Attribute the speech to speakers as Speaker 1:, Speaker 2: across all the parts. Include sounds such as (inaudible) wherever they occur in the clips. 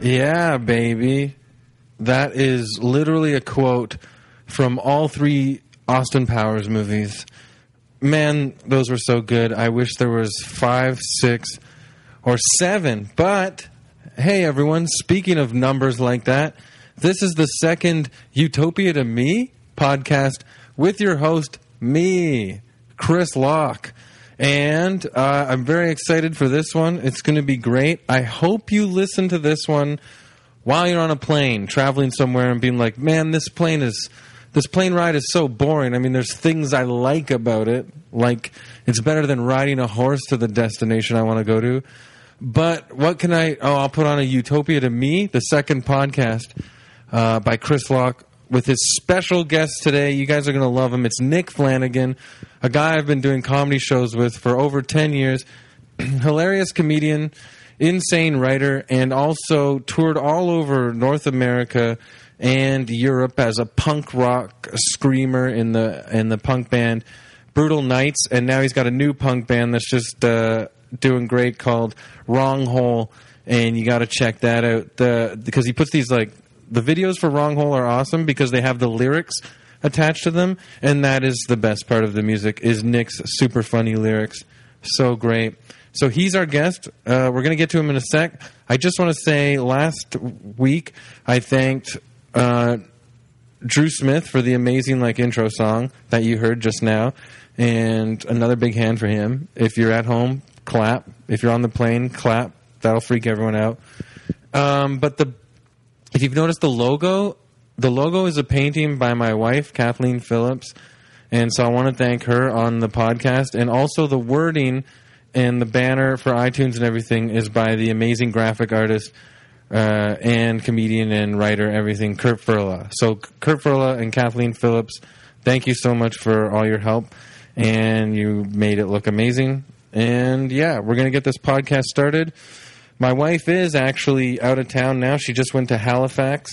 Speaker 1: Yeah, baby. That is literally a quote from all three Austin Powers movies. Man, those were so good. I wish there was five, six, or seven. But hey, everyone, speaking of numbers like that, this is the second Utopia to Me podcast with your host, me, Chris Locke. And uh, I'm very excited for this one. It's going to be great. I hope you listen to this one while you're on a plane traveling somewhere and being like, "Man, this plane is this plane ride is so boring." I mean, there's things I like about it. Like it's better than riding a horse to the destination I want to go to. But what can I? Oh, I'll put on a Utopia to me, the second podcast uh, by Chris Locke with his special guest today. You guys are going to love him. It's Nick Flanagan, a guy I've been doing comedy shows with for over 10 years. (clears throat) Hilarious comedian, insane writer, and also toured all over North America and Europe as a punk rock screamer in the in the punk band Brutal Knights, and now he's got a new punk band that's just uh, doing great called Wrong Hole, and you got to check that out. The because he puts these like the videos for Wrong Hole are awesome because they have the lyrics attached to them, and that is the best part of the music is Nick's super funny lyrics. So great. So he's our guest. Uh, we're going to get to him in a sec. I just want to say last week I thanked uh, Drew Smith for the amazing like intro song that you heard just now, and another big hand for him. If you're at home, clap. If you're on the plane, clap. That'll freak everyone out. Um, but the if you've noticed the logo, the logo is a painting by my wife, Kathleen Phillips. And so I want to thank her on the podcast. And also the wording and the banner for iTunes and everything is by the amazing graphic artist uh, and comedian and writer, everything, Kurt Furla. So Kurt Furla and Kathleen Phillips, thank you so much for all your help. And you made it look amazing. And yeah, we're going to get this podcast started. My wife is actually out of town now. She just went to Halifax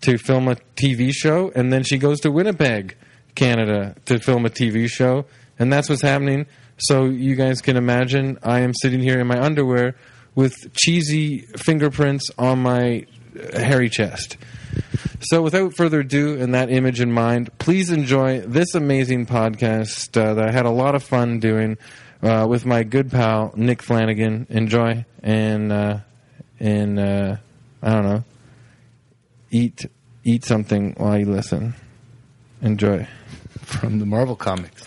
Speaker 1: to film a TV show, and then she goes to Winnipeg, Canada, to film a TV show. And that's what's happening. So you guys can imagine I am sitting here in my underwear with cheesy fingerprints on my uh, hairy chest. So without further ado, and that image in mind, please enjoy this amazing podcast uh, that I had a lot of fun doing uh, with my good pal Nick Flanagan. Enjoy and uh, and uh, I don't know, eat eat something while you listen. Enjoy.
Speaker 2: from the Marvel comics.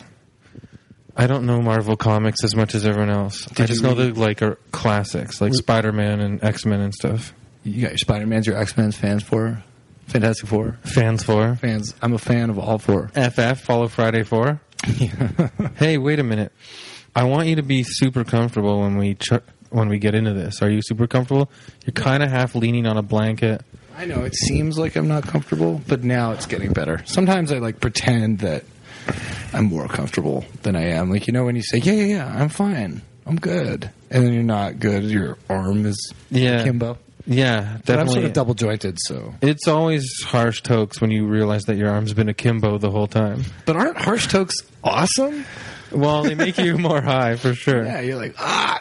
Speaker 1: I don't know Marvel comics as much as everyone else. I
Speaker 2: you
Speaker 1: just know the
Speaker 2: read-
Speaker 1: like are classics, like Spider Man and X Men and stuff.
Speaker 2: You got your Spider Man's, your X Men's fans for Fantastic Four
Speaker 1: Fans for
Speaker 2: fans. I'm a fan of all (laughs) four.
Speaker 1: FF Follow Friday for. hey, wait a minute. I want you to be super comfortable when we ch- when we get into this. Are you super comfortable? You're kind of half leaning on a blanket.
Speaker 2: I know it seems like I'm not comfortable, but now it's getting better. Sometimes I like pretend that I'm more comfortable than I am. Like you know when you say, "Yeah, yeah, yeah, I'm fine, I'm good," and then you're not good. Your arm is
Speaker 1: Yeah.
Speaker 2: kimbo.
Speaker 1: Yeah,
Speaker 2: But I'm
Speaker 1: definitely.
Speaker 2: sort of double jointed, so.
Speaker 1: It's always harsh tokes when you realize that your arm's been akimbo the whole time.
Speaker 2: But aren't harsh tokes awesome?
Speaker 1: Well, they make you more high for sure.
Speaker 2: Yeah, you're like ah.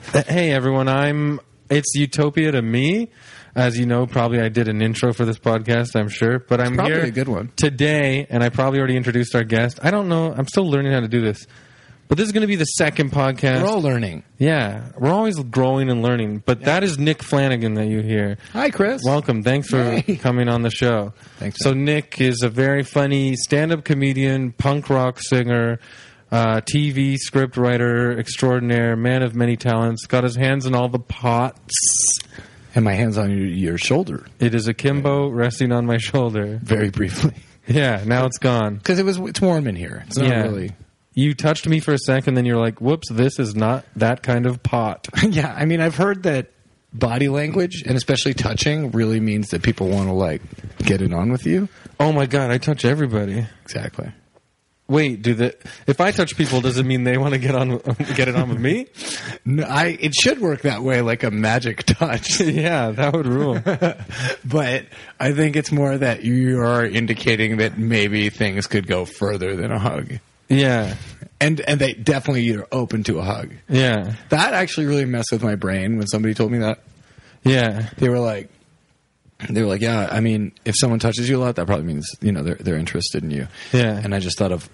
Speaker 2: (laughs)
Speaker 1: Uh, Hey everyone, I'm it's Utopia to me. As you know, probably I did an intro for this podcast, I'm sure, but I'm
Speaker 2: probably
Speaker 1: here
Speaker 2: a good one.
Speaker 1: today and I probably already introduced our guest. I don't know, I'm still learning how to do this. But this is going to be the second podcast.
Speaker 2: We're all learning.
Speaker 1: yeah, we're always growing and learning, but that is Nick Flanagan that you hear.
Speaker 2: Hi, Chris.
Speaker 1: Welcome. Thanks for
Speaker 2: Yay.
Speaker 1: (laughs) coming on the show.
Speaker 2: Thanks,
Speaker 1: So Nick is a very funny stand-up comedian, punk rock singer, uh, TV script writer extraordinaire, man of many talents. Got his hands in all the pots.
Speaker 2: and my hands on your, your shoulder,
Speaker 1: It is akimbo resting on my shoulder.
Speaker 2: very (laughs) briefly.
Speaker 1: Yeah, now it's gone.
Speaker 2: because it was it's warm in here. It's not
Speaker 1: yeah.
Speaker 2: (laughs) really.
Speaker 1: You touched me for a second, then you're like, "Whoops, this is not that kind of pot."
Speaker 2: yeah, I mean, I've heard that body language and especially touching really means that people want to like get it on with you.
Speaker 1: Oh my god, I touch everybody.
Speaker 2: Exactly.
Speaker 1: Wait, do the if I touch people, does it mean they want to get on (laughs) get it on with me?
Speaker 2: No, I it should work that way like a magic (laughs)
Speaker 1: (laughs)
Speaker 2: touch,
Speaker 1: yeah, that would rule.
Speaker 2: but I think it's more that you are indicating that maybe things could go further than a hug.
Speaker 1: (laughs) yeah,
Speaker 2: And and they definitely you're open to a hug.
Speaker 1: yeah,
Speaker 2: That actually really messed with my brain when somebody told me that.
Speaker 1: yeah.
Speaker 2: They were like they were like, "Yeah, I mean, if someone touches you a lot, that probably means, you know, they're they're interested in you."
Speaker 1: Yeah.
Speaker 2: And I just thought of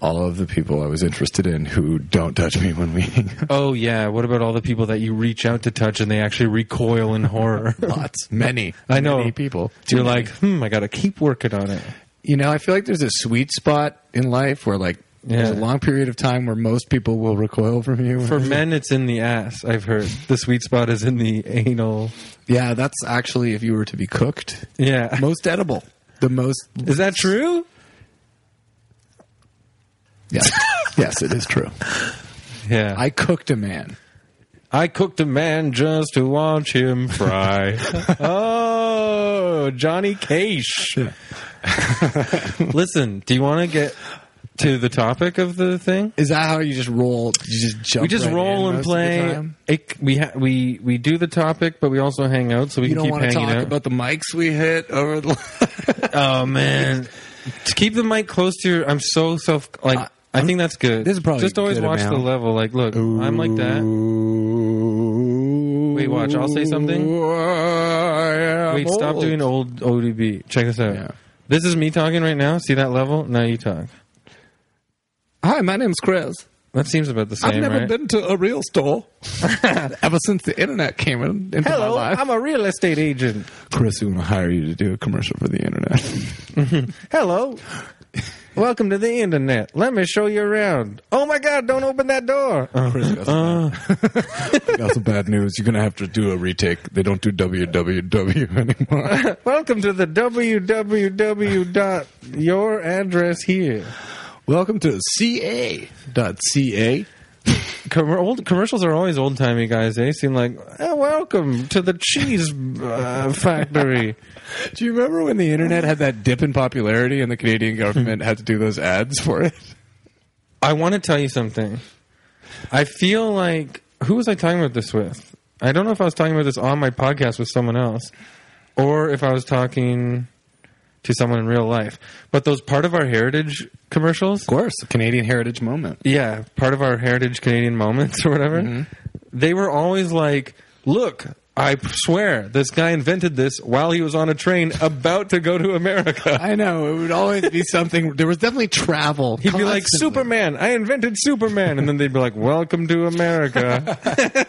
Speaker 2: all of the people I was interested in who don't touch me when we (laughs) hang out.
Speaker 1: Oh yeah. What about all the people that you reach out to touch and they actually recoil in (laughs) horror?
Speaker 2: Lots, many,
Speaker 1: I know
Speaker 2: many people.
Speaker 1: You're
Speaker 2: Too many.
Speaker 1: like, hmm, I got to keep working on it.
Speaker 2: you know, I feel like there's a sweet spot in life where like there's a
Speaker 1: Yeah.
Speaker 2: long period of time where most people will recoil from you. (laughs)
Speaker 1: For men, it's in the ass. I've heard the sweet spot is in the anal.
Speaker 2: yeah, that's actually if you were to be cooked,
Speaker 1: Yeah,
Speaker 2: most edible, the most.
Speaker 1: is that true?
Speaker 2: Yeah. yes, it is true.
Speaker 1: Yeah,
Speaker 2: I cooked a man.
Speaker 1: I cooked a man just to watch him
Speaker 2: (laughs)
Speaker 1: fry. oh, Johnny Cash. Listen, do you want to get to the topic of the thing?
Speaker 2: Is that how you just roll? You just jump.
Speaker 1: We just
Speaker 2: right
Speaker 1: roll and
Speaker 2: in most of the
Speaker 1: play.
Speaker 2: time?
Speaker 1: It, we ha- we we do the topic, but we also hang out, so we can
Speaker 2: You don't
Speaker 1: keep
Speaker 2: want to
Speaker 1: hanging
Speaker 2: talk
Speaker 1: out. (laughs)
Speaker 2: about the mics we hit over the.
Speaker 1: oh man, to keep the mic close to your. I'm so self like.
Speaker 2: I-
Speaker 1: I think that's good.
Speaker 2: This is probably
Speaker 1: just always
Speaker 2: good
Speaker 1: watch
Speaker 2: amount.
Speaker 1: the level. Like, look, (laughs) I'm like that.
Speaker 2: Wait,
Speaker 1: watch, I'll say something. Wait, stop doing old ODB. Check this out.
Speaker 2: Yeah.
Speaker 1: This is me talking right now. See that level? Now you talk.
Speaker 2: Hi, my name's Chris.
Speaker 1: That seems about the same,
Speaker 2: I've never
Speaker 1: right?
Speaker 2: been to a real store
Speaker 1: (laughs)
Speaker 2: ever since the internet came in, into my
Speaker 1: Hello,
Speaker 2: life.
Speaker 1: I'm a real estate agent.
Speaker 2: Chris, we want to hire you to do a commercial for the internet.
Speaker 1: Hello. (laughs) Welcome to the internet. Let me show you around. Oh my God, don't open that door. (laughs) Uh,
Speaker 2: Chris, got some, bad, (laughs) got some bad news. You're going to have to do a retake. They don't do www
Speaker 1: (laughs)
Speaker 2: anymore.
Speaker 1: welcome to the www dot your address here.
Speaker 2: Welcome to ca.ca.
Speaker 1: Com- old commercials are always old timey guys. They seem like "Eh, welcome to the cheese uh, factory. (laughs)
Speaker 2: Do you remember when the internet had that dip in popularity and the Canadian government had to do those ads for it?
Speaker 1: I want to tell you something. I feel like who was I talking about this with? I don't know if I was talking about this on my podcast with someone else, or if I was talking to someone in real life. But those part of our heritage commercials,
Speaker 2: course, the Canadian heritage moment.
Speaker 1: yeah, part of our heritage Canadian moments (laughs) or whatever, they were always like, "Look, I swear this guy invented this while he was on a train about to go to America." (laughs)
Speaker 2: I know. It would always (laughs) be something. There was definitely travel.
Speaker 1: He'd be like, Superman, I invented Superman. And then they'd be like, Welcome to America.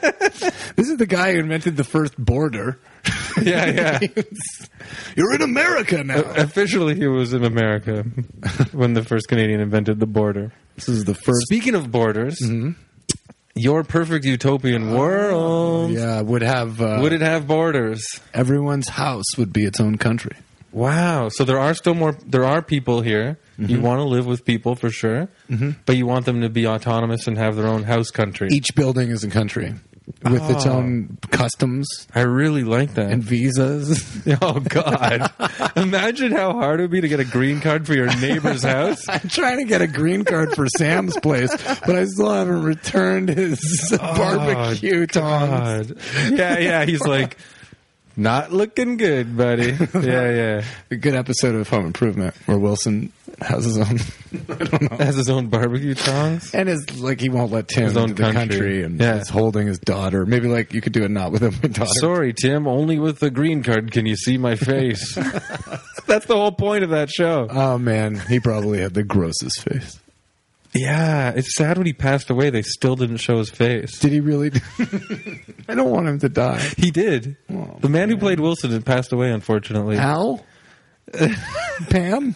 Speaker 2: This is the guy who invented the first border. (laughs)
Speaker 1: yeah, yeah.
Speaker 2: You're in America now.
Speaker 1: Officially, he was in America (laughs) when the first Canadian invented the border.
Speaker 2: This is the first.
Speaker 1: Speaking of borders,
Speaker 2: Mm-hmm.
Speaker 1: your perfect utopian world
Speaker 2: Oh, Yeah, would have uh,
Speaker 1: would it have borders?
Speaker 2: everyone's house would be its own country.
Speaker 1: Wow! So there are still more. There are people here.
Speaker 2: Mm-hmm.
Speaker 1: You want to live with people for sure, but you want them to be autonomous and have their own house country.
Speaker 2: Each building is a country with its
Speaker 1: Oh.
Speaker 2: own customs
Speaker 1: I really like that.
Speaker 2: and visas.
Speaker 1: (laughs)
Speaker 2: (laughs)
Speaker 1: oh God! Imagine how hard it would be to get a green card for your
Speaker 2: (laughs)
Speaker 1: neighbor's house.
Speaker 2: I'm trying to get a green card for Sam's place, but I still haven't returned his (laughs) barbecue tongs.
Speaker 1: Oh, God. Yeah, yeah. He's like, not looking good, buddy. Yeah, yeah.
Speaker 2: A good episode of Home Improvement where Wilson has his own, (laughs) I don't
Speaker 1: (laughs)
Speaker 2: know,
Speaker 1: Has his own barbecue tongs.
Speaker 2: and is like he won't let Tim
Speaker 1: His own
Speaker 2: into the country,
Speaker 1: country.
Speaker 2: and
Speaker 1: Yeah.
Speaker 2: is holding his daughter. Maybe like you could do it not with him, (laughs) daughter.
Speaker 1: Sorry, Tim. Only with the green card can you see my face. (laughs) That's the whole point of that show.
Speaker 2: oh man, he probably had the grossest face.
Speaker 1: Yeah, it's sad when he passed away. They still didn't show his face.
Speaker 2: Did he really? (laughs) I don't want him to die.
Speaker 1: He did.
Speaker 2: Oh,
Speaker 1: Ah. the man who played Wilson had passed away, unfortunately. (laughs)
Speaker 2: Al, (laughs) Pam,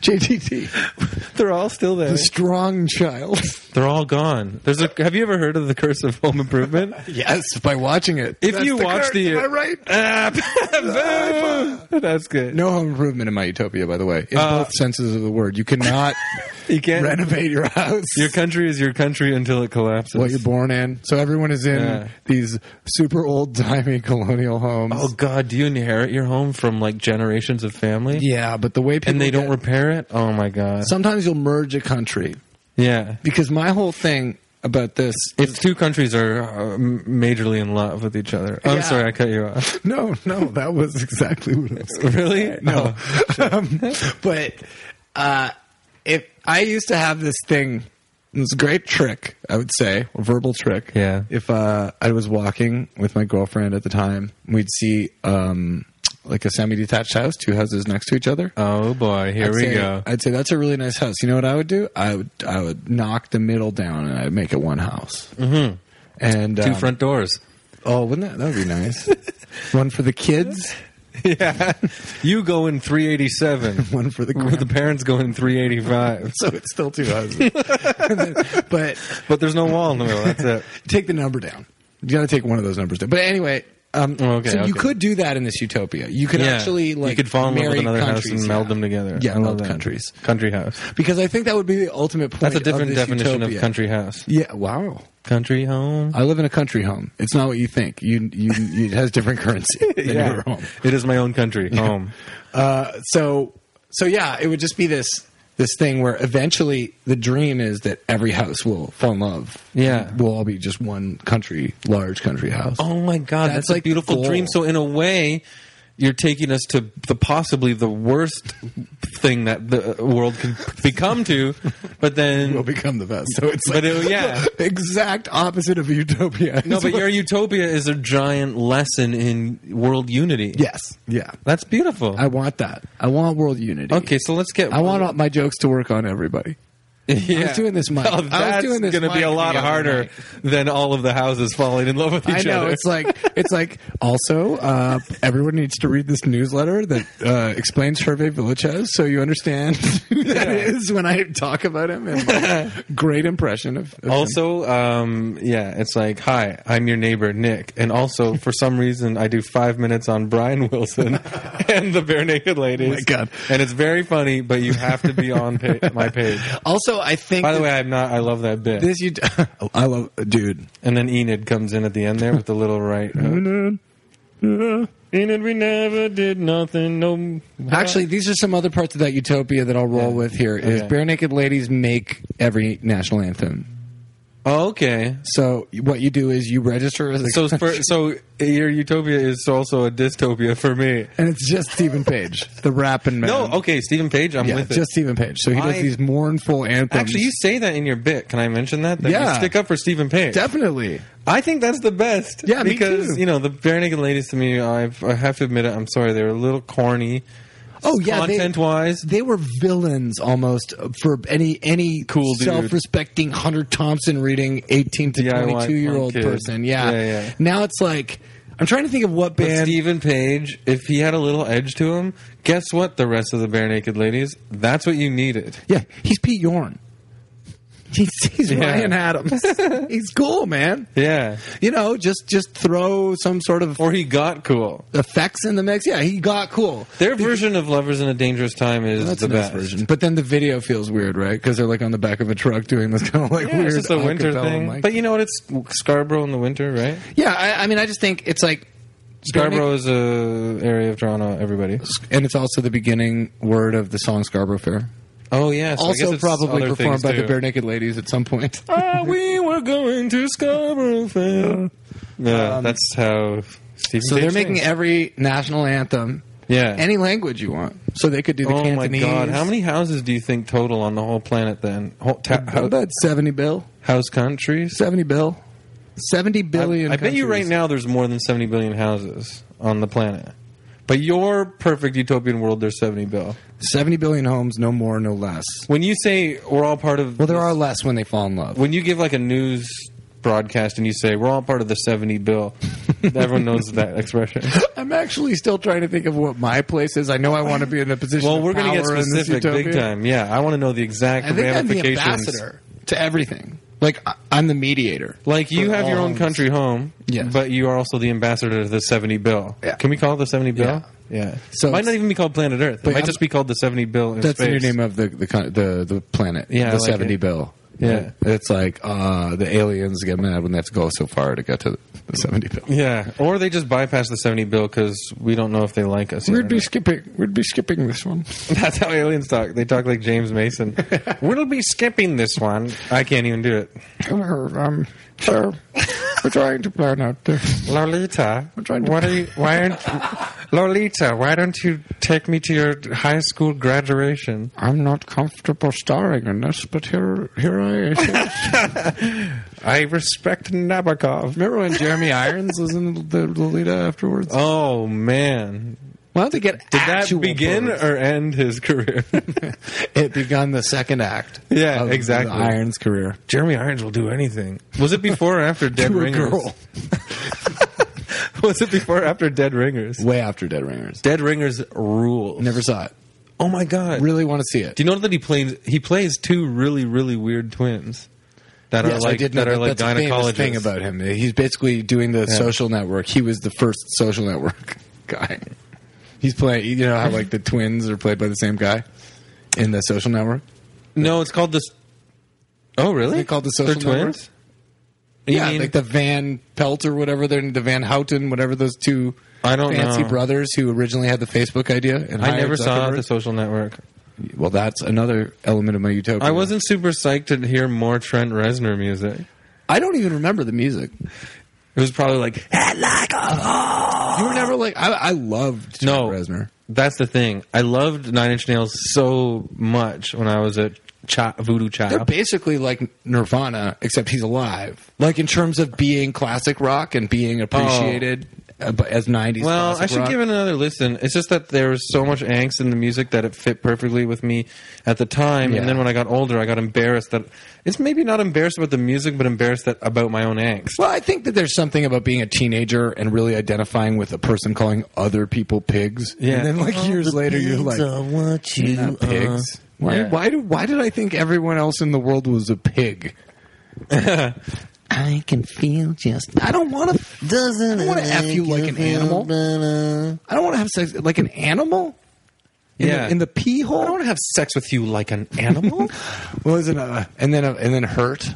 Speaker 2: JTT,
Speaker 1: They're all still there.
Speaker 2: the strong child.
Speaker 1: (laughs) They're all gone. There's a. Have you ever heard of the curse of home improvement?
Speaker 2: Yes, by watching it.
Speaker 1: If you watch
Speaker 2: curse,
Speaker 1: the-
Speaker 2: am I
Speaker 1: (laughs)
Speaker 2: right?
Speaker 1: Ah, boom. (laughs) That's good.
Speaker 2: No home improvement in my utopia, by the way, in
Speaker 1: Uh,
Speaker 2: both senses of the word.
Speaker 1: (laughs)
Speaker 2: You cannot (laughs)
Speaker 1: you can't.
Speaker 2: renovate your house.
Speaker 1: Your country is your country until it collapses.
Speaker 2: what you're born in. So everyone is in
Speaker 1: Yeah.
Speaker 2: these super old timey (laughs) colonial homes.
Speaker 1: oh God, do you inherit your home from like generations of family?
Speaker 2: yeah, but the way people
Speaker 1: And they don't
Speaker 2: get-
Speaker 1: repair it. Oh my God.
Speaker 2: sometimes you'll merge a country
Speaker 1: yeah.
Speaker 2: because my whole thing about this.
Speaker 1: If two countries are uh, m- majorly in love with each other, I'm
Speaker 2: Yeah.
Speaker 1: sorry I cut you off. (laughs)
Speaker 2: (laughs) No, no, that was exactly what I was.
Speaker 1: really?
Speaker 2: No,
Speaker 1: Oh,
Speaker 2: (laughs) um, but uh, if I used to have this thing, it was a great trick, I would say, a verbal trick.
Speaker 1: Yeah.
Speaker 2: If uh, I was walking with my girlfriend at the time, we'd see um, like a semi-detached house, two houses next to each other.
Speaker 1: Oh boy, here
Speaker 2: I'd
Speaker 1: we
Speaker 2: say-
Speaker 1: go.
Speaker 2: I'd say that's a really nice house. You know what I would do? I would I would knock the middle down and I'd make it one house. Mm-hmm. And
Speaker 1: two
Speaker 2: um,
Speaker 1: front
Speaker 2: (laughs)
Speaker 1: doors.
Speaker 2: Oh, wouldn't that that would
Speaker 1: (laughs)
Speaker 2: be nice? one for the kids,
Speaker 1: yeah. (laughs) You go in
Speaker 2: (laughs)
Speaker 1: 387.
Speaker 2: one for the
Speaker 1: Where the
Speaker 2: grand.
Speaker 1: parents go in 385.
Speaker 2: (laughs) So it's still two houses. (laughs) And then- but
Speaker 1: But there's no wall in the middle. That's it.
Speaker 2: take the number down. You got to take one of those numbers down. But anyway, um,
Speaker 1: Oh, okay,
Speaker 2: so you
Speaker 1: okay.
Speaker 2: could do that in this utopia. You could
Speaker 1: Yeah.
Speaker 2: actually like
Speaker 1: you could fall in love
Speaker 2: marry
Speaker 1: with another house
Speaker 2: countries,
Speaker 1: and
Speaker 2: yeah.
Speaker 1: meld them together.
Speaker 2: Yeah,
Speaker 1: I love
Speaker 2: meld
Speaker 1: that.
Speaker 2: countries.
Speaker 1: Country house.
Speaker 2: Because I think that would be the ultimate point.
Speaker 1: That's a
Speaker 2: of
Speaker 1: different
Speaker 2: this
Speaker 1: definition
Speaker 2: utopia.
Speaker 1: of country house.
Speaker 2: Yeah. Wow.
Speaker 1: Country home.
Speaker 2: I live in a country home. It's not what you think. You you, you it has different
Speaker 1: (laughs)
Speaker 2: currency (laughs) than your home.
Speaker 1: It is my own country home.
Speaker 2: Uh, so so yeah, it would just be this this thing where eventually the dream is that every house will fall in love.
Speaker 1: Yeah.
Speaker 2: we'll all be just one country, large country house.
Speaker 1: Oh my God, that's,
Speaker 2: That's
Speaker 1: a
Speaker 2: like the
Speaker 1: beautiful
Speaker 2: goal.
Speaker 1: dream. So in a way, you're taking us to the possibly the worst thing that the uh, world can become to, but
Speaker 2: (laughs)
Speaker 1: then
Speaker 2: Will become the best. So it's
Speaker 1: But
Speaker 2: like
Speaker 1: it- yeah.
Speaker 2: the (laughs) exact opposite of a utopia.
Speaker 1: (laughs) no, but your utopia is a giant lesson in world unity.
Speaker 2: yes, yeah.
Speaker 1: that's beautiful.
Speaker 2: I want that. I want world unity.
Speaker 1: okay, so let's get.
Speaker 2: I want all my jokes to work on everybody.
Speaker 1: (laughs) Yeah.
Speaker 2: I was doing this mic. I
Speaker 1: Oh,
Speaker 2: was
Speaker 1: that's
Speaker 2: doing this
Speaker 1: going to be
Speaker 2: mic
Speaker 1: a
Speaker 2: the
Speaker 1: lot
Speaker 2: other
Speaker 1: harder
Speaker 2: night.
Speaker 1: than all of the houses falling in love with
Speaker 2: I
Speaker 1: each
Speaker 2: know
Speaker 1: other.
Speaker 2: it's like it's like also uh, everyone needs to read this newsletter that uh, explains Hervé Villachez so you understand (laughs) who that is when I talk about him
Speaker 1: (laughs)
Speaker 2: and my great impression of, of him.
Speaker 1: Also, um, yeah, it's like, hi, I'm your neighbor, Nick. And also, for some reason, I do five minutes on Brian Wilson and the Bare Naked Ladies.
Speaker 2: Oh my God.
Speaker 1: And it's very funny, but you have to be on pa- my page.
Speaker 2: Also, I think
Speaker 1: By the
Speaker 2: that
Speaker 1: way, I'm not, I love that bit.
Speaker 2: this you (laughs) I love dude
Speaker 1: and then Enid comes in at the end there with the little right. uh,
Speaker 2: (laughs)
Speaker 1: hook. Enid, we never did nothing. No.
Speaker 2: Actually, these are some other parts of that utopia that I'll roll
Speaker 1: Yeah.
Speaker 2: with here. Is
Speaker 1: Okay.
Speaker 2: bare naked ladies make every national anthem?
Speaker 1: Oh, okay.
Speaker 2: So what you do is you register as a
Speaker 1: So, for, so your utopia is also a dystopia for me.
Speaker 2: (laughs) and it's just Stephen Page, the rapping man.
Speaker 1: No, okay, Stephen Page, I'm
Speaker 2: yeah,
Speaker 1: with it.
Speaker 2: just Stephen Page. So he does
Speaker 1: I-
Speaker 2: these mournful anthems.
Speaker 1: Actually, you say that in your bit. Can I mention that? that
Speaker 2: Yeah.
Speaker 1: You stick up for Stephen Page.
Speaker 2: definitely.
Speaker 1: I think that's the best.
Speaker 2: Yeah, me
Speaker 1: because
Speaker 2: too.
Speaker 1: you know the Bare Naked Ladies to me, I've, I have to admit it. I'm sorry, they were a little corny.
Speaker 2: Oh yeah, they-
Speaker 1: content wise,
Speaker 2: They were villains almost for any any
Speaker 1: Cool dude.
Speaker 2: self-respecting Hunter Thompson reading 18 to
Speaker 1: DIY
Speaker 2: 22 year old
Speaker 1: punk kid.
Speaker 2: person. Yeah.
Speaker 1: Yeah, yeah.
Speaker 2: Now it's like I'm trying to think of what band
Speaker 1: Stephen Page, if he had a little edge to him, guess what? The rest of the Bare Naked Ladies, that's what you needed.
Speaker 2: Yeah, he's Pete Yorn. (laughs) He's, he's
Speaker 1: Yeah. (laughs)
Speaker 2: Ryan Adams. he's cool, man.
Speaker 1: Yeah,
Speaker 2: You know, just just throw some sort of
Speaker 1: or he got cool.
Speaker 2: effects in the mix. Yeah, he got cool.
Speaker 1: Their version of "Lovers in a Dangerous Time" is
Speaker 2: That's
Speaker 1: the
Speaker 2: the
Speaker 1: best
Speaker 2: version. But then the video feels weird, right? Because they're like on the back of a truck doing this kind of like
Speaker 1: Yeah,
Speaker 2: weird.
Speaker 1: it's just a winter
Speaker 2: acapella
Speaker 1: thing,
Speaker 2: mic.
Speaker 1: but you know what? It's Scarborough in the winter, right?
Speaker 2: yeah, I, I mean, I just think it's like
Speaker 1: Scarborough is a area of Toronto. Everybody.
Speaker 2: and it's also the beginning word of the song Scarborough Fair.
Speaker 1: Oh yeah. so I guess
Speaker 2: also,
Speaker 1: it's
Speaker 2: probably
Speaker 1: other
Speaker 2: performed
Speaker 1: things,
Speaker 2: by
Speaker 1: too.
Speaker 2: the Bare Naked Ladies at some point.
Speaker 1: Ah, we were going to Scarborough Fair. Yeah,
Speaker 2: Um,
Speaker 1: that's how. Stephen
Speaker 2: (laughs) So they're
Speaker 1: Page
Speaker 2: making
Speaker 1: sings.
Speaker 2: every national anthem,
Speaker 1: yeah.
Speaker 2: any language you want. So they could do the
Speaker 1: oh my
Speaker 2: Cantonese.
Speaker 1: god! How many houses do you think total on the whole planet? Then whole ta- ho-
Speaker 2: About seventy bill,
Speaker 1: house countries.
Speaker 2: seventy bill, seventy
Speaker 1: I,
Speaker 2: billion.
Speaker 1: I bet you right
Speaker 2: countries.
Speaker 1: now there's more than seventy billion houses on the planet. But your perfect utopian world, there's seventy bill.
Speaker 2: seventy billion homes, no more, no less.
Speaker 1: When you say we're all part of,
Speaker 2: Well, there are less when they fall in love.
Speaker 1: When you give like a news broadcast and you say, "We're all part of the seventy
Speaker 2: (laughs)
Speaker 1: bill," everyone knows that expression.
Speaker 2: I'm actually still trying to think of what my place is. I know I want to be in the position.
Speaker 1: Well,
Speaker 2: of
Speaker 1: we're going to get
Speaker 2: power in this
Speaker 1: specific big
Speaker 2: utopia.
Speaker 1: time. Yeah, I want to know the exact
Speaker 2: I think I'm the
Speaker 1: ramifications.
Speaker 2: ambassador to everything. Like I- I'm the mediator.
Speaker 1: Like you
Speaker 2: For
Speaker 1: have your
Speaker 2: all
Speaker 1: own
Speaker 2: homes.
Speaker 1: country home,
Speaker 2: Yes.
Speaker 1: but you are also the ambassador to the 70 bill.
Speaker 2: Yeah.
Speaker 1: Can we call it the 70 bill? Yeah.
Speaker 2: So
Speaker 1: it might
Speaker 2: it's-
Speaker 1: not even be called Planet Earth. It
Speaker 2: But
Speaker 1: might
Speaker 2: I'm-
Speaker 1: just be called the 70 bill in
Speaker 2: That's
Speaker 1: space.
Speaker 2: the new name of the the con- the, the planet.
Speaker 1: Yeah, I
Speaker 2: the
Speaker 1: like
Speaker 2: seventy
Speaker 1: it.
Speaker 2: bill.
Speaker 1: Yeah.
Speaker 2: it's like uh, the aliens get mad when they have to go so far to get to the seventy bill.
Speaker 1: Yeah. Or they just bypass the 70 bill because we don't know if they like us. yet or
Speaker 2: We'd be
Speaker 1: not.
Speaker 2: skipping. We'd be skipping this one.
Speaker 1: (laughs) That's how aliens talk. They talk like James
Speaker 2: (laughs)
Speaker 1: Mason. we'll be skipping this one. I can't even do it.
Speaker 2: um, so we're trying to plan out the.
Speaker 1: Lolita,
Speaker 2: trying to-
Speaker 1: what are you? Why aren't
Speaker 2: (laughs)
Speaker 1: Lolita? Why don't you take me to your high school graduation?
Speaker 2: I'm not comfortable starring in this, but here, here I am.
Speaker 1: I respect Nabokov.
Speaker 2: Remember when Jeremy Irons was in the Lolita afterwards?
Speaker 1: Oh man,
Speaker 2: Why don't they get
Speaker 1: Did that begin or end his
Speaker 2: (laughs)
Speaker 1: career?
Speaker 2: It began the second act.
Speaker 1: Yeah,
Speaker 2: of
Speaker 1: exactly.
Speaker 2: Irons' career
Speaker 1: Jeremy Irons will do anything. Was it before or after Dead
Speaker 2: (laughs) to a
Speaker 1: Ringers?
Speaker 2: girl,
Speaker 1: (laughs) Was it before or after Dead Ringers?
Speaker 2: way after Dead Ringers.
Speaker 1: Dead Ringers rules.
Speaker 2: Never saw it.
Speaker 1: Oh my god.
Speaker 2: Really want to see it.
Speaker 1: Do you know that he plays he plays two really really weird twins that are
Speaker 2: Yes, I
Speaker 1: like
Speaker 2: did know
Speaker 1: that are like
Speaker 2: that's a famous
Speaker 1: gynecologists.
Speaker 2: thing about him. He's basically doing the social network. He was the first social network (laughs) guy. He's playing. You know how like the twins are played by the same guy in the social network.
Speaker 1: no, it's called this. Oh really?
Speaker 2: They called the Social
Speaker 1: They're
Speaker 2: Network?
Speaker 1: twins. You
Speaker 2: yeah,
Speaker 1: mean-
Speaker 2: like the Van Pelt or whatever. They're the Van Houten, whatever those two.
Speaker 1: I don't
Speaker 2: fancy
Speaker 1: know.
Speaker 2: brothers who originally had the Facebook idea. And
Speaker 1: Oh, I
Speaker 2: hired
Speaker 1: never saw
Speaker 2: Zuckerberg.
Speaker 1: the Social Network.
Speaker 2: Well, that's another element of my utopia.
Speaker 1: I wasn't super psyched to hear more Trent Reznor music.
Speaker 2: I don't even remember the music.
Speaker 1: It was probably
Speaker 2: (laughs)
Speaker 1: like
Speaker 2: You were never like I, I loved Trent
Speaker 1: No.
Speaker 2: Reznor.
Speaker 1: That's the thing. I loved Nine Inch Nails so much when I was a chi- voodoo
Speaker 2: They're
Speaker 1: child.
Speaker 2: basically like Nirvana, except he's alive. Like in terms of being classic rock and being appreciated uh, but as '90s.
Speaker 1: Oh. well, I
Speaker 2: classic
Speaker 1: should
Speaker 2: rock.
Speaker 1: give it another listen. It's just that there was so much angst in the music that it fit perfectly with me at the time.
Speaker 2: Yeah.
Speaker 1: And then when I got older, I got embarrassed that it's maybe not embarrassed about the music, but embarrassed that about my own angst.
Speaker 2: Well, I think that there's something about being a teenager and really identifying with a person calling other people pigs.
Speaker 1: Yeah.
Speaker 2: And then like years later, you're like,
Speaker 3: what you
Speaker 2: "You're not pigs. Uh, why,
Speaker 1: Yeah.
Speaker 2: why do why did I think everyone else in the world was a pig?
Speaker 3: I can feel just
Speaker 2: I don't want to.
Speaker 3: doesn't.
Speaker 2: I wanna F you like an animal.
Speaker 3: uh,
Speaker 2: I don't want to have sex like an animal. In
Speaker 1: Yeah.
Speaker 2: the, in the pee hole.
Speaker 1: I don't want to have sex with you like an animal.
Speaker 2: (laughs) well, isn't uh, and then uh, and then hurt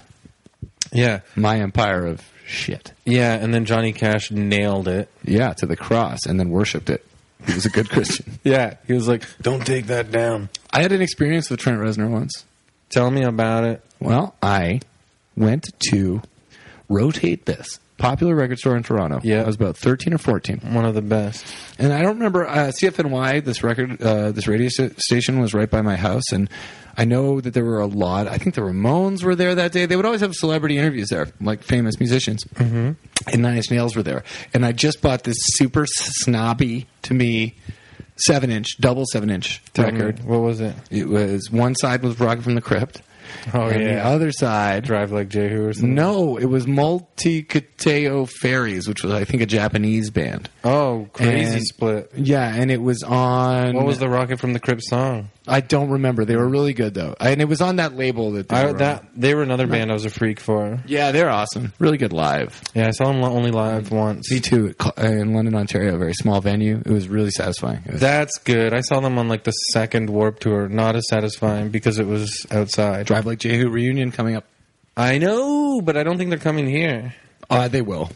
Speaker 1: (laughs) yeah,
Speaker 2: my empire of shit.
Speaker 1: yeah. And then Johnny Cash nailed it.
Speaker 2: Yeah, to the cross and then worshipped it. He was a good (laughs) Christian.
Speaker 1: Yeah, he was like, "Don't take that down."
Speaker 2: I had an experience with Trent Reznor once.
Speaker 1: Tell me about it.
Speaker 2: Well, I went to rotate this popular record store in Toronto.
Speaker 1: Yeah.
Speaker 2: I was about thirteen or fourteen.
Speaker 1: One of the best.
Speaker 2: and I don't remember uh, CFNY. This record, uh, this radio st- station was right by my house, and I know that there were a lot. I think the Ramones were there that day. They would always have celebrity interviews there, like famous musicians. Mm-hmm. And Nine Inch Nails were there, and I just bought this super snobby to me seven inch, double seven inch
Speaker 1: Tell me,
Speaker 2: record.
Speaker 1: what was it?
Speaker 2: It was one side was Rock from the Crypt,
Speaker 1: Oh,
Speaker 2: and the
Speaker 1: yeah.
Speaker 2: other side
Speaker 1: Drive like Jehu or something.
Speaker 2: no, it was Multicateo Fairies, which was I think a Japanese band.
Speaker 1: Oh, crazy
Speaker 2: And-
Speaker 1: split.
Speaker 2: Yeah, and it was on.
Speaker 1: What was the Rocket from the Crypt song?
Speaker 2: I don't remember. They were really good though, and it was on that label that they
Speaker 1: I,
Speaker 2: were on.
Speaker 1: that they were another band I was a freak for.
Speaker 2: Yeah, they're awesome. Really good live.
Speaker 1: Yeah, I saw them only live once.
Speaker 2: Me too. at Cl- uh, In London, Ontario, a very small venue. It was really satisfying. It was-
Speaker 1: That's good. I saw them on like the second Warp tour. Not as satisfying because it was outside.
Speaker 2: Drive Like Jehu reunion coming up.
Speaker 1: I know, but I don't think they're coming here.
Speaker 2: Uh, they will.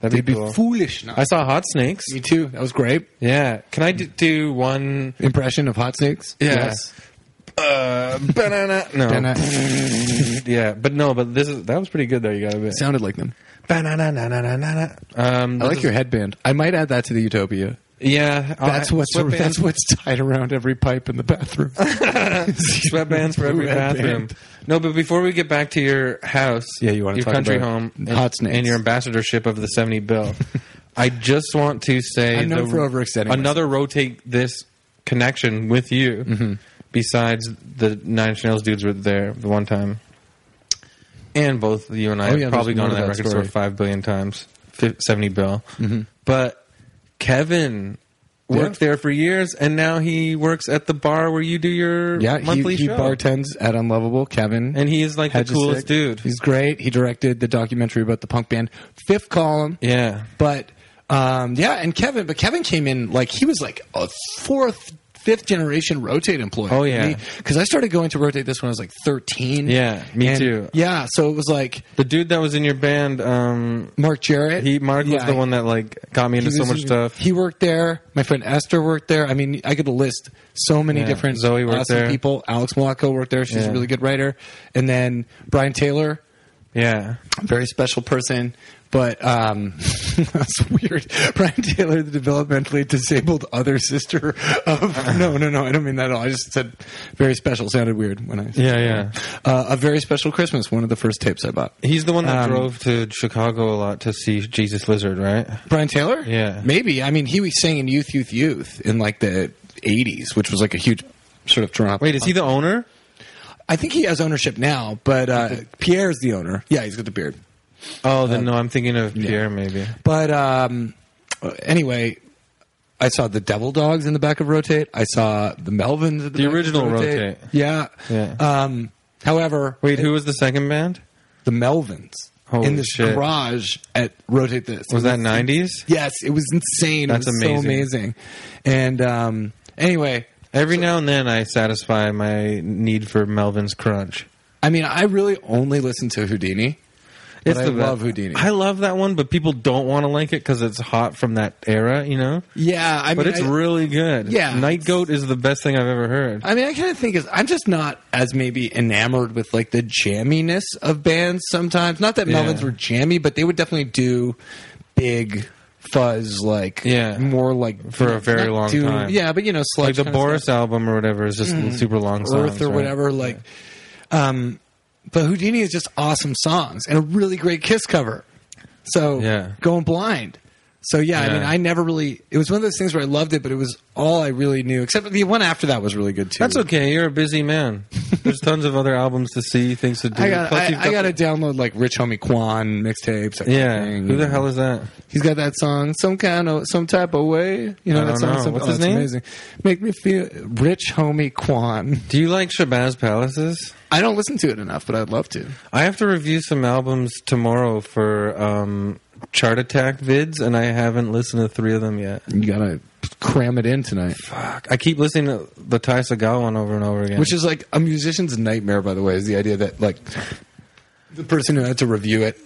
Speaker 1: That'd
Speaker 2: They'd
Speaker 1: be
Speaker 2: be
Speaker 1: cool.
Speaker 2: foolish not.
Speaker 1: I saw Hot Snakes.
Speaker 2: Me too. That was great.
Speaker 1: Yeah. Can I d- do one?
Speaker 2: Impression of Hot Snakes.
Speaker 1: Yeah. Uh, (laughs) banana. No.
Speaker 2: And I
Speaker 1: Yeah, but no, but this is that was pretty good though. You got to admit.
Speaker 2: sounded like them.
Speaker 1: Banana. Na, na, na, na, na. Um,
Speaker 2: I like your headband. I might add that to the Utopia.
Speaker 1: Yeah, Oh, I'll-
Speaker 2: That's what's
Speaker 1: sweatbands,
Speaker 2: that's what's tied around every pipe in the (laughs)
Speaker 1: (laughs)
Speaker 2: bathroom.
Speaker 1: sweatbands for every
Speaker 2: Sweatband.
Speaker 1: bathroom. No, but before we get back to your house,
Speaker 2: Yeah, you wanna
Speaker 1: your
Speaker 2: talk
Speaker 1: country
Speaker 2: about
Speaker 1: home, and,
Speaker 2: hot snakes.
Speaker 1: and your ambassadorship of the seventy
Speaker 2: (laughs)
Speaker 1: bill. I just want to say
Speaker 2: I'm known
Speaker 1: the-
Speaker 2: for overextending
Speaker 1: Another rotate this connection with you.
Speaker 2: Mm-hmm.
Speaker 1: Besides the Nine Inch Nails dudes were there the one time. and both you and I
Speaker 2: Oh, yeah,
Speaker 1: have probably
Speaker 2: there's
Speaker 1: gone to that
Speaker 2: more to that
Speaker 1: record
Speaker 2: story. Mm-hmm.
Speaker 1: store five billion times, fif- seventy bill. But Kevin worked there for years, and now he works at the bar where you do your
Speaker 2: Yeah,
Speaker 1: monthly
Speaker 2: he, he
Speaker 1: show.
Speaker 2: bartends at Unlovable. Kevin
Speaker 1: and he is like the
Speaker 2: Hedges
Speaker 1: coolest
Speaker 2: Sick.
Speaker 1: dude.
Speaker 2: He's great. He directed the documentary about the punk band Fifth Column.
Speaker 1: yeah,
Speaker 2: But um, yeah, and Kevin, but Kevin came in like he was like a fourth, fifth generation rotate employee.
Speaker 1: Oh, yeah.
Speaker 2: because I started going to rotate this when I was like thirteen.
Speaker 1: Yeah, me
Speaker 2: And-
Speaker 1: too.
Speaker 2: Yeah, so it was like
Speaker 1: the dude that was in your band, um,
Speaker 2: Mark Jarrett.
Speaker 1: he Mark was
Speaker 2: Yeah,
Speaker 1: the one that like got me
Speaker 2: he
Speaker 1: into so
Speaker 2: was
Speaker 1: much
Speaker 2: in-
Speaker 1: stuff.
Speaker 2: He worked there. My friend Esther worked there. I mean, I could list so many
Speaker 1: Yeah,
Speaker 2: different
Speaker 1: Zoe worked
Speaker 2: awesome
Speaker 1: there.
Speaker 2: people. Alex Malacco worked there. She's
Speaker 1: Yeah.
Speaker 2: a really good writer. And then Brian Taylor
Speaker 1: Yeah,
Speaker 2: very special person. But um, (laughs) that's weird. Brian Taylor, the developmentally disabled other sister
Speaker 1: (laughs)
Speaker 2: of no, no, no. I don't mean that at all. I just said very special. Sounded weird when I said
Speaker 1: Yeah, yeah.
Speaker 2: Uh, a very special Christmas. One of the first tapes I bought.
Speaker 1: he's the one that
Speaker 2: Um,
Speaker 1: drove to Chicago a lot to see Jesus Lizard, right?
Speaker 2: Brian Taylor?
Speaker 1: Yeah.
Speaker 2: maybe. I mean, he was sang in Youth, Youth, Youth in like the '80s, which was like a huge sort of Toronto.
Speaker 1: Wait, is he the owner?
Speaker 2: I think he has ownership now, but uh, Pierre's the owner. Yeah, he's got the beard.
Speaker 1: Oh, then no, I'm thinking of Pierre, maybe.
Speaker 2: But um, anyway, I saw the Devil Dogs in the back of Rotate. I saw the Melvins at the,
Speaker 1: The
Speaker 2: back of
Speaker 1: original Rotate.
Speaker 2: Yeah.
Speaker 1: Yeah.
Speaker 2: Um, however,
Speaker 1: Wait, who was the second band?
Speaker 2: the Melvins
Speaker 1: Holy
Speaker 2: in the
Speaker 1: shit.
Speaker 2: garage at Rotate this
Speaker 1: Was that
Speaker 2: It
Speaker 1: '90s?
Speaker 2: Yes, it was insane.
Speaker 1: That's
Speaker 2: it was
Speaker 1: amazing.
Speaker 2: so amazing. And um, anyway,
Speaker 1: Every now and then, I satisfy my need for Melvin's Crunch.
Speaker 2: I mean, I really only listen to Houdini. but I
Speaker 1: best.
Speaker 2: love Houdini.
Speaker 1: I love that one, but people don't want to like it because it's hot from that era, you know.
Speaker 2: yeah, I mean,
Speaker 1: But it's
Speaker 2: I-
Speaker 1: really good.
Speaker 2: Yeah.
Speaker 1: Night Goat is the best thing I've ever heard.
Speaker 2: I mean, I kind of think is I'm just not as maybe enamored with like the jamminess of bands sometimes. Not that
Speaker 1: Yeah.
Speaker 2: Melvins were jammy, but they would definitely do big fuzz, like
Speaker 1: Yeah.
Speaker 2: more like
Speaker 1: For a very
Speaker 2: not
Speaker 1: long
Speaker 2: doom-
Speaker 1: time.
Speaker 2: Yeah, but you know, sludge
Speaker 1: like the
Speaker 2: kinda
Speaker 1: Boris
Speaker 2: stuff, Mm-hmm.
Speaker 1: album or whatever is just super long songs.
Speaker 2: Earth or
Speaker 1: right?
Speaker 2: whatever. Like, um, but Houdini is just awesome songs and a really great Kiss cover. So
Speaker 1: Yeah.
Speaker 2: going blind. So yeah, I
Speaker 1: Yeah.
Speaker 2: mean, I never really. It was one of those things where I loved it, but it was all I really knew. Except for the one after that was really good too.
Speaker 1: That's okay. You're a busy
Speaker 2: (laughs)
Speaker 1: man. There's tons of other albums to see, things to do.
Speaker 2: I got
Speaker 1: Plus,
Speaker 2: I,
Speaker 1: you've
Speaker 2: I got to download like Rich Homie Quan mixtapes. that
Speaker 1: Yeah.
Speaker 2: kind of thing.
Speaker 1: Who the hell is that?
Speaker 2: He's got that song, some kind of some type of way. You know
Speaker 1: I
Speaker 2: that
Speaker 1: don't
Speaker 2: song.
Speaker 1: know.
Speaker 2: Some,
Speaker 1: What's
Speaker 2: oh,
Speaker 1: his
Speaker 2: it's
Speaker 1: name?
Speaker 2: Amazing. Make me feel Rich Homie Quan.
Speaker 1: Do you like Shabazz Palaces?
Speaker 2: I don't listen to it enough, but I'd love to.
Speaker 1: I have to review some albums tomorrow for um, Chart Attack vids, and I haven't listened to three of them yet.
Speaker 2: You gotta cram it in tonight,
Speaker 1: Fuck. I keep listening to the Ty Segall one over and over again.
Speaker 2: which is like a musician's nightmare. By the way, is the idea that like the person who had to review it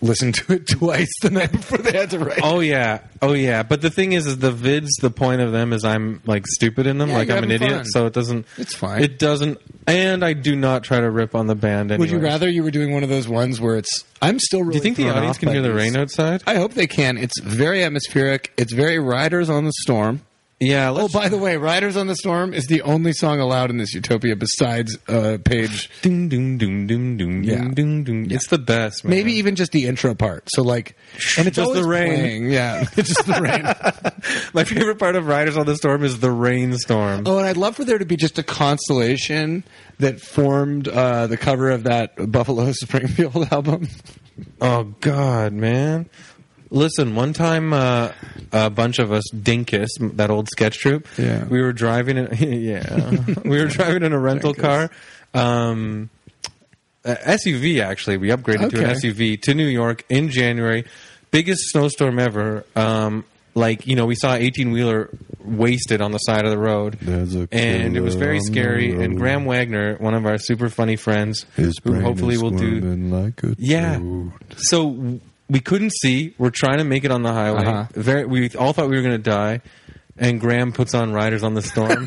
Speaker 2: listened to it (laughs) twice the night before they had to write.
Speaker 1: oh yeah, oh yeah. But the thing is, is the vids. The point of them is I'm like stupid in them,
Speaker 2: Yeah,
Speaker 1: like
Speaker 2: you're
Speaker 1: I'm an
Speaker 2: having
Speaker 1: idiot.
Speaker 2: fun.
Speaker 1: So it doesn't.
Speaker 2: It's fine.
Speaker 1: It doesn't. And I do not try to rip on the band. Anyways.
Speaker 2: Would you rather you were doing one of those ones where it's? I'm still. Really
Speaker 1: Do you think the
Speaker 2: thrown
Speaker 1: audience
Speaker 2: off
Speaker 1: can
Speaker 2: by
Speaker 1: hear the
Speaker 2: these.
Speaker 1: rain outside?
Speaker 2: I hope they can. It's very atmospheric. It's very Riders on the Storm.
Speaker 1: yeah.
Speaker 2: Oh,
Speaker 1: Let's,
Speaker 2: by the way, Riders on the Storm is the only song allowed in this utopia besides uh, Page.
Speaker 1: doom doom doom doom doom
Speaker 2: Yeah.
Speaker 1: doom doom doom.
Speaker 2: Yeah.
Speaker 1: It's the best. Man.
Speaker 2: Maybe even just the intro part. So like, and
Speaker 1: Just
Speaker 2: it's
Speaker 1: the
Speaker 2: always
Speaker 1: rain.
Speaker 2: playing. Yeah, (laughs) it's just the rain.
Speaker 1: my favorite part of Riders on the Storm is the rainstorm.
Speaker 2: Oh, and I'd love for there to be just a constellation that formed uh, the cover of that Buffalo (laughs) Springfield album.
Speaker 1: Oh God, man! Listen, one time uh, a bunch of us, Dinkus, that old sketch troupe,
Speaker 2: Yeah.
Speaker 1: we were driving in, (laughs) yeah, we were driving in a rental car, um, a SUV. Actually, we upgraded to an
Speaker 2: Okay.
Speaker 1: SUV to New York in January, biggest snowstorm ever. Um, like you know, we saw an eighteen wheeler wasted on the side of the road,
Speaker 4: There's a
Speaker 1: and it was very
Speaker 4: killer on
Speaker 1: scary.
Speaker 4: the
Speaker 1: And
Speaker 4: road.
Speaker 1: Graham Wagner, one of our super funny friends,
Speaker 4: His
Speaker 1: who
Speaker 4: brain
Speaker 1: hopefully
Speaker 4: is
Speaker 1: will do
Speaker 4: squirming like a
Speaker 1: yeah.
Speaker 4: toad.
Speaker 1: So w- we couldn't see. We're trying to make it on the highway.
Speaker 2: Uh-huh.
Speaker 1: Very, we all thought we were going to die. And Graham puts on Riders on the
Speaker 2: (laughs)
Speaker 1: Storm,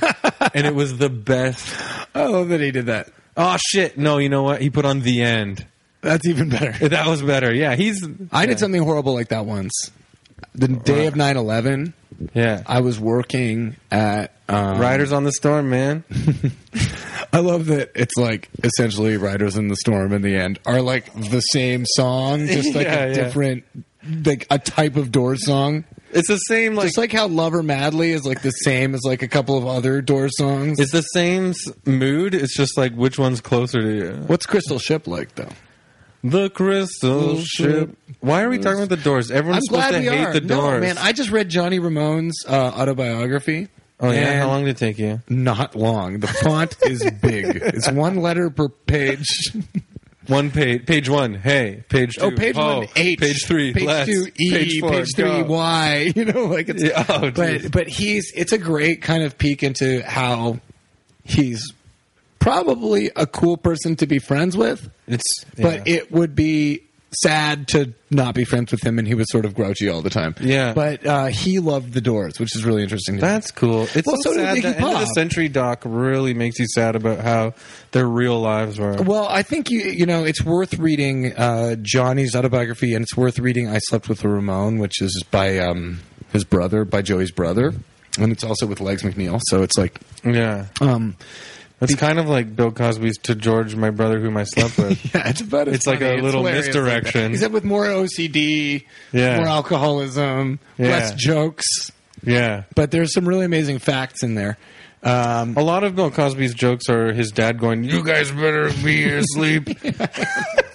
Speaker 1: and it was the best.
Speaker 2: I love that he did that.
Speaker 1: Oh shit! No, you know what? He put on the end.
Speaker 2: That's even better.
Speaker 1: That was better. Yeah, he's.
Speaker 2: I did something horrible like that once. The day of 9-11,
Speaker 1: Yeah,
Speaker 2: I was working at um,
Speaker 1: Riders on the Storm, man.
Speaker 2: I love that it's like essentially Riders in the Storm in the end are like the
Speaker 1: (laughs)
Speaker 2: same song, just like
Speaker 1: Yeah,
Speaker 2: a
Speaker 1: yeah.
Speaker 2: different, like a type of Doors song.
Speaker 1: It's the same. Like
Speaker 2: It's like how Lover Madly is like the same as like a couple of other Doors songs.
Speaker 1: it's the same s- mood. It's just like which one's closer to you.
Speaker 2: What's Crystal Ship like though?
Speaker 1: The Crystal
Speaker 2: Little
Speaker 1: Ship.
Speaker 2: ship.
Speaker 1: Why are we talking about the Doors? Everyone's
Speaker 2: I'm
Speaker 1: supposed
Speaker 2: glad
Speaker 1: to
Speaker 2: we
Speaker 1: hate
Speaker 2: are.
Speaker 1: the
Speaker 2: No,
Speaker 1: Doors.
Speaker 2: man, I just read Johnny Ramone's uh, autobiography.
Speaker 1: oh yeah,
Speaker 2: and
Speaker 1: how long did it take you?
Speaker 2: Not long. The font is big. It's one letter
Speaker 1: (laughs)
Speaker 2: per page.
Speaker 1: One page, page one. Hey, page two.
Speaker 2: Oh, page
Speaker 1: ho.
Speaker 2: one, H.
Speaker 1: Page three.
Speaker 2: Page
Speaker 1: let's.
Speaker 2: two, E.
Speaker 1: Page
Speaker 2: Page,
Speaker 1: four.
Speaker 2: three,
Speaker 1: go.
Speaker 2: Y. (laughs) You know, like it's.
Speaker 1: Yeah, oh, geez.
Speaker 2: but but he's it's a great kind of peek into how he's probably a cool person to be friends with,
Speaker 1: It's
Speaker 2: but
Speaker 1: yeah.
Speaker 2: it would be sad to not be friends with him, and he was sort of grouchy all the time.
Speaker 1: Yeah.
Speaker 2: but uh, he loved the Doors, which is really interesting. To me.
Speaker 1: that's cool. It's
Speaker 2: Well,
Speaker 1: so,
Speaker 2: so did
Speaker 1: sad.
Speaker 2: Iggy
Speaker 1: The end of the
Speaker 2: Pop.
Speaker 1: century doc really makes you sad about how their real lives were.
Speaker 2: Well, I think you you know it's worth reading uh, Johnny's autobiography, and it's worth reading "I Slept with a Ramon," which is by um, his brother, by Joey's brother, and it's also with Legs McNeil. So it's like,
Speaker 1: Yeah,
Speaker 2: um,
Speaker 1: it's kind of like Bill Cosby's "To George, My Brother, Whom I Slept
Speaker 2: (laughs)
Speaker 1: With."
Speaker 2: (laughs) yeah, it's about as
Speaker 1: It's like
Speaker 2: funny.
Speaker 1: a little
Speaker 2: hilarious like
Speaker 1: misdirection.
Speaker 2: that. Except with more OCD,
Speaker 1: Yeah.
Speaker 2: more alcoholism,
Speaker 1: Yeah.
Speaker 2: less jokes.
Speaker 1: yeah,
Speaker 2: But there's some really amazing facts in there. Um,
Speaker 1: a lot of Bill Cosby's jokes are his dad going, "You guys better be asleep."
Speaker 2: (laughs)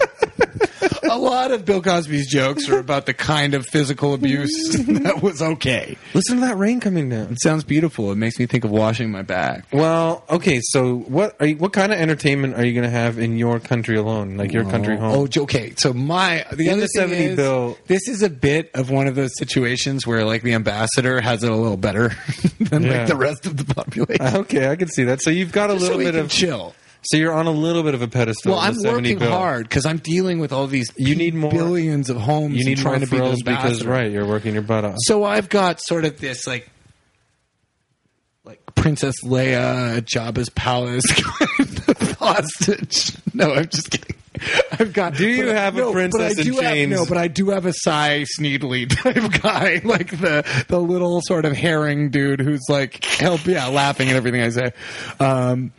Speaker 2: a lot of Bill Cosby's jokes are about the kind of physical abuse (laughs) that was okay.
Speaker 1: Listen to that rain coming down.
Speaker 2: It sounds beautiful. It makes me think of washing my back.
Speaker 1: Well, okay. So, what are you, what kind of entertainment are you going to have in your country alone, like your country home?
Speaker 2: Oh, j- okay. So my the
Speaker 1: In
Speaker 2: other
Speaker 1: the
Speaker 2: thing
Speaker 1: 70
Speaker 2: is,
Speaker 1: bill-
Speaker 2: This is a bit of one of those situations where like the ambassador has it a little better (laughs) than
Speaker 1: Yeah.
Speaker 2: like the rest of the population.
Speaker 1: Okay, I can see that. So you've got a
Speaker 2: Just
Speaker 1: little
Speaker 2: so we
Speaker 1: bit
Speaker 2: can
Speaker 1: of
Speaker 2: chill.
Speaker 1: so you're on a little bit of a pedestal.
Speaker 2: Well,
Speaker 1: in
Speaker 2: I'm
Speaker 1: the 70
Speaker 2: working
Speaker 1: bill.
Speaker 2: hard because I'm dealing with all these
Speaker 1: You need more-
Speaker 2: billions of homes.
Speaker 1: You
Speaker 2: and
Speaker 1: need
Speaker 2: trying
Speaker 1: more
Speaker 2: to be the
Speaker 1: frills because
Speaker 2: ambassador.
Speaker 1: right, you're working your butt off.
Speaker 2: So I've got sort of this like like Princess Leia, Jabba's palace (laughs) kind of hostage. No, I'm just kidding. I've got.
Speaker 1: Do you
Speaker 2: but I-
Speaker 1: have a
Speaker 2: no,
Speaker 1: princess
Speaker 2: but I
Speaker 1: in
Speaker 2: do have-
Speaker 1: chains?
Speaker 2: no, but I do have a Cy Sneedley (laughs) type guy, like the the little sort of herring dude who's like, help, yeah, laughing at everything I say. Um,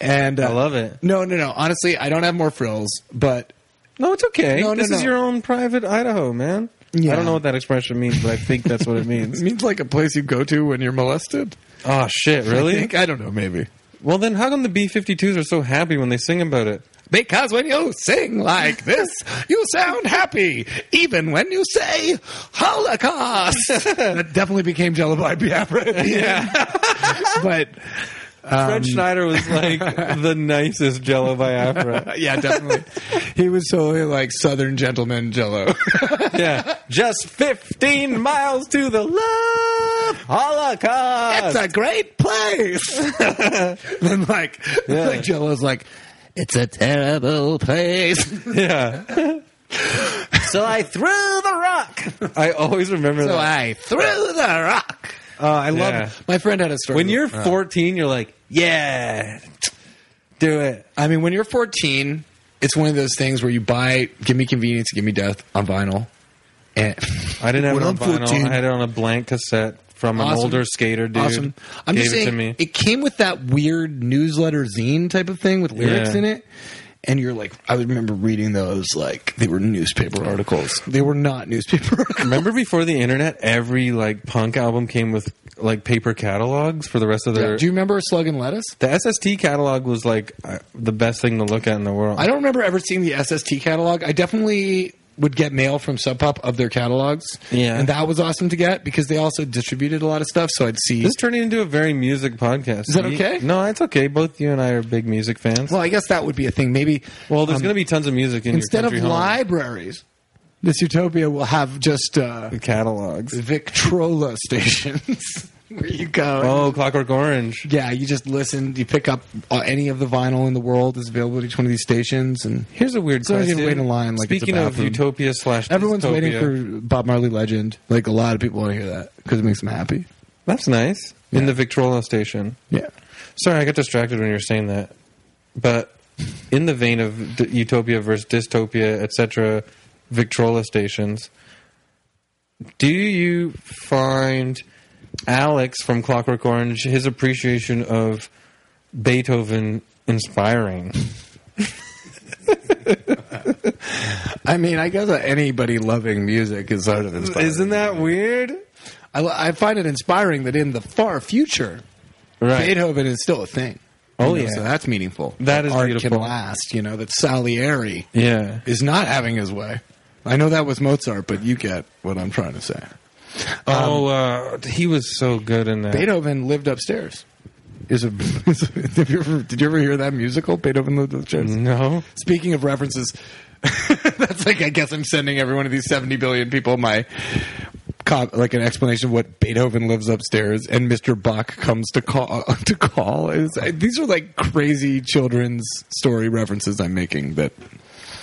Speaker 2: and uh,
Speaker 1: I love it.
Speaker 2: No, no, no. Honestly, I don't have more frills, but
Speaker 1: No, it's okay.
Speaker 2: No, no,
Speaker 1: this is
Speaker 2: no.
Speaker 1: your own private Idaho, man.
Speaker 2: Yeah.
Speaker 1: I don't know what that expression means, but I think that's
Speaker 2: (laughs)
Speaker 1: what it
Speaker 2: it
Speaker 1: means.
Speaker 2: means like a place you go to when you're molested.
Speaker 1: oh shit,
Speaker 2: I,
Speaker 1: really?
Speaker 2: think, I don't know, maybe.
Speaker 1: Well, then how come the B52s are so happy when they sing about it?
Speaker 2: Because when you sing like this, you sound happy, even when you say Holocaust.
Speaker 1: (laughs)
Speaker 2: that definitely became Jellibai Biafra. at the end. (laughs) but Um,
Speaker 1: Fred Schneider was
Speaker 2: (laughs)
Speaker 1: like the nicest Jello Biafra.
Speaker 2: uh, yeah, definitely. He was totally like Southern gentleman (laughs) Jello. (laughs)
Speaker 1: yeah, just 15 miles to the left, Holocaust.
Speaker 2: a great place. (laughs) and like,
Speaker 1: Yeah.
Speaker 2: like Jello's like,
Speaker 3: It's a terrible
Speaker 1: (laughs)
Speaker 3: place.
Speaker 1: yeah.
Speaker 3: so I threw the rock.
Speaker 1: I always remember
Speaker 2: so
Speaker 1: that.
Speaker 2: I threw the rock. Uh, I love
Speaker 1: Yeah.
Speaker 2: My friend had a story.
Speaker 1: when you're
Speaker 2: Uh,
Speaker 1: 14, you're like, yeah, do it.
Speaker 2: I mean, when you're 14, it's one of those things where you buy "Give Me Convenience, Give Me Death" on vinyl. And
Speaker 1: (laughs) I didn't have it
Speaker 2: When
Speaker 1: on
Speaker 2: I'm
Speaker 1: vinyl.
Speaker 2: 14.
Speaker 1: I had it on a blank cassette from an
Speaker 2: Awesome.
Speaker 1: older skater dude.
Speaker 2: awesome. I'm
Speaker 1: Gave
Speaker 2: just
Speaker 1: it
Speaker 2: saying,
Speaker 1: to me.
Speaker 2: it came with that weird newsletter zine type of thing with lyrics
Speaker 1: Yeah.
Speaker 2: in it. And you're like, I remember reading those like they were newspaper articles. They were not newspaper (laughs) articles.
Speaker 1: Remember before the internet, every like punk album came with like paper catalogs for the rest of their.
Speaker 2: Do you remember Slug and Lettuce?
Speaker 1: the SST catalog was like uh, the best thing to look at in the world.
Speaker 2: I don't remember ever seeing the SST catalog. I definitely would get mail from Sub Pop of their catalogs.
Speaker 1: Yeah.
Speaker 2: And that was awesome to get because they also distributed a lot of stuff. So I'd see.
Speaker 1: This is turning into a very music podcast.
Speaker 2: Is that
Speaker 1: You-
Speaker 2: okay?
Speaker 1: no, it's okay. Both you and I are big music fans.
Speaker 2: Well,
Speaker 1: Well,
Speaker 2: I guess that would be a thing. Maybe
Speaker 1: there's
Speaker 2: um,
Speaker 1: going to be tons of music in
Speaker 2: instead
Speaker 1: your
Speaker 2: of
Speaker 1: country home.
Speaker 2: libraries, this utopia will have just uh,
Speaker 1: catalogs.
Speaker 2: Victrola stations (laughs) where you go.
Speaker 1: Oh, Clockwork Orange.
Speaker 2: Yeah, you just listen. You pick up uh, any of the vinyl in the world is available at each one of these stations, and
Speaker 1: Here's a weird
Speaker 2: So you
Speaker 1: question.
Speaker 2: can wait in line like it's a
Speaker 1: Speaking of
Speaker 2: bathroom.
Speaker 1: utopia slash
Speaker 2: everyone's
Speaker 1: dystopia,
Speaker 2: waiting for Bob Marley Legend. Like a lot of people want to hear that because it makes them happy.
Speaker 1: That's nice. In the Victrola station.
Speaker 2: Yeah.
Speaker 1: Sorry, I got distracted when you were saying that. But in the vein of d- utopia versus dystopia, etc., Victrola stations, do you find Alex from Clockwork Orange his appreciation of Beethoven inspiring?
Speaker 2: I mean, I guess anybody loving music is sort of inspiring.
Speaker 1: Isn't that weird?
Speaker 2: I, I find it inspiring that in the far future,
Speaker 1: Right.
Speaker 2: Beethoven is still a thing. You
Speaker 1: Oh,
Speaker 2: know,
Speaker 1: yeah.
Speaker 2: so that's meaningful.
Speaker 1: That is
Speaker 2: art
Speaker 1: beautiful.
Speaker 2: can last. You know that Salieri
Speaker 1: Yeah.
Speaker 2: is not having his way. I know that was Mozart, but you get what I'm trying to say.
Speaker 1: oh, uh, he was so good in that.
Speaker 2: Um, Beethoven lived upstairs. Is a, (laughs) did, you ever, did you ever hear that musical? Beethoven lived upstairs.
Speaker 1: No.
Speaker 2: Speaking of references, (laughs) that's like I guess I'm sending every one of these 70 billion people my cop, like an explanation of what Beethoven lives upstairs and Mr. Bach comes to call (laughs) to call. It's, I, these are like crazy children's story references I'm making that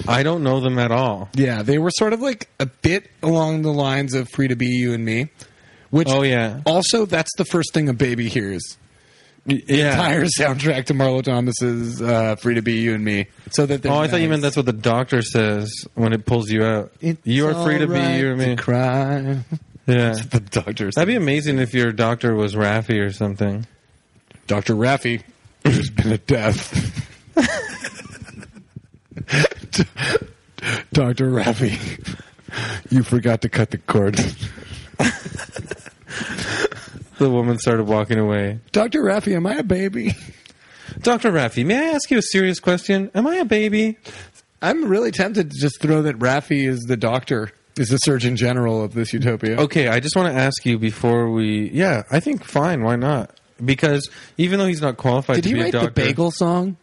Speaker 1: I don't know them at all.
Speaker 2: yeah, they were sort of like a bit along the lines of Free to Be You and Me, which
Speaker 1: Oh, yeah.
Speaker 2: also that's the first thing a baby hears
Speaker 1: Y- Yeah.
Speaker 2: entire soundtrack to Marlo Thomas's uh, "Free to Be You and Me." So that
Speaker 1: Oh, I thought you meant that's what the doctor says when it pulls you out. you are free to be you or me.
Speaker 2: Cry.
Speaker 1: Yeah.
Speaker 2: (laughs) The doctor.
Speaker 1: That'd be amazing if your doctor was Raffy or something.
Speaker 2: Doctor Raffi. There's been a death. (laughs) Doctor Raffi, you forgot to cut the cord. (laughs)
Speaker 1: The woman started walking away.
Speaker 2: Doctor Raffi, am I a baby?
Speaker 1: Dr. Raffy, may I ask you a serious question? Am I a baby?
Speaker 2: I'm really tempted to just throw that Raffi is the doctor, is the Surgeon General of this utopia.
Speaker 1: Okay, I just want to ask you before we. Yeah, I think fine. Why not? Because even though he's not qualified
Speaker 2: Did
Speaker 1: to
Speaker 2: he
Speaker 1: be
Speaker 2: write
Speaker 1: a
Speaker 2: the
Speaker 1: doctor,
Speaker 2: bagel song?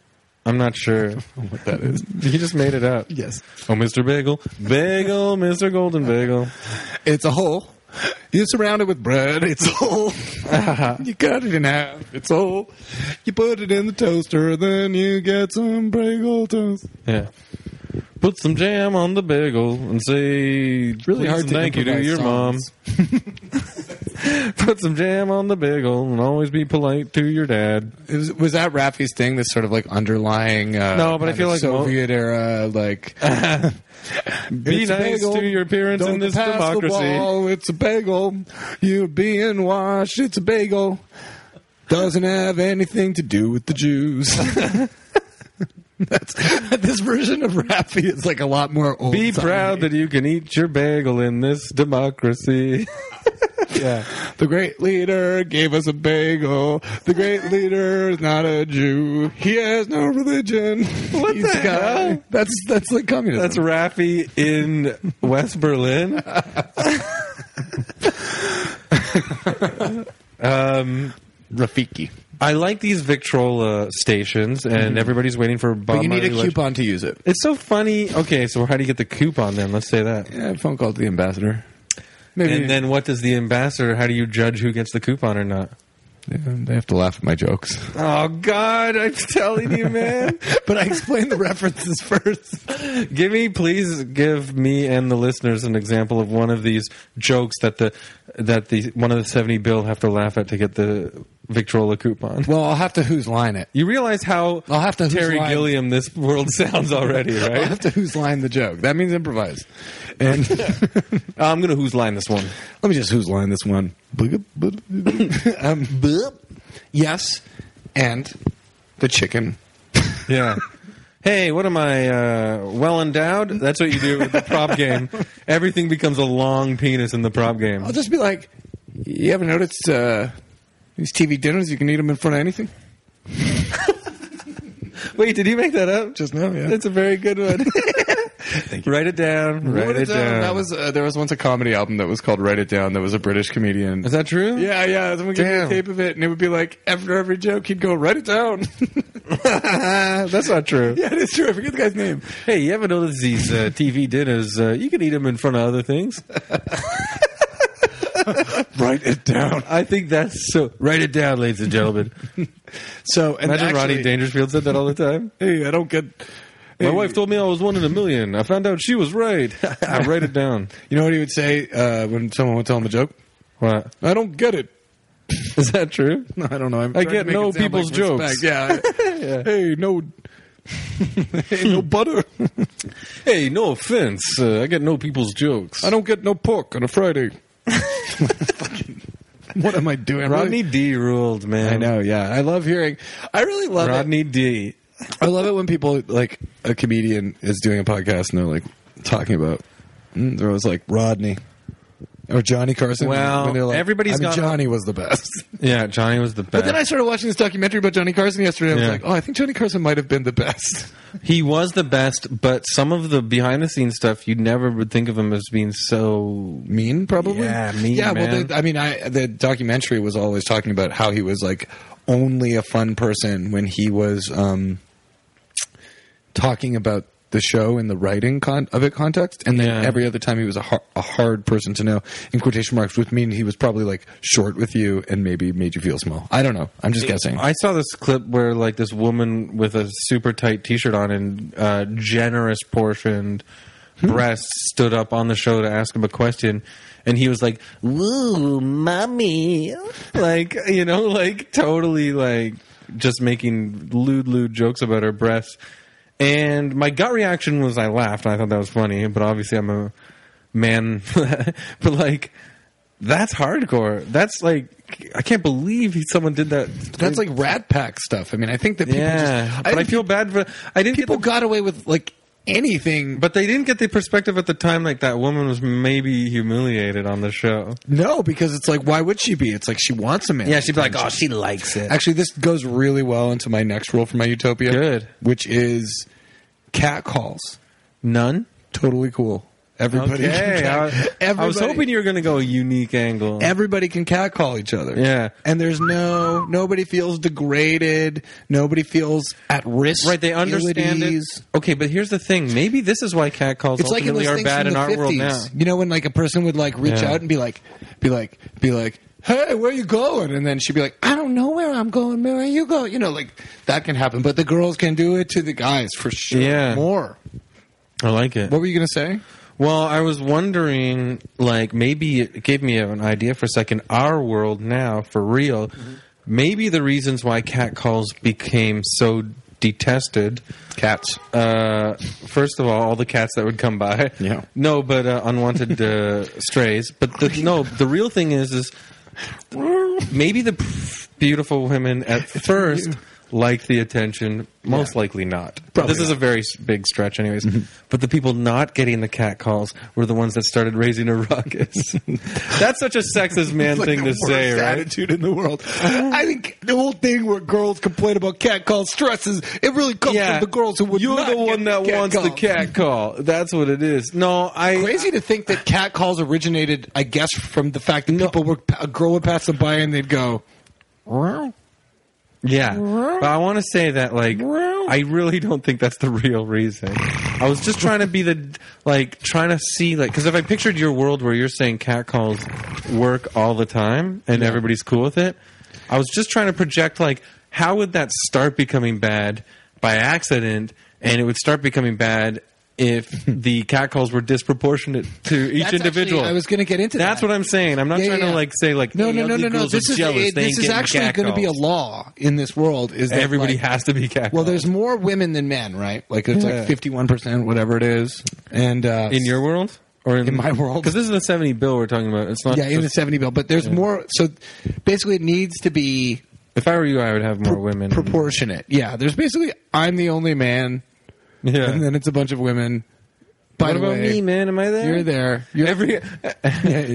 Speaker 1: I'm not sure.
Speaker 2: What that (laughs) is?
Speaker 1: he just made it up.
Speaker 2: Yes.
Speaker 1: Oh, Mr. Bagel, Bagel, Mr. Golden Bagel.
Speaker 2: It's a hole. You surround it with bread. It's
Speaker 1: (laughs)
Speaker 2: a hole. you cut it in half. It's a hole. You put it in the toaster. Then you get some bagel toast.
Speaker 1: Yeah. Put some jam on the bagel and say
Speaker 2: really
Speaker 1: please
Speaker 2: hard
Speaker 1: and
Speaker 2: to
Speaker 1: thank you to
Speaker 2: improvise
Speaker 1: your
Speaker 2: songs.
Speaker 1: mom. Put some jam on the bagel and always be polite to your dad.
Speaker 2: It was, was that Raffi's thing? This sort of like underlying. Uh,
Speaker 1: No, but I
Speaker 2: kind
Speaker 1: feel
Speaker 2: of
Speaker 1: like mo-
Speaker 2: Soviet era like.
Speaker 1: (laughs) Be
Speaker 2: It's a
Speaker 1: nice
Speaker 2: bagel.
Speaker 1: to your parents
Speaker 2: Don't
Speaker 1: in this
Speaker 2: pass The
Speaker 1: democracy.
Speaker 2: ball. It's a bagel. You're being washed. It's a bagel. Doesn't have anything to do with the Jews. That's, this version of Raffi is like a lot more old.
Speaker 1: Be proud that you can eat your bagel in this
Speaker 2: (laughs)
Speaker 1: democracy. yeah.
Speaker 2: the great leader gave us a bagel. The great leader is not a Jew. He has no religion. What
Speaker 1: the hell?
Speaker 2: That's that's like communism.
Speaker 1: That's Raffi in West Berlin. um,
Speaker 2: Rafiki.
Speaker 1: I like these Victrola stations, and everybody's waiting for Bob
Speaker 2: But you need
Speaker 1: Marley
Speaker 2: a
Speaker 1: Legend-
Speaker 2: coupon to use it.
Speaker 1: It's so funny. Okay, so how do you get the coupon then? Let's say that.
Speaker 2: Yeah, phone call to the ambassador. Maybe
Speaker 1: And then what does the ambassador? How do you judge who gets the coupon or not?
Speaker 2: Yeah, they have to laugh at my jokes.
Speaker 1: Oh God, I'm (laughs) telling you, man.
Speaker 2: (laughs) but I explained the references first.
Speaker 1: give me, please, give me and the listeners an example of one of these jokes that the that the one of the seventy bill have to laugh at to get the Victrola coupon.
Speaker 2: Well, I'll have to whose line it.
Speaker 1: You realize how
Speaker 2: I'll have to whose
Speaker 1: Terry
Speaker 2: line-
Speaker 1: Gilliam this world (laughs) sounds already,
Speaker 2: I'll
Speaker 1: right?
Speaker 2: have to whose line the joke. That means improvise. (laughs) And
Speaker 1: (laughs) I'm gonna who's line this one.
Speaker 2: let me just whose line this one. um, boop. Um, yes, and the chicken.
Speaker 1: Yeah. Hey, what am I uh, well endowed? That's what you do with the prop game. Everything becomes a long penis in the prop game.
Speaker 2: I'll just be like, you haven't noticed uh, these TV dinners? You can eat them in front of anything.
Speaker 1: Wait, did you make that up?
Speaker 2: Just now, yeah.
Speaker 1: That's a very good (laughs) one. Write it down. Write
Speaker 2: Wrote
Speaker 1: it down.
Speaker 2: That was uh, there was once a comedy album that was called Write It Down. That was a British comedian.
Speaker 1: Is that true?
Speaker 2: Yeah, yeah. Someone gave me a
Speaker 1: Damn.
Speaker 2: tape of it, and it would be like after every joke, he'd go write it down.
Speaker 1: (laughs)
Speaker 2: (laughs)
Speaker 1: That's not true.
Speaker 2: yeah, it is true. I forget the guy's name.
Speaker 1: Hey, you ever notice these uh, TV dinners? Uh, you can eat them in front of other things.
Speaker 2: Write it down.
Speaker 1: I think that's so. Write it down, ladies and gentlemen.
Speaker 2: So and
Speaker 1: Imagine
Speaker 2: actually,
Speaker 1: Rodney Dangerfield said that all the time.
Speaker 2: Hey, I don't get.
Speaker 1: My
Speaker 2: Hey,
Speaker 1: wife told me I was one in a million. I found out she was right. I write it down.
Speaker 2: You know what he would say uh, when someone would tell him a joke?
Speaker 1: What?
Speaker 2: I don't get it. (laughs)
Speaker 1: Is that true?
Speaker 2: No, I don't know. I'm
Speaker 1: I
Speaker 2: trying to
Speaker 1: get
Speaker 2: make
Speaker 1: no
Speaker 2: it sound
Speaker 1: people's
Speaker 2: respect.
Speaker 1: (laughs)
Speaker 2: Yeah. (laughs) Hey, no. hey, no butter.
Speaker 1: Hey, no offense. Uh, I get no people's jokes.
Speaker 2: I don't get no pork on a Friday. (laughs) what am I doing?
Speaker 1: Rodney D ruled, man.
Speaker 2: I know. Yeah, I love hearing. I really love it.
Speaker 1: Rodney D.
Speaker 2: I love it when people like a hmm, comedian is doing a podcast and they're like talking about. mm, They're always like Rodney. or Johnny Carson.
Speaker 1: Well,
Speaker 2: when they're like,
Speaker 1: everybody's
Speaker 2: I mean,
Speaker 1: got-
Speaker 2: Johnny was the best.
Speaker 1: Yeah, Johnny was the best.
Speaker 2: But then I started watching this documentary about Johnny Carson yesterday. and I was
Speaker 1: Yeah.
Speaker 2: like, oh, I think Johnny Carson might have been the best.
Speaker 1: He was the best, but some of the behind the scenes stuff you never would think of him as being so.
Speaker 2: Mean, probably.
Speaker 1: Yeah, mean,
Speaker 2: Yeah, well,
Speaker 1: man.
Speaker 2: the, I mean, I the documentary was always talking about how he was like only a fun person when he was um, talking about the show in the writing con- of it context, and then
Speaker 1: Yeah.
Speaker 2: every other time he was a, har- a hard person to know in quotation marks, which mean he was probably like short with you and maybe made you feel small. I don't know. I'm just guessing.
Speaker 1: I saw this clip where like this woman with a super tight T-shirt on and uh, generous portioned breasts stood up on the show to ask him a question, and he was like,
Speaker 3: Woo, mommy.
Speaker 1: like you know, like totally like just making lewd, lewd jokes about her breasts. And my gut reaction was I laughed. and I thought that was funny, but obviously I'm a man. (laughs) but like, that's hardcore. That's like, I can't believe he- someone did that.
Speaker 2: That's like Rat Pack stuff. I mean, I think that people
Speaker 1: yeah.
Speaker 2: just,
Speaker 1: but I,
Speaker 2: I
Speaker 1: feel bad for I didn't
Speaker 2: people
Speaker 1: get.
Speaker 2: got away with like anything
Speaker 1: The, but they didn't get the perspective at the time. Like that woman was maybe humiliated on the show.
Speaker 2: No, because it's like, why would she be? It's like she wants a man.
Speaker 3: oh, she likes it.
Speaker 2: Actually, this goes really well into my next rule for my utopia.
Speaker 1: Good.
Speaker 2: Which is cat calls.
Speaker 1: None.
Speaker 2: Totally cool. Everybody.
Speaker 1: Okay.
Speaker 2: (laughs)
Speaker 1: I,
Speaker 2: Can cat, everybody,
Speaker 1: I was hoping you were going to go a unique angle.
Speaker 2: Everybody can cat call each other.
Speaker 1: Yeah.
Speaker 2: And there's no nobody feels degraded. Nobody feels at risk.
Speaker 1: Right, they understand it.
Speaker 2: abilities.
Speaker 1: Okay, but here's the thing. Maybe this is why cat calls
Speaker 2: It's like in
Speaker 1: ultimately
Speaker 2: those
Speaker 1: are
Speaker 2: things
Speaker 1: bad
Speaker 2: from
Speaker 1: in
Speaker 2: the
Speaker 1: our
Speaker 2: 50s.
Speaker 1: world now.
Speaker 2: You know when like a person would like reach
Speaker 1: Yeah.
Speaker 2: out and be like, be like, be like, hey, where you going? And then she'd be like, I don't know where I'm going. Where are you going? You know, like that can happen. But the girls can do it to the guys for sure.
Speaker 1: Yeah.
Speaker 2: More.
Speaker 1: I like it.
Speaker 2: What were you gonna say?
Speaker 1: Well, I was wondering, like, maybe it gave me an idea for a second. Our world now, for real,
Speaker 2: Mm-hmm.
Speaker 1: maybe the reasons why cat calls became so detested.
Speaker 2: Cats.
Speaker 1: Uh, first of all, all the cats that would come by.
Speaker 2: Yeah.
Speaker 1: No, but uh, unwanted uh, strays. But the, no, the real thing is, is maybe the beautiful women at first like the attention. Most likely not.
Speaker 2: Probably Mm-hmm.
Speaker 1: this is a very s- big stretch, anyways. But the people not getting the cat calls were the ones that started raising a ruckus.
Speaker 2: (laughs)
Speaker 1: That's such a sexist man
Speaker 2: Like
Speaker 1: thing
Speaker 2: the
Speaker 1: to say,
Speaker 2: worst
Speaker 1: right?
Speaker 2: Attitude in the world. I think the whole thing where girls complain about cat calls stresses. It really comes
Speaker 1: Yeah,
Speaker 2: from the girls who would.
Speaker 1: you're
Speaker 2: not
Speaker 1: the
Speaker 2: get
Speaker 1: one that wants the
Speaker 2: calls.
Speaker 1: cat call. That's what it is. No, I
Speaker 2: Crazy to think that cat calls originated, I guess, from the fact that people were a girl would pass them by and they'd go, "Meow."
Speaker 1: Yeah. But I want to say that, like, I really don't think that's the (laughs) real reason. I was just trying to be the, like, trying to see, like, because if I pictured your world where you're saying catcalls work all the time and everybody's cool with it, I was just trying to project, like, how would that start becoming bad by accident and it would start becoming bad if the catcalls were disproportionate to each
Speaker 2: That's
Speaker 1: individual.
Speaker 2: actually- I was going to get into
Speaker 1: That's
Speaker 2: that.
Speaker 1: what I'm saying. I'm not
Speaker 2: Yeah, yeah,
Speaker 1: trying
Speaker 2: yeah.
Speaker 1: to, like, say, like,
Speaker 2: No,
Speaker 1: "Hey,
Speaker 2: no, no,
Speaker 1: ugly
Speaker 2: no, no.
Speaker 1: girls are
Speaker 2: This is
Speaker 1: jealous.
Speaker 2: a,
Speaker 1: They ain't
Speaker 2: this is
Speaker 1: getting
Speaker 2: actually going to be a
Speaker 1: catcalls."
Speaker 2: law in this world. Is that
Speaker 1: Everybody
Speaker 2: like,
Speaker 1: has to be catcalled.
Speaker 2: Well, there's more women than men, right? Like it's
Speaker 1: Yeah.
Speaker 2: like fifty-one percent, whatever it is, and uh,
Speaker 1: in your world or in,
Speaker 2: In my world?
Speaker 1: Because this is the seventy bill we're talking about. It's not.
Speaker 2: yeah, in the
Speaker 1: just-
Speaker 2: seventy bill. But there's more. So basically, it needs to be
Speaker 1: if I were you, I would have more women.
Speaker 2: proportionate. Yeah, there's basically I'm the only man,
Speaker 1: (laughs) Yeah.
Speaker 2: and then it's a bunch of women. By
Speaker 1: what
Speaker 2: the
Speaker 1: about
Speaker 2: way,
Speaker 1: me, man? Am I there?
Speaker 2: You're there. You're (laughs)
Speaker 1: Every
Speaker 2: you're-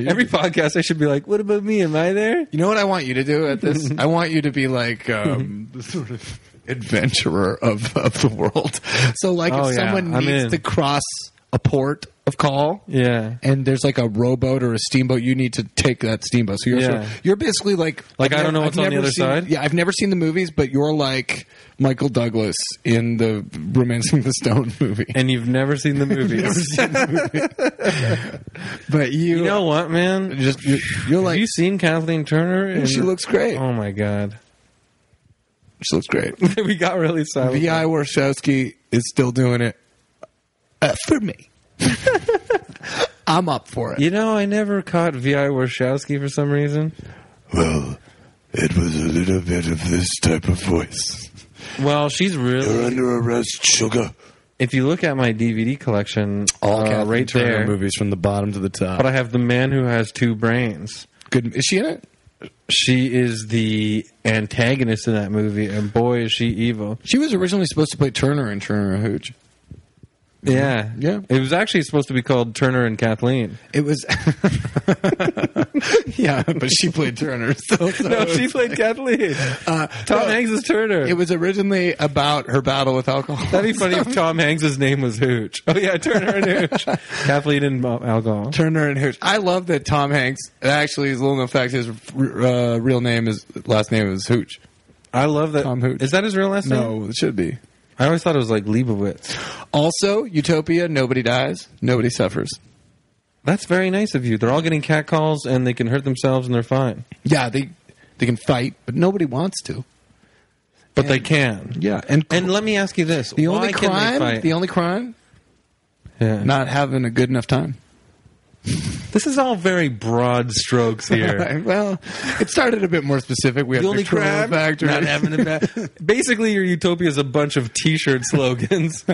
Speaker 1: every podcast, I should be like, "What about me? Am I there?"
Speaker 2: You know what I want you to do at this? I want you to be like
Speaker 1: (laughs)
Speaker 2: um, the sort of adventurer of, of the world. So, like,
Speaker 1: Oh,
Speaker 2: if
Speaker 1: yeah,
Speaker 2: someone
Speaker 1: I'm
Speaker 2: needs
Speaker 1: in.
Speaker 2: to cross a port of call,
Speaker 1: Yeah.
Speaker 2: and there's like a rowboat or a steamboat, you need to take that steamboat. So you're
Speaker 1: Yeah.
Speaker 2: sort of- you're basically like
Speaker 1: Like, I don't know
Speaker 2: nev-
Speaker 1: what's on the
Speaker 2: never
Speaker 1: other
Speaker 2: seen-
Speaker 1: side?
Speaker 2: Yeah, I've never seen the movies, but you're like Michael Douglas in the Romancing the Stone (laughs) movie.
Speaker 1: And you've never seen
Speaker 2: (laughs)
Speaker 1: the movies.
Speaker 2: But you,
Speaker 1: you know what, man?
Speaker 2: just you're, you're
Speaker 1: have
Speaker 2: like
Speaker 1: you seen Kathleen Turner? And
Speaker 2: she looks great.
Speaker 1: Oh my god, (laughs)
Speaker 2: she looks great.
Speaker 1: we got really silent.
Speaker 2: Vi Warshawski is still doing it uh, for me. (laughs) I'm up for it.
Speaker 1: You know, I never caught Vi Warshawski for some reason.
Speaker 4: Well, it was a little bit of this type of voice.
Speaker 1: Well, she's really
Speaker 4: You're under arrest, sugar.
Speaker 1: if you look at my DVD collection, uh,
Speaker 2: Kathleen
Speaker 1: right
Speaker 2: Turner
Speaker 1: there,
Speaker 2: movies from the bottom to the top.
Speaker 1: but I have the man who has two brains.
Speaker 2: Good. Is she in it?
Speaker 1: She is the antagonist in that movie, and boy, is she evil.
Speaker 2: She was originally supposed to play Turner in Turner and Hooch.
Speaker 1: Yeah.
Speaker 2: Yeah.
Speaker 1: It was actually supposed to be called Turner and Kathleen.
Speaker 2: It
Speaker 1: (laughs)
Speaker 2: was. yeah, but she played Turner. So, so
Speaker 1: No, she played Kathleen.
Speaker 2: Uh,
Speaker 1: Tom
Speaker 2: no,
Speaker 1: Hanks is Turner.
Speaker 2: It was originally about her battle with alcohol.
Speaker 1: (laughs) That'd be funny if Tom Hanks' name was Hooch. Oh yeah, Turner and Hooch. Kathleen and Mo- alcohol.
Speaker 2: Turner and Hooch. I love that Tom Hanks actually is a little known fact. His uh, real name is last name is Hooch.
Speaker 1: I love that.
Speaker 2: Tom Hooch.
Speaker 1: Is that his real last name?
Speaker 2: No, it should be.
Speaker 1: I always thought it was like Leibowitz.
Speaker 2: Also, Utopia. Nobody dies. Nobody suffers.
Speaker 1: That's very nice of you. They're all getting catcalls and they can hurt themselves and they're fine,
Speaker 2: Yeah, they they can fight, but nobody wants to.
Speaker 1: but they can.
Speaker 2: Yeah, and
Speaker 1: And let me ask you this:
Speaker 2: the
Speaker 1: Why
Speaker 2: only
Speaker 1: can they
Speaker 2: crime,
Speaker 1: fight?
Speaker 2: the only crime,
Speaker 1: Yeah.
Speaker 2: not having a good enough time.
Speaker 1: This is all very broad strokes
Speaker 2: (laughs)
Speaker 1: here.
Speaker 2: well, it started a bit more specific. We had
Speaker 1: the only
Speaker 2: Victoria
Speaker 1: crime,
Speaker 2: Factory.
Speaker 1: not having a bad. (laughs) Basically, your utopia is a bunch of T-shirt slogans,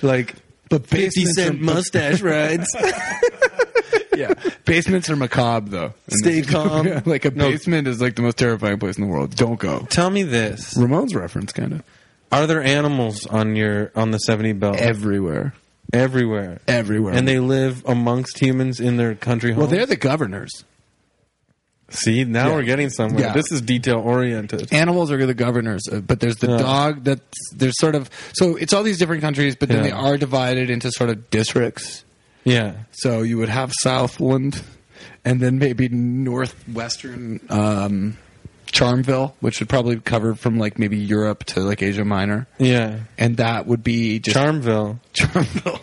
Speaker 1: like
Speaker 2: (laughs) But
Speaker 1: fifty
Speaker 2: basements
Speaker 1: cent
Speaker 2: are-
Speaker 1: mustache rides.
Speaker 2: (laughs) yeah, basements are macabre though.
Speaker 1: Stay
Speaker 2: (laughs)
Speaker 1: calm.
Speaker 2: Yeah, like a
Speaker 1: No.
Speaker 2: basement is like the most terrifying place in the world. Don't go.
Speaker 1: Tell me this:
Speaker 2: Ramon's reference, kind of
Speaker 1: Are there animals on your on the seventy belt
Speaker 2: everywhere,
Speaker 1: everywhere?
Speaker 2: everywhere.
Speaker 1: And they live amongst humans in their country
Speaker 2: well,
Speaker 1: homes.
Speaker 2: they're the governors.
Speaker 1: See, now
Speaker 2: Yeah.
Speaker 1: we're getting somewhere.
Speaker 2: Yeah.
Speaker 1: This is detail oriented.
Speaker 2: Animals are the governors, uh, but there's the
Speaker 1: Yeah.
Speaker 2: dog that there's sort of so it's all these different countries, but then
Speaker 1: Yeah.
Speaker 2: they are divided into sort of districts.
Speaker 1: Yeah.
Speaker 2: So you would have Southland, and then maybe northwestern um, Charmville, which would probably cover from like maybe Europe to like Asia Minor,
Speaker 1: Yeah.
Speaker 2: and that would be just
Speaker 1: Charmville.
Speaker 2: (laughs) Charmville.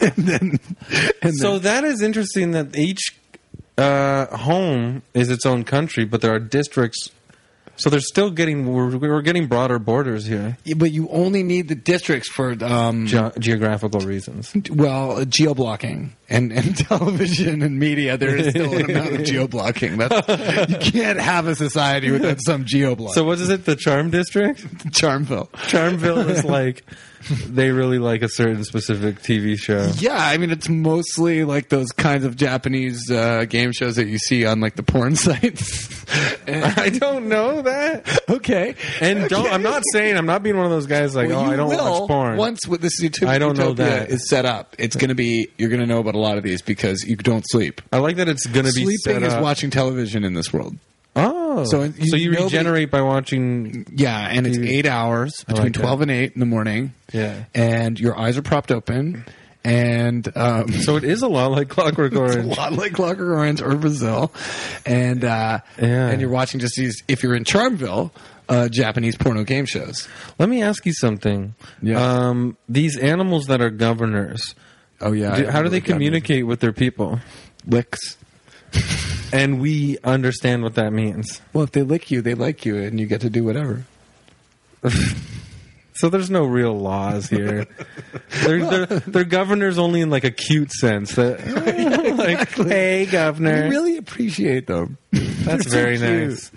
Speaker 2: and then, and
Speaker 1: So
Speaker 2: so
Speaker 1: that is interesting that each uh, home is its own country, but there are districts. So they're still getting we're, we're getting broader borders here,
Speaker 2: but you only need the districts for um,
Speaker 1: ge- geographical reasons.
Speaker 2: well uh, geo blocking and, and (laughs) television and media. There is still
Speaker 1: (laughs)
Speaker 2: an amount of geo blocking. That's you can't have a society without some geo block.
Speaker 1: So what is it? The Charm District?
Speaker 2: Charmville.
Speaker 1: Charmville
Speaker 2: (laughs)
Speaker 1: is like they really like a certain specific TV show.
Speaker 2: Yeah, I mean it's mostly like those kinds of Japanese uh, game shows that you see on like the porn (laughs) sites.
Speaker 1: (laughs)
Speaker 2: And-
Speaker 1: I don't know that.
Speaker 2: (laughs) okay,
Speaker 1: And don't I'm not saying I'm not being one of those guys like
Speaker 2: Well,
Speaker 1: oh
Speaker 2: you
Speaker 1: I don't
Speaker 2: will,
Speaker 1: watch porn.
Speaker 2: Once with this YouTube,
Speaker 1: I don't know
Speaker 2: Utopia
Speaker 1: that.
Speaker 2: is set up, it's going to be you're going to know about a lot of these because you don't sleep.
Speaker 1: I like that it's going to be set
Speaker 2: Sleeping is
Speaker 1: up.
Speaker 2: watching television in this world.
Speaker 1: oh,
Speaker 2: So
Speaker 1: so
Speaker 2: you-
Speaker 1: you, so you
Speaker 2: nobody-
Speaker 1: regenerate by watching.
Speaker 2: Yeah, and it's
Speaker 1: Dude.
Speaker 2: eight hours between
Speaker 1: like that.
Speaker 2: twelve and eight in the morning.
Speaker 1: Yeah.
Speaker 2: and your eyes are propped open, and um, (laughs)
Speaker 1: So it is a lot like Clockwork Orange.
Speaker 2: It's a lot like Clockwork Orange or Brazil, and uh,
Speaker 1: Yeah.
Speaker 2: and you're watching just these. If you're in Charmville, uh, Japanese porno game shows.
Speaker 1: Let me ask you something.
Speaker 2: Yeah.
Speaker 1: Um, these animals that are governors,
Speaker 2: Oh yeah,
Speaker 1: do- how do they communicate with their people?
Speaker 2: Licks.
Speaker 1: And we understand what that means.
Speaker 2: Well, if they lick you, they like you, and you get to do whatever.
Speaker 1: So there's no real laws here. they're, they're,
Speaker 2: (laughs)
Speaker 1: they're governors only in like a cute sense. That, (laughs) like, hey, governor.
Speaker 2: I really appreciate them.
Speaker 1: Eh.
Speaker 2: (laughs)
Speaker 1: That's
Speaker 2: They're
Speaker 1: very
Speaker 2: cute.
Speaker 1: nice.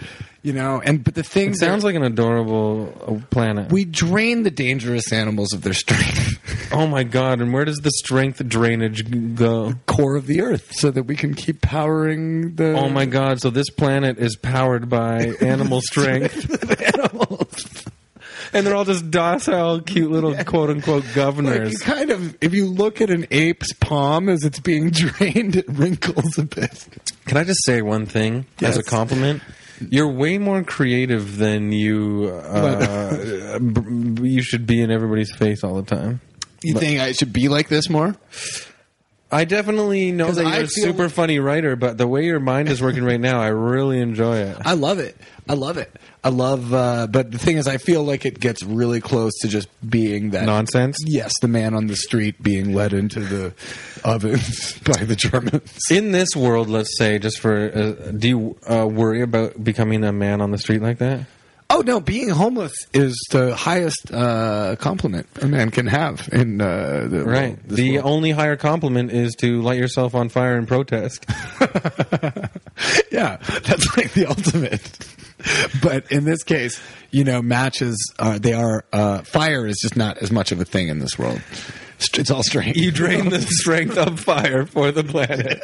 Speaker 2: You know, and but the thing
Speaker 1: It sounds like an adorable uh, planet.
Speaker 2: we drain the dangerous animals of their strength,
Speaker 1: oh my god! And where does the strength drainage g- go?
Speaker 2: core of the earth, so that we can keep powering the.
Speaker 1: Oh my god! So this planet is powered
Speaker 2: (laughs)
Speaker 1: by animal strength.
Speaker 2: animals.
Speaker 1: and they're all just docile, cute little quote unquote
Speaker 2: Like, you
Speaker 1: governors.
Speaker 2: kind of, if you look at an ape's palm as it's being (laughs) drained, it wrinkles a bit.
Speaker 1: Can I just say one thing as a
Speaker 2: Yes.
Speaker 1: compliment? You're way more creative than you. Uh, b- you should be in everybody's face all the time.
Speaker 2: You think I should be like this more?
Speaker 1: I definitely know
Speaker 2: 'Cause
Speaker 1: that
Speaker 2: I
Speaker 1: you're a
Speaker 2: feel-
Speaker 1: super funny writer, but the way your mind is working right now, I really enjoy
Speaker 2: (laughs)
Speaker 1: it.
Speaker 2: I love it. I love it. I love, uh, but the thing is, I feel like it gets really close to just being that
Speaker 1: Nonsense.
Speaker 2: Yes, the man on the street being led into the ovens (laughs) by the Germans.
Speaker 1: In this world, let's say, just for uh, do you uh, worry about becoming a man on the street like that?
Speaker 2: Oh no, being homeless is the highest uh, compliment a man can have in uh, the
Speaker 1: Right.
Speaker 2: this
Speaker 1: the
Speaker 2: world.
Speaker 1: only higher compliment is to light yourself on fire in protest.
Speaker 2: yeah, (laughs) that's like the ultimate. (laughs) But in this case, you know, matches are they are uh, fire is just not as much of a thing in this world. It's- It's all
Speaker 1: (laughs)
Speaker 2: strange.
Speaker 1: You drain the strength of fire for the planet.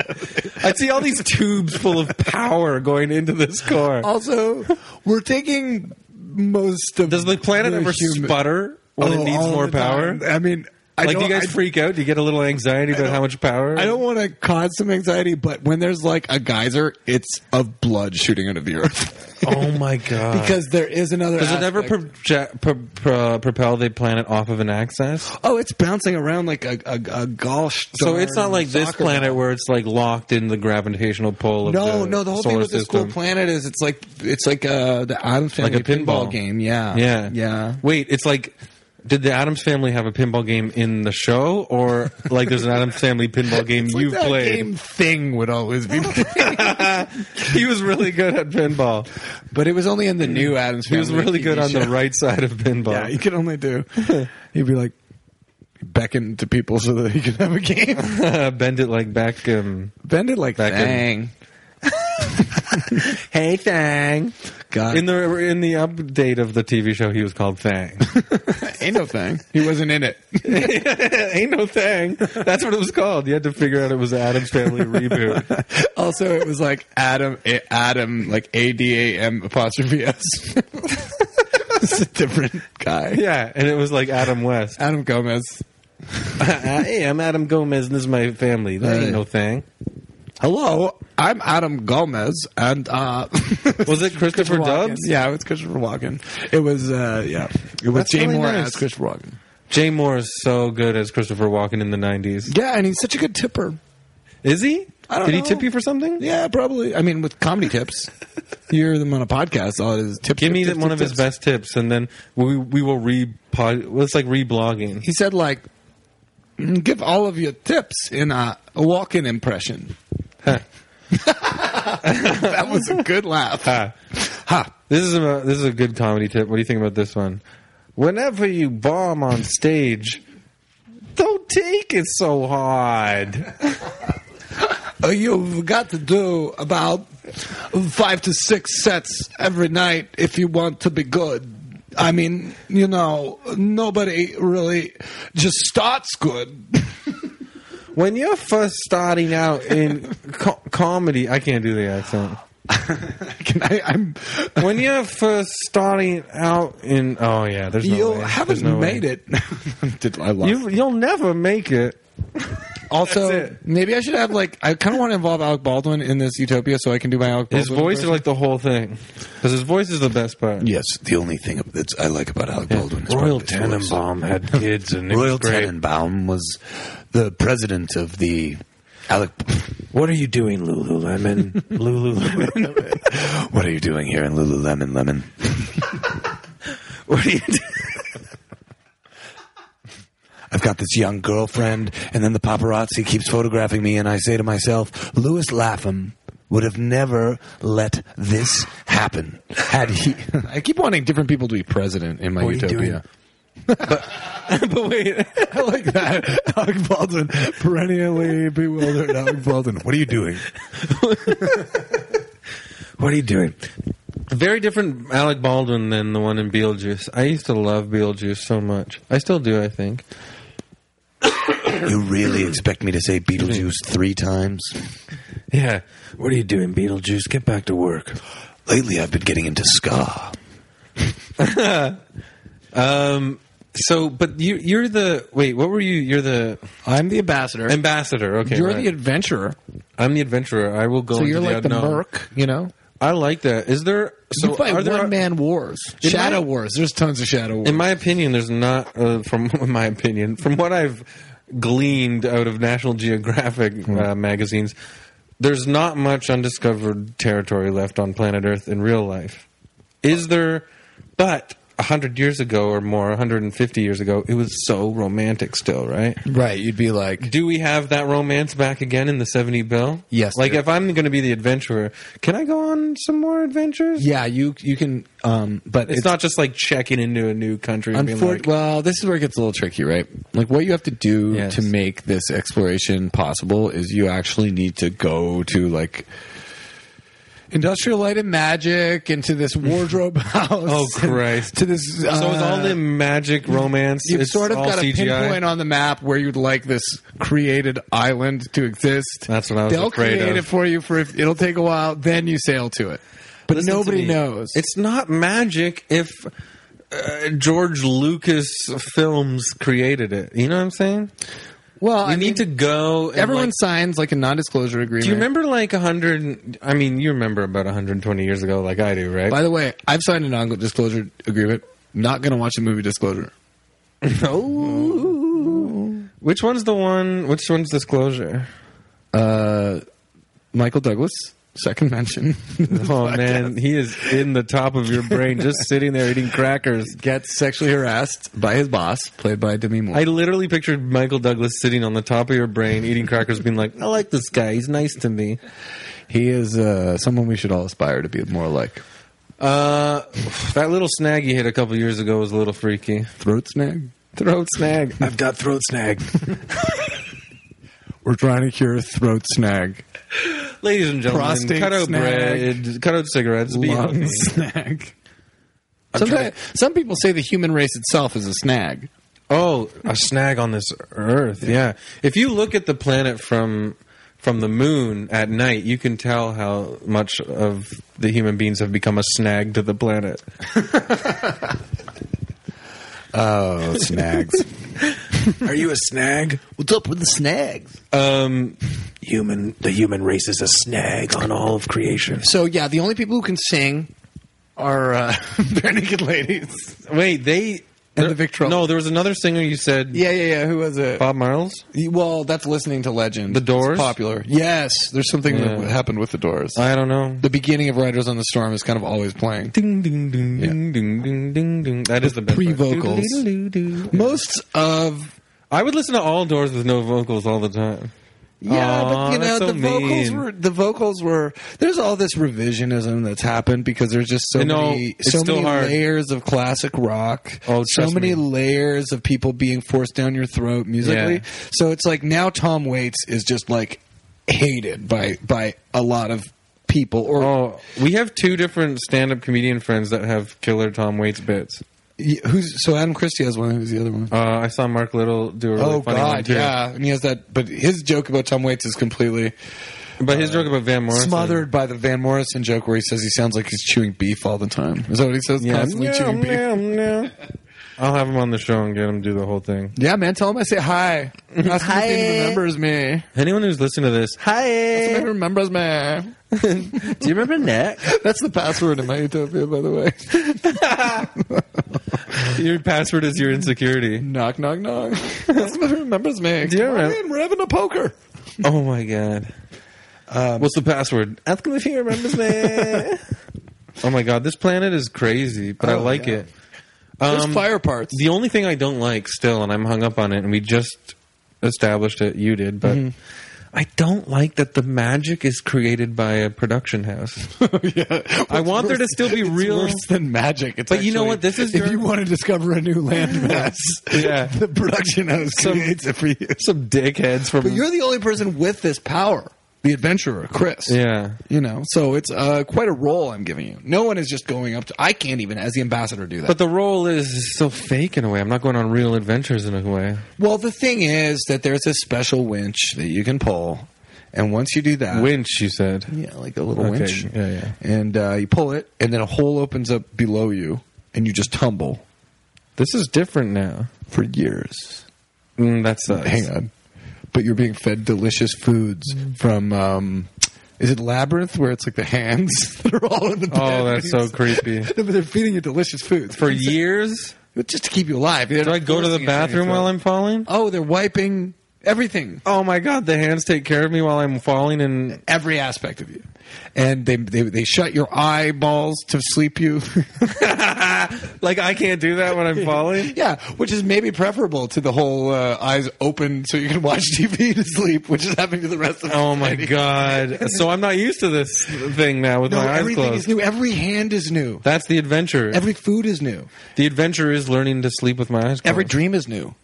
Speaker 1: I see all these tubes full of power going into this core.
Speaker 2: also, we're taking most of.
Speaker 1: Does the planet ever
Speaker 2: human-
Speaker 1: sputter when
Speaker 2: Oh,
Speaker 1: it needs
Speaker 2: all
Speaker 1: more
Speaker 2: the
Speaker 1: power?
Speaker 2: time. I mean, I
Speaker 1: like, do you
Speaker 2: don't-
Speaker 1: guys
Speaker 2: I-
Speaker 1: freak out? Do you get a little anxiety about how much power? (laughs)
Speaker 2: I don't want to cause some anxiety, but when there's like a geyser, it's of blood shooting out of
Speaker 1: (laughs)
Speaker 2: the earth.
Speaker 1: Oh my god!
Speaker 2: because there is another.
Speaker 1: does it ever
Speaker 2: aspect.
Speaker 1: proje- pro- pro- propel the planet off of an axis?
Speaker 2: oh, it's bouncing around like a a, a gosh.
Speaker 1: So it's not like this
Speaker 2: soccer
Speaker 1: planet
Speaker 2: ball.
Speaker 1: where it's like locked in the gravitational pull of
Speaker 2: No,
Speaker 1: the
Speaker 2: no. The whole
Speaker 1: solar
Speaker 2: thing with this
Speaker 1: system.
Speaker 2: cool planet is it's like it's like uh, the Adam Family
Speaker 1: Like a pinball.
Speaker 2: game. Yeah,
Speaker 1: Yeah.
Speaker 2: yeah.
Speaker 1: Wait, it's like did the Adams family have a pinball game in the show or like there's an Adams family pinball game
Speaker 2: It's like
Speaker 1: you
Speaker 2: that
Speaker 1: played?
Speaker 2: game thing would always (laughs) be,
Speaker 1: (laughs) He was really good at pinball.
Speaker 2: but it was only in the new Adams.
Speaker 1: He was
Speaker 2: Family
Speaker 1: really
Speaker 2: TV
Speaker 1: good on the
Speaker 2: show.
Speaker 1: right side of
Speaker 2: Yeah,
Speaker 1: pinball. (laughs)
Speaker 2: he could only (laughs) do. He'd be like beckon to people so that he could have a game. (laughs)
Speaker 1: Bend it like um, Beckham.
Speaker 2: Bend it like
Speaker 1: Beckon.
Speaker 2: Thang. hey Thang. God,
Speaker 1: In the in the update of the TV show, he was called (laughs) Thang.
Speaker 2: (laughs) ain't no Thang. He wasn't in it.
Speaker 1: Ain't no Thang. That's what it was called. You had to figure out it was the Adams Family (laughs) reboot.
Speaker 2: (laughs) also, it was like Adam, A- Adam, like A D A M apostrophe S. (laughs) it's a different guy.
Speaker 1: Yeah, and it was like Adam West.
Speaker 2: Adam Gomez.
Speaker 1: Uh, hey, I'm Adam Gomez, and this is my family. That
Speaker 2: Hey.
Speaker 1: ain't no Thang.
Speaker 2: Hello, I'm Adam Gomez, and uh, (laughs)
Speaker 1: Was it Christopher
Speaker 2: Walken.
Speaker 1: Dubs?
Speaker 2: Yeah, it was Christopher Walken. It was uh, yeah, it was
Speaker 1: That's
Speaker 2: Jay
Speaker 1: really
Speaker 2: Moore
Speaker 1: nice.
Speaker 2: as Christopher Walken.
Speaker 1: Jay Moore is so good as Christopher Walken in the '90s.
Speaker 2: Yeah, and he's such a good tipper.
Speaker 1: Is he?
Speaker 2: I don't
Speaker 1: Did
Speaker 2: know.
Speaker 1: he tip you for something?
Speaker 2: Yeah, probably. I mean, with
Speaker 1: (laughs)
Speaker 2: comedy tips, you hear them on a podcast. All it is tips.
Speaker 1: Give me
Speaker 2: tips,
Speaker 1: one
Speaker 2: tips,
Speaker 1: of his
Speaker 2: tips.
Speaker 1: best tips, and then we we will re pod. well, It's like reblogging.
Speaker 2: (laughs) He said like, "Mm, give all of your tips in a, a walk-in impression. (laughs) that was a good laugh.
Speaker 1: (laughs) Ah,
Speaker 2: Ha.
Speaker 1: this is a this is a good comedy tip. What do you think about this one? Whenever you bomb on stage, don't take it so
Speaker 2: (laughs)
Speaker 1: hard.
Speaker 2: Uh, You've got to do about five to six sets every night if you want to be good. I mean, you know, nobody really just starts good. (laughs)
Speaker 1: When you're first starting out in co- comedy, I can't do the accent.
Speaker 2: Can I, I'm,
Speaker 1: When you're first starting out in, oh yeah, there's no
Speaker 2: you
Speaker 1: way.
Speaker 2: haven't
Speaker 1: There's no way.
Speaker 2: made
Speaker 1: (laughs)
Speaker 2: it. Did I lie?
Speaker 1: You, you'll never make it. That's
Speaker 2: Also,
Speaker 1: it.
Speaker 2: maybe I should have like I kind of want to involve Alec Baldwin in this Utopia so I can do my Alec Baldwin.
Speaker 1: His voice is
Speaker 2: version.
Speaker 1: like the whole thing. Because his voice is the best part.
Speaker 4: Yes, the only thing that's I like about Alec Baldwin is
Speaker 1: Royal
Speaker 4: probably his voice.
Speaker 1: Tenenbaum
Speaker 4: (laughs)
Speaker 1: had kids and it
Speaker 4: Royal
Speaker 1: was great.
Speaker 4: Tenenbaum was the president of the Alec.
Speaker 1: What are you doing,
Speaker 4: (laughs)
Speaker 1: Lululemon? Lululemon.
Speaker 4: What are you doing here in Lululemon Lemon?
Speaker 1: (laughs) what are you doing?
Speaker 4: I've got this young girlfriend, and then the paparazzi keeps photographing me, and I say to myself, Louis Lapham would have never let this happen had he.
Speaker 2: I keep wanting different people to be president in my
Speaker 4: What are you doing?
Speaker 2: Utopia.
Speaker 1: but wait.
Speaker 2: I like that Alec Baldwin perennially bewildered Alec Baldwin.
Speaker 4: What are you doing?
Speaker 1: What are you doing? Very different Alec Baldwin than the one in Beetlejuice. I used to love Beetlejuice so much. I still do, I think.
Speaker 4: You really expect me to say Beetlejuice three times?
Speaker 1: Yeah. What are you doing, Beetlejuice? Get back to work.
Speaker 4: Lately, I've been getting into ska.
Speaker 1: Um. So, but you, you're the wait. What were you? You're the
Speaker 2: I'm the ambassador.
Speaker 1: ambassador. Okay,
Speaker 2: you're
Speaker 1: right.
Speaker 2: the adventurer,
Speaker 1: I'm the adventurer. I will go.
Speaker 2: so
Speaker 1: into
Speaker 2: you're
Speaker 1: the
Speaker 2: like the
Speaker 1: unknown.
Speaker 2: merc. You know,
Speaker 1: I like that. Is there so
Speaker 2: you fight
Speaker 1: are
Speaker 2: one
Speaker 1: there
Speaker 2: man wars,
Speaker 1: In
Speaker 2: shadow
Speaker 1: my-
Speaker 2: wars. There's tons of shadow wars.
Speaker 1: In my opinion, there's not uh, from (laughs) in my opinion from what I've gleaned out of National Geographic
Speaker 2: Hmm.
Speaker 1: uh, magazines. There's not much undiscovered territory left on planet Earth in real life. Is there? But hundred years ago or more, 150 years ago, it was so romantic. Still, right?
Speaker 2: right, you'd be like,
Speaker 1: Do we have that romance back again in the 70 bill?
Speaker 2: Yes,
Speaker 1: Like,
Speaker 2: dude.
Speaker 1: if I'm going to be the adventurer, can I go on some more adventures?
Speaker 2: yeah, you you can, um, but
Speaker 1: It's, not just like checking into a new country and being
Speaker 2: Unfor-
Speaker 1: like,
Speaker 2: well, this is where it gets a little tricky, right? Like what you have to do
Speaker 1: Yes.
Speaker 2: to make this exploration possible is you actually need to go to like industrial light and magic
Speaker 1: (laughs)
Speaker 2: into this wardrobe house.
Speaker 1: Oh, Christ.
Speaker 2: To this. Uh,
Speaker 1: so is all the magic romance?
Speaker 2: You've
Speaker 1: it's
Speaker 2: sort of
Speaker 1: all
Speaker 2: got a
Speaker 1: CGI?
Speaker 2: pinpoint on the map where you'd like this created island to exist.
Speaker 1: That's what I was
Speaker 2: They'll
Speaker 1: afraid
Speaker 2: create
Speaker 1: of.
Speaker 2: it for you for if it'll take a while. Then you sail to it, but
Speaker 1: Listen to
Speaker 2: nobody
Speaker 1: me.
Speaker 2: knows.
Speaker 1: It's not magic if uh, George Lucas films created it. You know what I'm saying?
Speaker 2: Well,
Speaker 1: You
Speaker 2: I mean,
Speaker 1: need to go. And
Speaker 2: everyone
Speaker 1: like,
Speaker 2: signs like a non-disclosure agreement.
Speaker 1: do you remember like 100? I mean, you remember about 120 years ago, like I do, right?
Speaker 2: By the way, I've signed a non-disclosure agreement. Not going to watch the movie Disclosure.
Speaker 1: which one's the one? Which one's
Speaker 2: (laughs)
Speaker 1: disclosure?
Speaker 2: Uh, Michael Douglas, second mention.
Speaker 1: Oh man, he is in the top of your brain, just sitting there eating crackers.
Speaker 2: gets sexually harassed by his boss, played by Demi Moore.
Speaker 1: I literally pictured Michael Douglas sitting on the top of your brain, eating crackers, being like, "I like this guy. He's nice to me."
Speaker 2: he is uh, someone we should all aspire to be more like.
Speaker 1: Uh, that little snag you hit a couple years ago was a little freaky.
Speaker 2: Throat snag.
Speaker 1: Throat snag.
Speaker 4: I've got throat snag.
Speaker 2: We're trying to cure throat snag.
Speaker 1: Ladies and gentlemen,
Speaker 2: Prostate
Speaker 1: cut out
Speaker 2: snag.
Speaker 1: bread, cut out cigarettes. Be
Speaker 2: Lung
Speaker 1: healthy.
Speaker 2: (laughs) snag. Sometimes, some people say the human race itself is a snag.
Speaker 1: Oh, a snag on this earth. Yeah. If you look at the planet from from the moon at night, you can tell how much of the human beings have become a snag to the planet.
Speaker 4: Oh, snags. Are you a snag?
Speaker 3: What's up with the snags?
Speaker 1: Um,
Speaker 4: Human, the human race is a snag on all of creation.
Speaker 2: So yeah, the only people who can sing are uh, (laughs) bare naked ladies.
Speaker 1: wait, they
Speaker 2: And
Speaker 1: there-
Speaker 2: the Victrola.
Speaker 1: No, there was another singer you said
Speaker 2: Yeah, yeah, yeah. Who was it?
Speaker 1: Bob Marles?
Speaker 2: Well, that's listening to legend.
Speaker 1: The Doors?
Speaker 2: It's popular. Yes, there's something that
Speaker 1: Yeah.
Speaker 2: that happened with the Doors.
Speaker 1: I don't know.
Speaker 2: Uh, the beginning of Riders on the Storm is kind of always playing.
Speaker 1: Ding ding ding
Speaker 2: Yeah.
Speaker 1: ding ding ding ding ding. That is the best part.
Speaker 2: pre-vocals.
Speaker 1: Doo-doo-doo-doo-doo.
Speaker 2: Most of
Speaker 1: I would listen to all doors with no vocals all the time.
Speaker 2: yeah,
Speaker 1: Aw,
Speaker 2: but you know
Speaker 1: that's so
Speaker 2: the vocals
Speaker 1: mean.
Speaker 2: were the vocals were. There's all this revisionism that's happened because there's just so
Speaker 1: I know,
Speaker 2: many
Speaker 1: it's
Speaker 2: so
Speaker 1: still
Speaker 2: many
Speaker 1: hard.
Speaker 2: layers of classic rock.
Speaker 1: Oh,
Speaker 2: so
Speaker 1: trust me.
Speaker 2: many layers of people being forced down your throat musically.
Speaker 1: Yeah.
Speaker 2: So it's like now Tom Waits is just like hated by by a lot of people or
Speaker 1: Oh, we have two different stand-up comedian friends that have killer Tom Waits bits.
Speaker 2: Y- Who's so Adam Christie has one. Who's the other one?
Speaker 1: Uh, I saw Mark Little do a really
Speaker 2: oh
Speaker 1: funny one
Speaker 2: God,
Speaker 1: too.
Speaker 2: yeah, and he has that. But his joke about Tom Waits is completely
Speaker 1: But his joke about Van Morrison,
Speaker 2: smothered by the Van Morrison joke where he says he sounds like he's chewing beef all the time. Is that what he says?
Speaker 1: yeah,
Speaker 2: Constantly chewing beef.
Speaker 1: meow, meow. (laughs) I'll have him on the show and get him to do the whole thing.
Speaker 2: Yeah, man, tell him I say hi. Ask him if he
Speaker 3: Hi.
Speaker 2: remembers me.
Speaker 1: Anyone who's listening to this,
Speaker 2: If
Speaker 3: Hi.
Speaker 2: he remembers me. (laughs)
Speaker 3: Do you remember Nick?
Speaker 2: That's the password in my utopia, by the way. (laughs)
Speaker 1: your password is your (laughs) insecurity.
Speaker 2: knock, knock, knock. (laughs) That's if he remembers me.
Speaker 1: Do you
Speaker 2: Come on
Speaker 1: remember-
Speaker 2: in, we're having a poker.
Speaker 1: oh my god. What's the password?
Speaker 3: Ask him if he remembers me.
Speaker 1: Oh my god, this planet is crazy, but I
Speaker 2: Oh,
Speaker 1: like
Speaker 2: yeah.
Speaker 1: it.
Speaker 2: (laughs) There's
Speaker 1: Um,
Speaker 2: fire parts.
Speaker 1: The only thing I don't like still, and I'm hung up on it, and we just established it, you did, but
Speaker 2: Mm-hmm.
Speaker 1: I don't like that the magic is created by a production house.
Speaker 2: (laughs) yeah.
Speaker 1: I want there to still be
Speaker 2: it's
Speaker 1: real-
Speaker 2: Worse than magic. It's
Speaker 1: But you know
Speaker 2: actually-
Speaker 1: what? This is
Speaker 2: if
Speaker 1: your-
Speaker 2: you want to discover a new landmass.
Speaker 1: (laughs)
Speaker 2: (laughs)
Speaker 1: Yeah.
Speaker 2: the production house
Speaker 1: Some-
Speaker 2: creates it for you.
Speaker 1: Some dickheads from.
Speaker 2: But you're the only person with this power, the adventurer, Chris.
Speaker 1: yeah.
Speaker 2: You know, so it's uh, quite a role I'm giving you. No one is just going up to. I can't even, as the ambassador, do that.
Speaker 1: But the role is so fake in a way. I'm not going on real adventures in a way.
Speaker 2: well, the thing is that there's a special winch that you can pull, and once you do that,
Speaker 1: Winch, you said.
Speaker 2: Yeah, like a little
Speaker 1: Okay,
Speaker 2: winch.
Speaker 1: yeah, yeah.
Speaker 2: And uh, you pull it, and then a hole opens up below you, and you just tumble
Speaker 1: This is different now.
Speaker 2: for years.
Speaker 1: Mm, that sucks.
Speaker 2: Hang on. But you're being fed delicious foods
Speaker 1: Mm.
Speaker 2: from. Um, is it Labyrinth where it's like the hands (laughs) that are all in the
Speaker 1: Oh,
Speaker 2: bed?
Speaker 1: that's so creepy.
Speaker 2: No, (laughs) but they're feeding you delicious foods
Speaker 1: For years,
Speaker 2: just to keep you alive.
Speaker 1: do I go to the bathroom while I'm falling?
Speaker 2: Oh, they're wiping everything.
Speaker 1: Oh my god, the hands take care of me while I'm falling, and (laughs)
Speaker 2: every aspect of you. And they, they they shut your eyeballs to sleep you. (laughs)
Speaker 1: like I can't do that when I'm falling.
Speaker 2: yeah, which is maybe preferable to the whole uh, eyes open so you can watch (laughs) TV to sleep, which is happening to the rest of
Speaker 1: (laughs) Oh my
Speaker 2: society.
Speaker 1: god! So I'm not used to this thing now with
Speaker 2: No,
Speaker 1: my eyes
Speaker 2: everything
Speaker 1: closed.
Speaker 2: is new. Every hand is new.
Speaker 1: That's the adventure.
Speaker 2: Every food is new.
Speaker 1: the adventure is learning to sleep with my eyes closed.
Speaker 2: Every dream is new.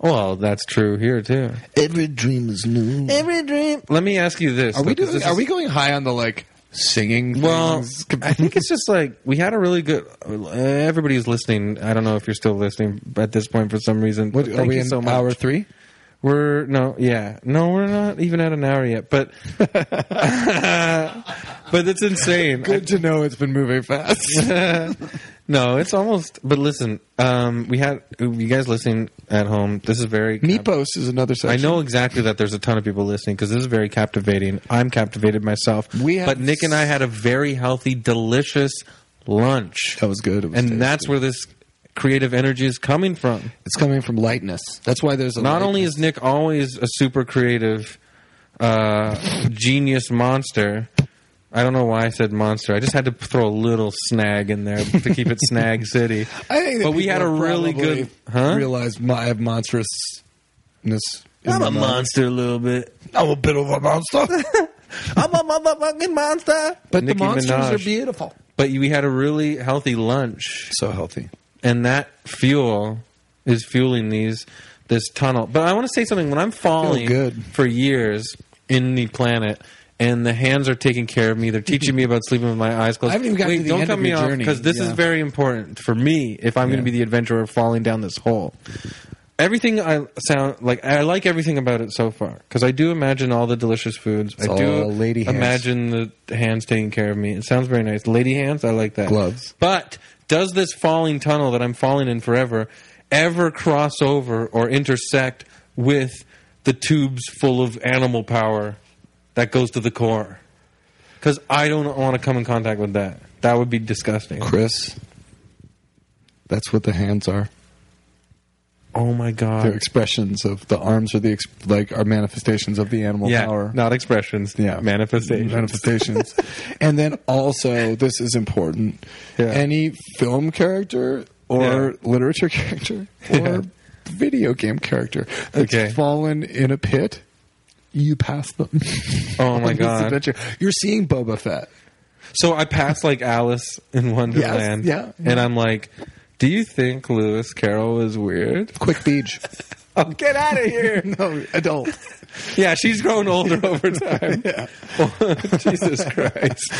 Speaker 1: well, that's true here too.
Speaker 3: Every dream is new. Every dream.
Speaker 1: Let me ask you this:
Speaker 2: Are we
Speaker 1: though, 'cause
Speaker 2: doing?
Speaker 1: this
Speaker 2: Are
Speaker 1: is-
Speaker 2: we going high on the like singing?
Speaker 1: Well,
Speaker 2: things?
Speaker 1: I think it's just like we had a really good. Everybody who's listening. I don't know if you're still listening at this point for some reason.
Speaker 2: What,
Speaker 1: but
Speaker 2: are
Speaker 1: thank
Speaker 2: we
Speaker 1: you
Speaker 2: in
Speaker 1: so much.
Speaker 2: hour three?
Speaker 1: We're no, yeah, no, we're not even at an hour yet.
Speaker 2: (laughs)
Speaker 1: But but it's insane.
Speaker 2: Good to know it's been moving fast.
Speaker 1: (laughs) No, it's almost. But listen, um, we had you guys listening at home. This is very.
Speaker 2: Meepos is another
Speaker 1: I
Speaker 2: section.
Speaker 1: know exactly that there's a ton of people listening because this is very captivating. I'm captivated myself.
Speaker 2: We have-
Speaker 1: but Nick and I had a very healthy, delicious lunch,
Speaker 2: that was good. It was
Speaker 1: and that's
Speaker 2: tasty.
Speaker 1: where this creative energy is coming from.
Speaker 2: it's coming from lightness. That's why there's a
Speaker 1: Not only
Speaker 2: lightness.
Speaker 1: is Nick always a super creative, uh, genius monster. I don't know why I said monster. I just had to throw a little snag in there
Speaker 3: (laughs)
Speaker 1: to keep it Snag City.
Speaker 2: I think that
Speaker 1: but we had a
Speaker 2: people
Speaker 1: really
Speaker 2: probably
Speaker 1: good. Huh?
Speaker 2: Realized my, I have monstrousness. in
Speaker 3: I'm
Speaker 2: my
Speaker 3: a
Speaker 2: mind.
Speaker 3: monster a little bit.
Speaker 4: I'm a bit of
Speaker 1: (laughs)
Speaker 4: a monster.
Speaker 3: I'm a motherfucking monster.
Speaker 2: But
Speaker 1: Nicki
Speaker 2: the monsters
Speaker 1: Minaj.
Speaker 2: are beautiful.
Speaker 1: But we had a really healthy lunch,
Speaker 2: So healthy.
Speaker 1: and that fuel is fueling these this tunnel. But I want to say something. When I'm falling
Speaker 2: good.
Speaker 1: for years in the planet, and the hands are taking care of me, they're teaching me about sleeping with my eyes closed.
Speaker 2: I haven't even gotten
Speaker 1: Wait,
Speaker 2: to the
Speaker 1: don't
Speaker 2: end
Speaker 1: cut
Speaker 2: of
Speaker 1: me
Speaker 2: your
Speaker 1: off
Speaker 2: journey.
Speaker 1: because this is
Speaker 2: Yeah.
Speaker 1: very important for me if I'm going to be the adventurer falling down this hole. Everything I sound like I like everything about it so far because I do imagine all the delicious foods. I do
Speaker 2: all lady hands.
Speaker 1: imagine imagine the hands taking care of me. It sounds very nice. Lady hands, I like that.
Speaker 2: Gloves.
Speaker 1: But does this falling tunnel that I'm falling in forever ever cross over or intersect with the tubes full of animal power that goes to the core? Because I don't want to come in contact with that. That would be disgusting.
Speaker 2: Chris, that's what the hands are.
Speaker 1: Oh my
Speaker 2: They're
Speaker 1: god.
Speaker 2: expressions of the arms are the ex- like are manifestations of the animal
Speaker 1: Yeah,
Speaker 2: power.
Speaker 1: not expressions.
Speaker 2: yeah, Mm-hmm.
Speaker 1: manifestations.
Speaker 2: Manifestations. and then also, this is important.
Speaker 1: Yeah.
Speaker 2: Any film character or literature character or
Speaker 1: Yeah.
Speaker 2: video game character that's
Speaker 1: Okay.
Speaker 2: fallen in a pit, you pass them.
Speaker 1: Oh my
Speaker 2: On (laughs) this
Speaker 1: God.
Speaker 2: adventure. You're seeing Boba Fett.
Speaker 1: So I pass like Alice in Wonderland.
Speaker 2: yeah.
Speaker 1: And I'm like, do you think Lewis Carroll is weird?
Speaker 2: Quick beach.
Speaker 1: Oh, get out of here.
Speaker 2: (laughs) no, adult.
Speaker 1: (laughs) yeah, she's grown older (laughs) over
Speaker 2: (laughs)
Speaker 1: time. (laughs) Jesus Christ.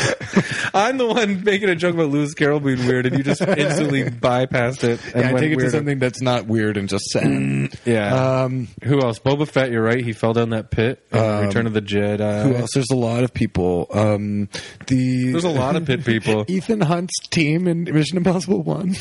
Speaker 1: I'm the one making a joke about Lewis Carroll being weird, and you
Speaker 2: (laughs)
Speaker 1: just instantly bypassed it. And
Speaker 2: Yeah, I
Speaker 1: went
Speaker 2: take it to
Speaker 1: weirder.
Speaker 2: something that's not weird and just sad.
Speaker 1: Yeah.
Speaker 2: (clears throat) um,
Speaker 1: Who else? Boba Fett, you're right. He fell down that pit. in
Speaker 2: Um,
Speaker 1: Return of the Jedi.
Speaker 2: who else? There's a lot of people. Um, the
Speaker 1: There's a lot
Speaker 2: (laughs)
Speaker 1: of pit people.
Speaker 2: Ethan Hunt's team in Mission Impossible One.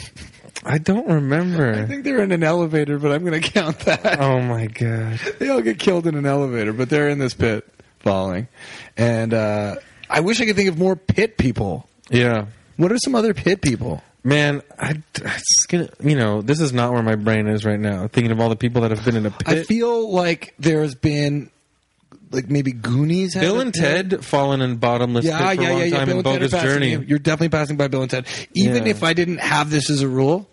Speaker 1: I don't
Speaker 2: I
Speaker 1: remember.
Speaker 2: think they're in an elevator, but I'm going to count that. (laughs)
Speaker 1: Oh my god.
Speaker 2: They all get killed in an elevator, but they're in this pit falling. And uh, I wish I could think of more pit people.
Speaker 1: Yeah.
Speaker 2: What are some other pit people?
Speaker 1: Man, I, I just gonna, you know, this is not where my brain is right now. Thinking of all the people that have been in a pit.
Speaker 2: I feel like there's been like maybe Goonies. had
Speaker 1: Bill
Speaker 2: a
Speaker 1: and
Speaker 2: pit.
Speaker 1: Ted fallen in bottomless
Speaker 2: Yeah,
Speaker 1: pit for
Speaker 2: yeah,
Speaker 1: a long
Speaker 2: yeah, yeah.
Speaker 1: time
Speaker 2: Bill
Speaker 1: in
Speaker 2: and Ted are
Speaker 1: Bogus
Speaker 2: passing
Speaker 1: Journey.
Speaker 2: you. You're definitely passing by Bill and Ted. Even
Speaker 1: Yeah.
Speaker 2: if I didn't have this as a rule,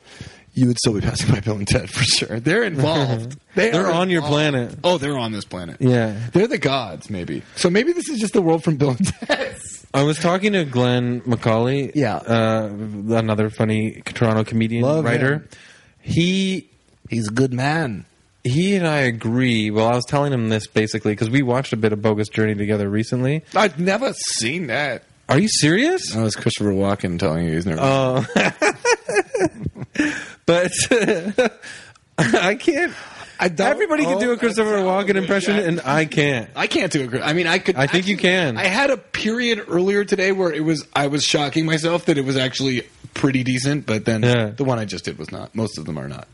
Speaker 2: you would still be passing by Bill and Ted for sure.
Speaker 1: (laughs)
Speaker 2: They're involved. They
Speaker 1: They're
Speaker 2: are
Speaker 1: on your
Speaker 2: involved.
Speaker 1: planet.
Speaker 2: Oh, they're on this planet.
Speaker 1: Yeah.
Speaker 2: They're the gods, maybe. So maybe this is just the world from Bill and Ted.
Speaker 1: I was talking to Glenn McCauley,
Speaker 2: Yeah.
Speaker 1: uh, another funny Toronto comedian
Speaker 2: Love
Speaker 1: writer.
Speaker 2: him.
Speaker 1: He
Speaker 2: (laughs) He's a good man.
Speaker 1: he and I agree. Well, I was telling him this basically because we watched a bit of Bogus Journey together recently.
Speaker 2: I've never seen that.
Speaker 1: Are you serious?
Speaker 2: That was Oh, Christopher Walken telling you he's never.
Speaker 1: Oh, (laughs) but I can't.
Speaker 2: I don't-
Speaker 1: Everybody can
Speaker 2: oh,
Speaker 1: do a Christopher
Speaker 2: that's
Speaker 1: Walken
Speaker 2: outrageous.
Speaker 1: impression, and I can't.
Speaker 2: I can't do it. I mean, I could.
Speaker 1: I think you can.
Speaker 2: I had a period earlier today where it was. I was shocking myself that it was actually pretty decent, but then
Speaker 1: Yeah.
Speaker 2: the one I just did was not. Most of them are not.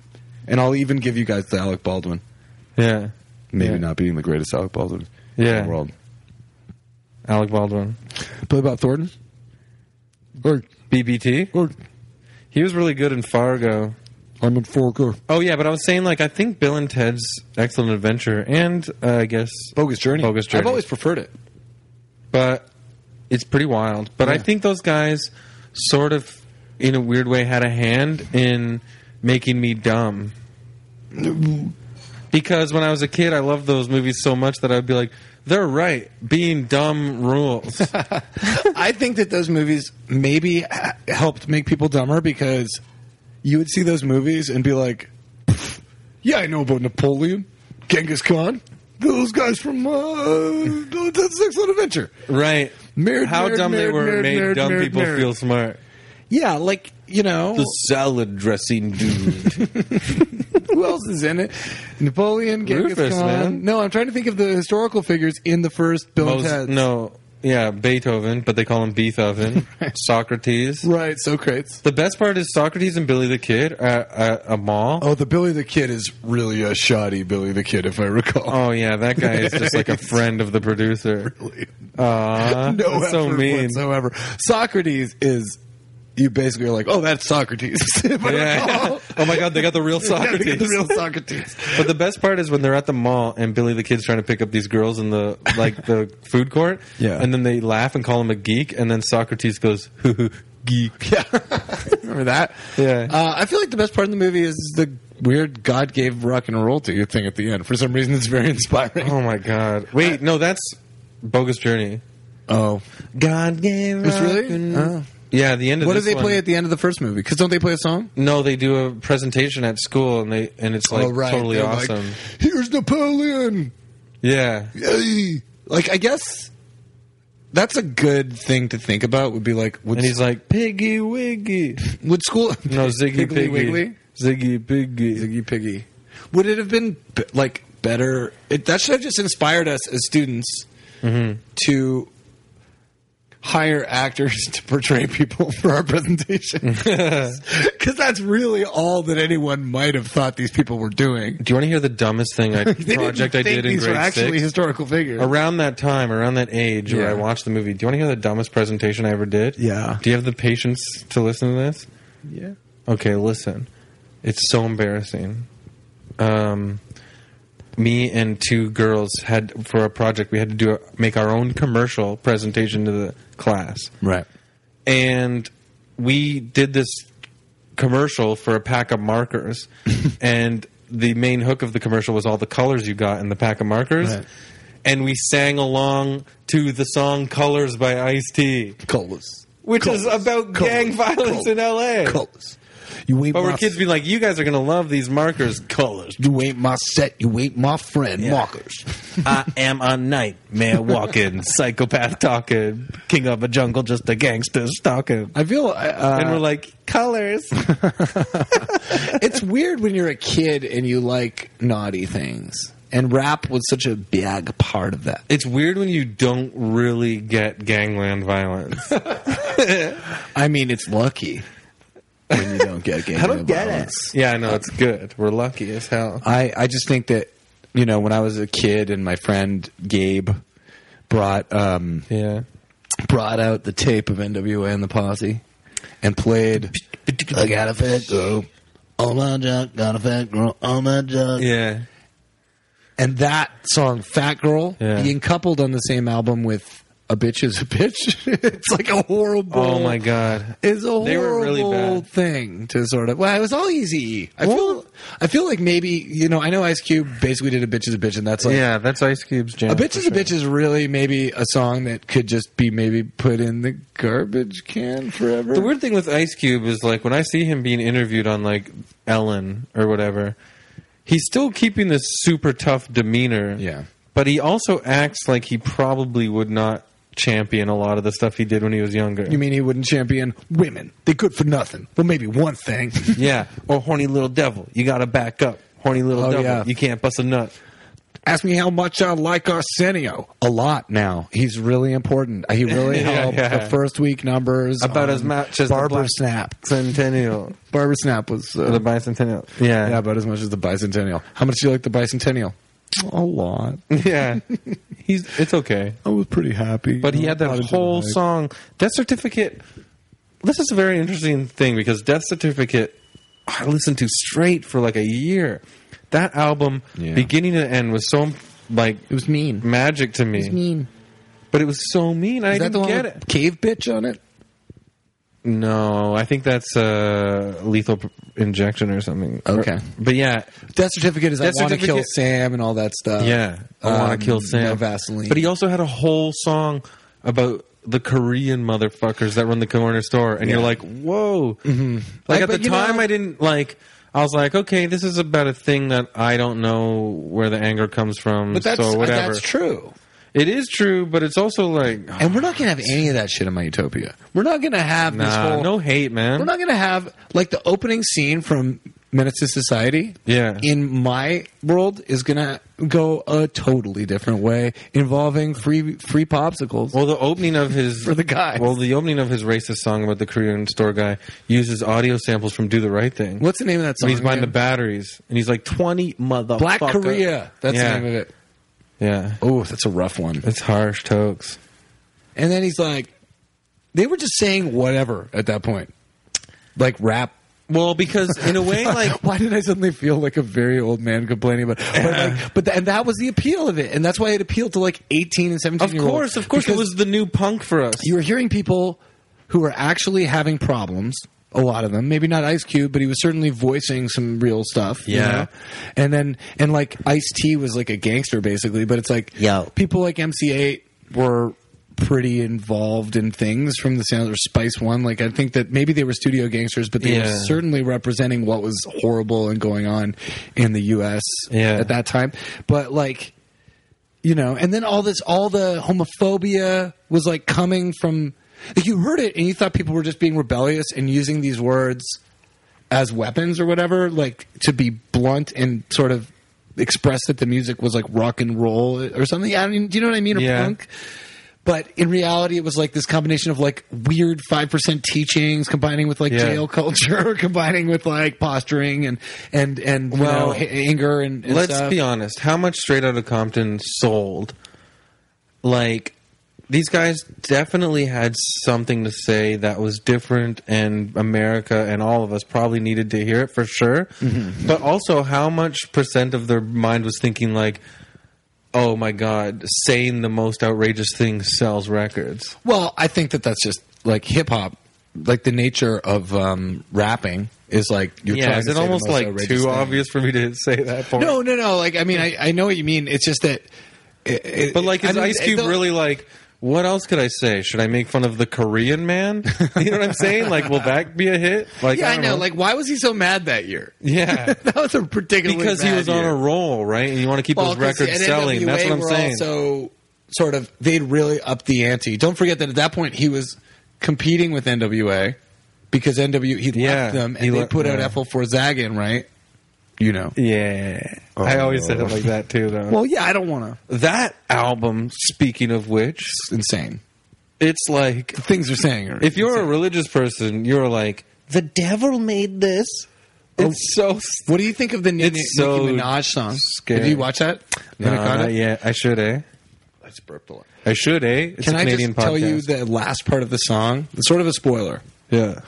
Speaker 2: And I'll even give you guys the Alec Baldwin.
Speaker 1: Yeah,
Speaker 2: Maybe
Speaker 1: Yeah.
Speaker 2: not being the greatest Alec Baldwin
Speaker 1: Yeah.
Speaker 2: in the world.
Speaker 1: Alec Baldwin,
Speaker 2: Play about Thornton. Or
Speaker 1: BBT.
Speaker 2: or
Speaker 1: He was really good in Fargo.
Speaker 2: I'm in Forker.
Speaker 1: Oh yeah, but I was saying like I think Bill and Ted's Excellent Adventure and uh, I guess
Speaker 2: Bogus Journey.
Speaker 1: Bogus Journey.
Speaker 2: I've always preferred it.
Speaker 1: but it's pretty wild. But I
Speaker 2: Yeah.
Speaker 1: think those guys sort of in a weird way had a hand in making me dumb. Because when I was a kid, I loved those movies so much that I'd be like, "They're right, being dumb rules."
Speaker 2: (laughs) I think that those movies maybe h- helped make people dumber because you would see those movies and be like, "Pff, "Yeah, I know about Napoleon, Genghis Khan, those guys from uh, That's Excellent Adventure."
Speaker 1: right?
Speaker 2: Married,
Speaker 1: How
Speaker 2: married,
Speaker 1: dumb they
Speaker 2: married,
Speaker 1: were
Speaker 2: married,
Speaker 1: made
Speaker 2: married,
Speaker 1: dumb
Speaker 2: married,
Speaker 1: people
Speaker 2: married.
Speaker 1: feel smart.
Speaker 2: Yeah, like you know,
Speaker 1: salad dressing (laughs) dude.
Speaker 2: who else is in it? Napoleon, Genghis
Speaker 1: Rufus,
Speaker 2: Khan.
Speaker 1: man.
Speaker 2: No, I'm trying to think of the historical figures in the first Bill and
Speaker 1: Mos- Mm.
Speaker 2: Ted's.
Speaker 1: no, yeah, Beethoven, but they call him Beethoven. Socrates.
Speaker 2: Right, Socrates.
Speaker 1: The best part is Socrates and Billy the Kid at, at a mall.
Speaker 2: Oh, the Billy the Kid is really a shoddy Billy the Kid, if I recall.
Speaker 1: Oh yeah, that guy is just
Speaker 2: (laughs)
Speaker 1: like a friend of the producer. Aw,
Speaker 2: no
Speaker 1: that's so
Speaker 2: effort
Speaker 1: mean.
Speaker 2: whatsoever. Socrates is you basically are like, oh, that's Socrates. (laughs) If I
Speaker 1: Yeah.
Speaker 2: recall.
Speaker 1: (laughs) oh my god, they got the real
Speaker 2: (laughs) Yeah,
Speaker 1: Socrates.
Speaker 2: the real Socrates.
Speaker 1: But the best part is when they're at the mall and Billy the Kid's trying to pick up these girls in the like the food court.
Speaker 2: Yeah.
Speaker 1: And then they laugh and call him a geek, and then Socrates goes, (laughs) "Hoo hoo, geek."
Speaker 2: Yeah, remember that?
Speaker 1: Yeah.
Speaker 2: Uh, I feel like the best part of the movie is the weird God gave rock and roll to you thing at the end. For some reason, it's very (laughs) inspiring.
Speaker 1: Oh my god! Wait, no, that's Bogus Journey.
Speaker 2: Oh,
Speaker 1: God gave
Speaker 2: It's
Speaker 1: rock
Speaker 2: really?
Speaker 1: and-
Speaker 2: Oh.
Speaker 1: Yeah, the end of
Speaker 2: what do
Speaker 1: this
Speaker 2: they
Speaker 1: one-
Speaker 2: play at the end of the first movie? Because don't they play a song?
Speaker 1: No, they do a presentation at school, and they and it's like
Speaker 2: oh, right.
Speaker 1: totally
Speaker 2: They're like,
Speaker 1: awesome.
Speaker 5: (laughs)
Speaker 2: Here's Napoleon.
Speaker 1: yeah,
Speaker 2: Yay. (laughs) Like, I guess that's a good thing to think about. Would be like, would,
Speaker 1: and he's like Piggy Wiggy.
Speaker 2: would school
Speaker 1: No, Ziggy
Speaker 2: Piggly
Speaker 1: Piggy.
Speaker 2: Wiggly?
Speaker 1: Ziggy Piggy.
Speaker 2: Ziggy Piggy. Would it have been b- like better? It, that should have just inspired us as students
Speaker 1: Mm-hmm.
Speaker 2: to hire actors (laughs) to portray people (laughs) for our presentation,
Speaker 1: Mm.
Speaker 2: (laughs) because that's really all that anyone might have thought these people were doing.
Speaker 1: Do you want to hear the dumbest thing I
Speaker 2: (laughs) They didn't
Speaker 1: project I
Speaker 2: think
Speaker 1: did in
Speaker 2: these were
Speaker 1: grade
Speaker 2: actually
Speaker 1: six?
Speaker 2: historical figures.
Speaker 1: Around that time, around that age where
Speaker 2: Yeah.
Speaker 1: I watched the movie, do you want to hear the dumbest presentation I ever did?
Speaker 2: Yeah.
Speaker 1: Do you have the patience to listen to this?
Speaker 2: yeah.
Speaker 1: Okay, listen. It's so embarrassing. Um, me and two girls had for a project we had to do a, make our own commercial presentation to the class.
Speaker 2: Right.
Speaker 1: and we did this commercial for a pack of
Speaker 2: (laughs)
Speaker 1: markers and the main hook of the commercial was all the colors you got in the pack of markers
Speaker 2: Right.
Speaker 1: and we sang along to the song colors by ice-t
Speaker 2: Colors.
Speaker 1: which is about gang violence in la
Speaker 2: Colors. You ain't
Speaker 1: but
Speaker 2: my
Speaker 1: we're kids being like you guys are gonna love these markers colors
Speaker 2: You ain't my set. You ain't my friend. Markers.
Speaker 1: (laughs) i am a nightmare
Speaker 2: (laughs)
Speaker 1: walking psychopath talking king of a jungle just a gangster stalking
Speaker 2: I feel. Uh,
Speaker 1: and we're like colors
Speaker 2: (laughs) it's weird when you're a kid and you like naughty things. And rap was such a big part of that.
Speaker 1: It's weird when you don't really get gangland (laughs) violence.
Speaker 2: I mean, it's lucky when you don't get gang. I don't get it.
Speaker 1: yeah, I know it's good. We're lucky as hell.
Speaker 2: I, I just think that, you know, when I was a kid and my friend Gabe brought um,
Speaker 1: Yeah.
Speaker 2: brought out the tape of NWA and the Posse and played
Speaker 4: I got a fat girl. Oh my god, got a fat girl. Oh my god.
Speaker 1: Yeah.
Speaker 2: and that song "Fat Girl"
Speaker 1: Yeah.
Speaker 2: being coupled on the same album with "A Bitch Is a Bitch," (laughs) it's like a horrible.
Speaker 1: Oh my god.
Speaker 2: is a
Speaker 1: They were
Speaker 2: horrible
Speaker 1: really bad.
Speaker 2: thing to sort of. Well, it was all easy. I feel. I feel like maybe you know. I know Ice Cube basically did a bitch is a bitch, and that's like
Speaker 1: yeah, that's Ice Cube's jam.
Speaker 2: a bitch
Speaker 1: for
Speaker 2: is
Speaker 1: sure.
Speaker 2: a bitch is really maybe a song that could just be maybe put in the garbage can forever.
Speaker 1: The weird thing with Ice Cube is like when I see him being interviewed on like Ellen or whatever, he's still keeping this super tough demeanor.
Speaker 2: Yeah.
Speaker 1: But he also acts like he probably would not champion a lot of the stuff he did when he was younger.
Speaker 2: you mean he wouldn't champion women? They good for nothing. Well, maybe one
Speaker 1: (laughs)
Speaker 2: thing.
Speaker 1: yeah. Or horny little devil. You gotta back up. Horny little
Speaker 2: Oh,
Speaker 1: devil.
Speaker 2: yeah.
Speaker 1: You can't bust a nut.
Speaker 2: Ask me how much I like Arsenio. A lot now. He's really important.
Speaker 1: (laughs)
Speaker 2: He really
Speaker 1: Yeah,
Speaker 2: helped
Speaker 1: yeah.
Speaker 2: the first week numbers
Speaker 1: About
Speaker 2: on
Speaker 1: as much as the
Speaker 2: Barber
Speaker 1: Black-
Speaker 2: Snap.
Speaker 1: Centennial.
Speaker 2: Barber Snap was uh,
Speaker 1: the bicentennial. Yeah.
Speaker 2: Yeah, about as much as the bicentennial. How much do you like the bicentennial? A lot.
Speaker 1: (laughs) Yeah, he's it's okay,
Speaker 2: I was pretty happy.
Speaker 1: but he had that whole song, "Death Certificate." This is a very interesting thing because "Death Certificate," I listened to straight for like a year. That album,
Speaker 2: Yeah.
Speaker 1: beginning to end, was so like
Speaker 2: It was mean.
Speaker 1: magic to me.
Speaker 2: mean.
Speaker 1: But it was so mean. I
Speaker 2: Is that
Speaker 1: didn't
Speaker 2: the one
Speaker 1: get
Speaker 2: with
Speaker 1: it.
Speaker 2: Cave Bitch on it?
Speaker 1: No, I think that's a lethal p- injection or something. Or-
Speaker 2: Okay.
Speaker 1: but yeah,
Speaker 2: Death Certificate is
Speaker 1: Death
Speaker 2: I Want to Kill
Speaker 1: Certificate-
Speaker 2: Sam and all that stuff.
Speaker 1: Yeah, I want
Speaker 2: Um,
Speaker 1: to kill Sam.
Speaker 2: no Vaseline.
Speaker 1: But he also had a whole song about the Korean motherfuckers that run the corner store, and you're
Speaker 2: Yeah. Mm-hmm.
Speaker 1: like, whoa!
Speaker 2: Like,
Speaker 1: Like at
Speaker 2: but
Speaker 1: the
Speaker 2: you know-
Speaker 1: time, I didn't like. I was like, okay, this is about a thing that I don't know where the anger comes from.
Speaker 2: But that's,
Speaker 1: so whatever.
Speaker 2: that's true.
Speaker 1: It is true, but it's also like,
Speaker 2: And we're not going to have any of that shit in my utopia. We're not going to have this
Speaker 1: nah,
Speaker 2: whole.
Speaker 1: no hate, man.
Speaker 2: We're not going to have like the opening scene from Menace to Society,
Speaker 1: Yeah.
Speaker 2: in my world is gonna go a totally different way, involving free free popsicles.
Speaker 1: Well, the opening of his
Speaker 2: For the guys.
Speaker 1: Well, the opening of his racist song about the Korean store guy uses audio samples from "Do the Right Thing."
Speaker 2: What's the name of that song?
Speaker 1: When he's buying the
Speaker 2: again?
Speaker 1: batteries, and he's like twenty motherfucker.
Speaker 2: Black Korea. That's
Speaker 1: Yeah.
Speaker 2: the name of it.
Speaker 1: Yeah,
Speaker 2: Oh, that's a rough one.
Speaker 1: it's harsh tokes.
Speaker 2: And then he's like, they were just saying whatever at that point, like rap.
Speaker 1: Well, because in a
Speaker 2: (laughs)
Speaker 1: way, like
Speaker 2: why did I suddenly feel like a very old man complaining about? But, like, but th- and that was the appeal of it, and that's why it appealed to like eighteen and seventeen.
Speaker 1: of
Speaker 2: year olds.
Speaker 1: course, of course, it
Speaker 2: Because
Speaker 1: was the new punk for us.
Speaker 2: You were hearing people who were actually having problems. A lot of them, maybe not Ice Cube, but he was certainly voicing some real stuff. you
Speaker 1: Yeah.
Speaker 2: know? and then and like Ice T was like a gangster basically, but it's like
Speaker 4: Yo.
Speaker 2: people like MC8 were pretty involved in things from the sound or Spice One. Like I think that maybe they were studio gangsters, but they were
Speaker 1: Yeah.
Speaker 2: certainly representing what was horrible and going on in the U.S.
Speaker 1: Yeah.
Speaker 2: at that time. But like you know, and then all this, all the homophobia was like coming from like you heard it and you thought people were just being rebellious and using these words as weapons or whatever, like to be blunt and sort of express that the music was like rock and roll or something. I mean, do you know what I mean? Or
Speaker 1: Yeah.
Speaker 2: punk. But in reality, it was like this combination of like weird five percent teachings combining with like
Speaker 1: Yeah.
Speaker 2: jail culture, (laughs) combining with like posturing and and and you
Speaker 1: Well,
Speaker 2: know, ha- anger and, and
Speaker 1: Let's
Speaker 2: stuff.
Speaker 1: be honest. How much Straight Outta Compton sold? Like these guys definitely had something to say that was different, and America and all of us probably needed to hear it for sure.
Speaker 2: Mm-hmm.
Speaker 1: But also, how much percent of their mind was thinking like, "Oh my God, saying the most outrageous thing sells records."
Speaker 2: Well, I think that that's just like hip hop, like the nature of um, rapping is like you're
Speaker 1: yeah,
Speaker 2: trying
Speaker 1: is
Speaker 2: to
Speaker 1: it
Speaker 2: say the
Speaker 1: almost
Speaker 2: most
Speaker 1: like
Speaker 2: outrageous
Speaker 1: too
Speaker 2: thing.
Speaker 1: obvious for me to say that point?
Speaker 2: No, no, no. Like I mean, I, I know what you mean. It's just that. It, it-
Speaker 1: But like,
Speaker 2: I
Speaker 1: is
Speaker 2: mean,
Speaker 1: Ice Cube
Speaker 2: the-
Speaker 1: really like? What else could I say? Should I make fun of the Korean
Speaker 2: (laughs)
Speaker 1: man? You know what I'm saying? Like, will that be a hit? Like,
Speaker 2: Yeah, I
Speaker 1: don't
Speaker 2: know. Like, why was he so mad that year? (laughs)
Speaker 1: yeah,
Speaker 2: that was a particularly
Speaker 1: because he
Speaker 2: bad
Speaker 1: was on
Speaker 2: year.
Speaker 1: a roll, right? And you want to keep
Speaker 2: Well,
Speaker 1: those
Speaker 2: 'cause the
Speaker 1: records selling. That's what
Speaker 2: NWA
Speaker 1: I'm
Speaker 2: were
Speaker 1: saying.
Speaker 2: Also, sort of, they'd really upped the ante. Don't forget that at that point he was competing with NWA because NW he
Speaker 1: Yeah,
Speaker 2: left them and
Speaker 1: he
Speaker 2: they
Speaker 1: le-
Speaker 2: put out
Speaker 1: yeah.
Speaker 2: Ethel for Zagan, right? You know.
Speaker 1: yeah, I always said it like that too, though.
Speaker 2: Well, yeah, I don't want to.
Speaker 1: that album, speaking of which,
Speaker 2: It's insane.
Speaker 1: it's like
Speaker 2: The things you're saying are.
Speaker 1: if you're a religious person, you're like the devil made this.
Speaker 2: Oh.
Speaker 1: It's so
Speaker 2: what do you think of the Nicki,
Speaker 1: It's
Speaker 2: Nicki
Speaker 1: so
Speaker 2: Minaj song?
Speaker 1: scary.
Speaker 2: Did you watch that?
Speaker 1: no,
Speaker 2: Anaconda?
Speaker 1: not yet. I should, eh?
Speaker 2: I just burped a lot.
Speaker 1: I should, eh? It's
Speaker 2: Can
Speaker 1: a
Speaker 2: I just
Speaker 1: Canadian podcast.
Speaker 2: tell you the last part of the song? It's sort of a spoiler.
Speaker 1: yeah.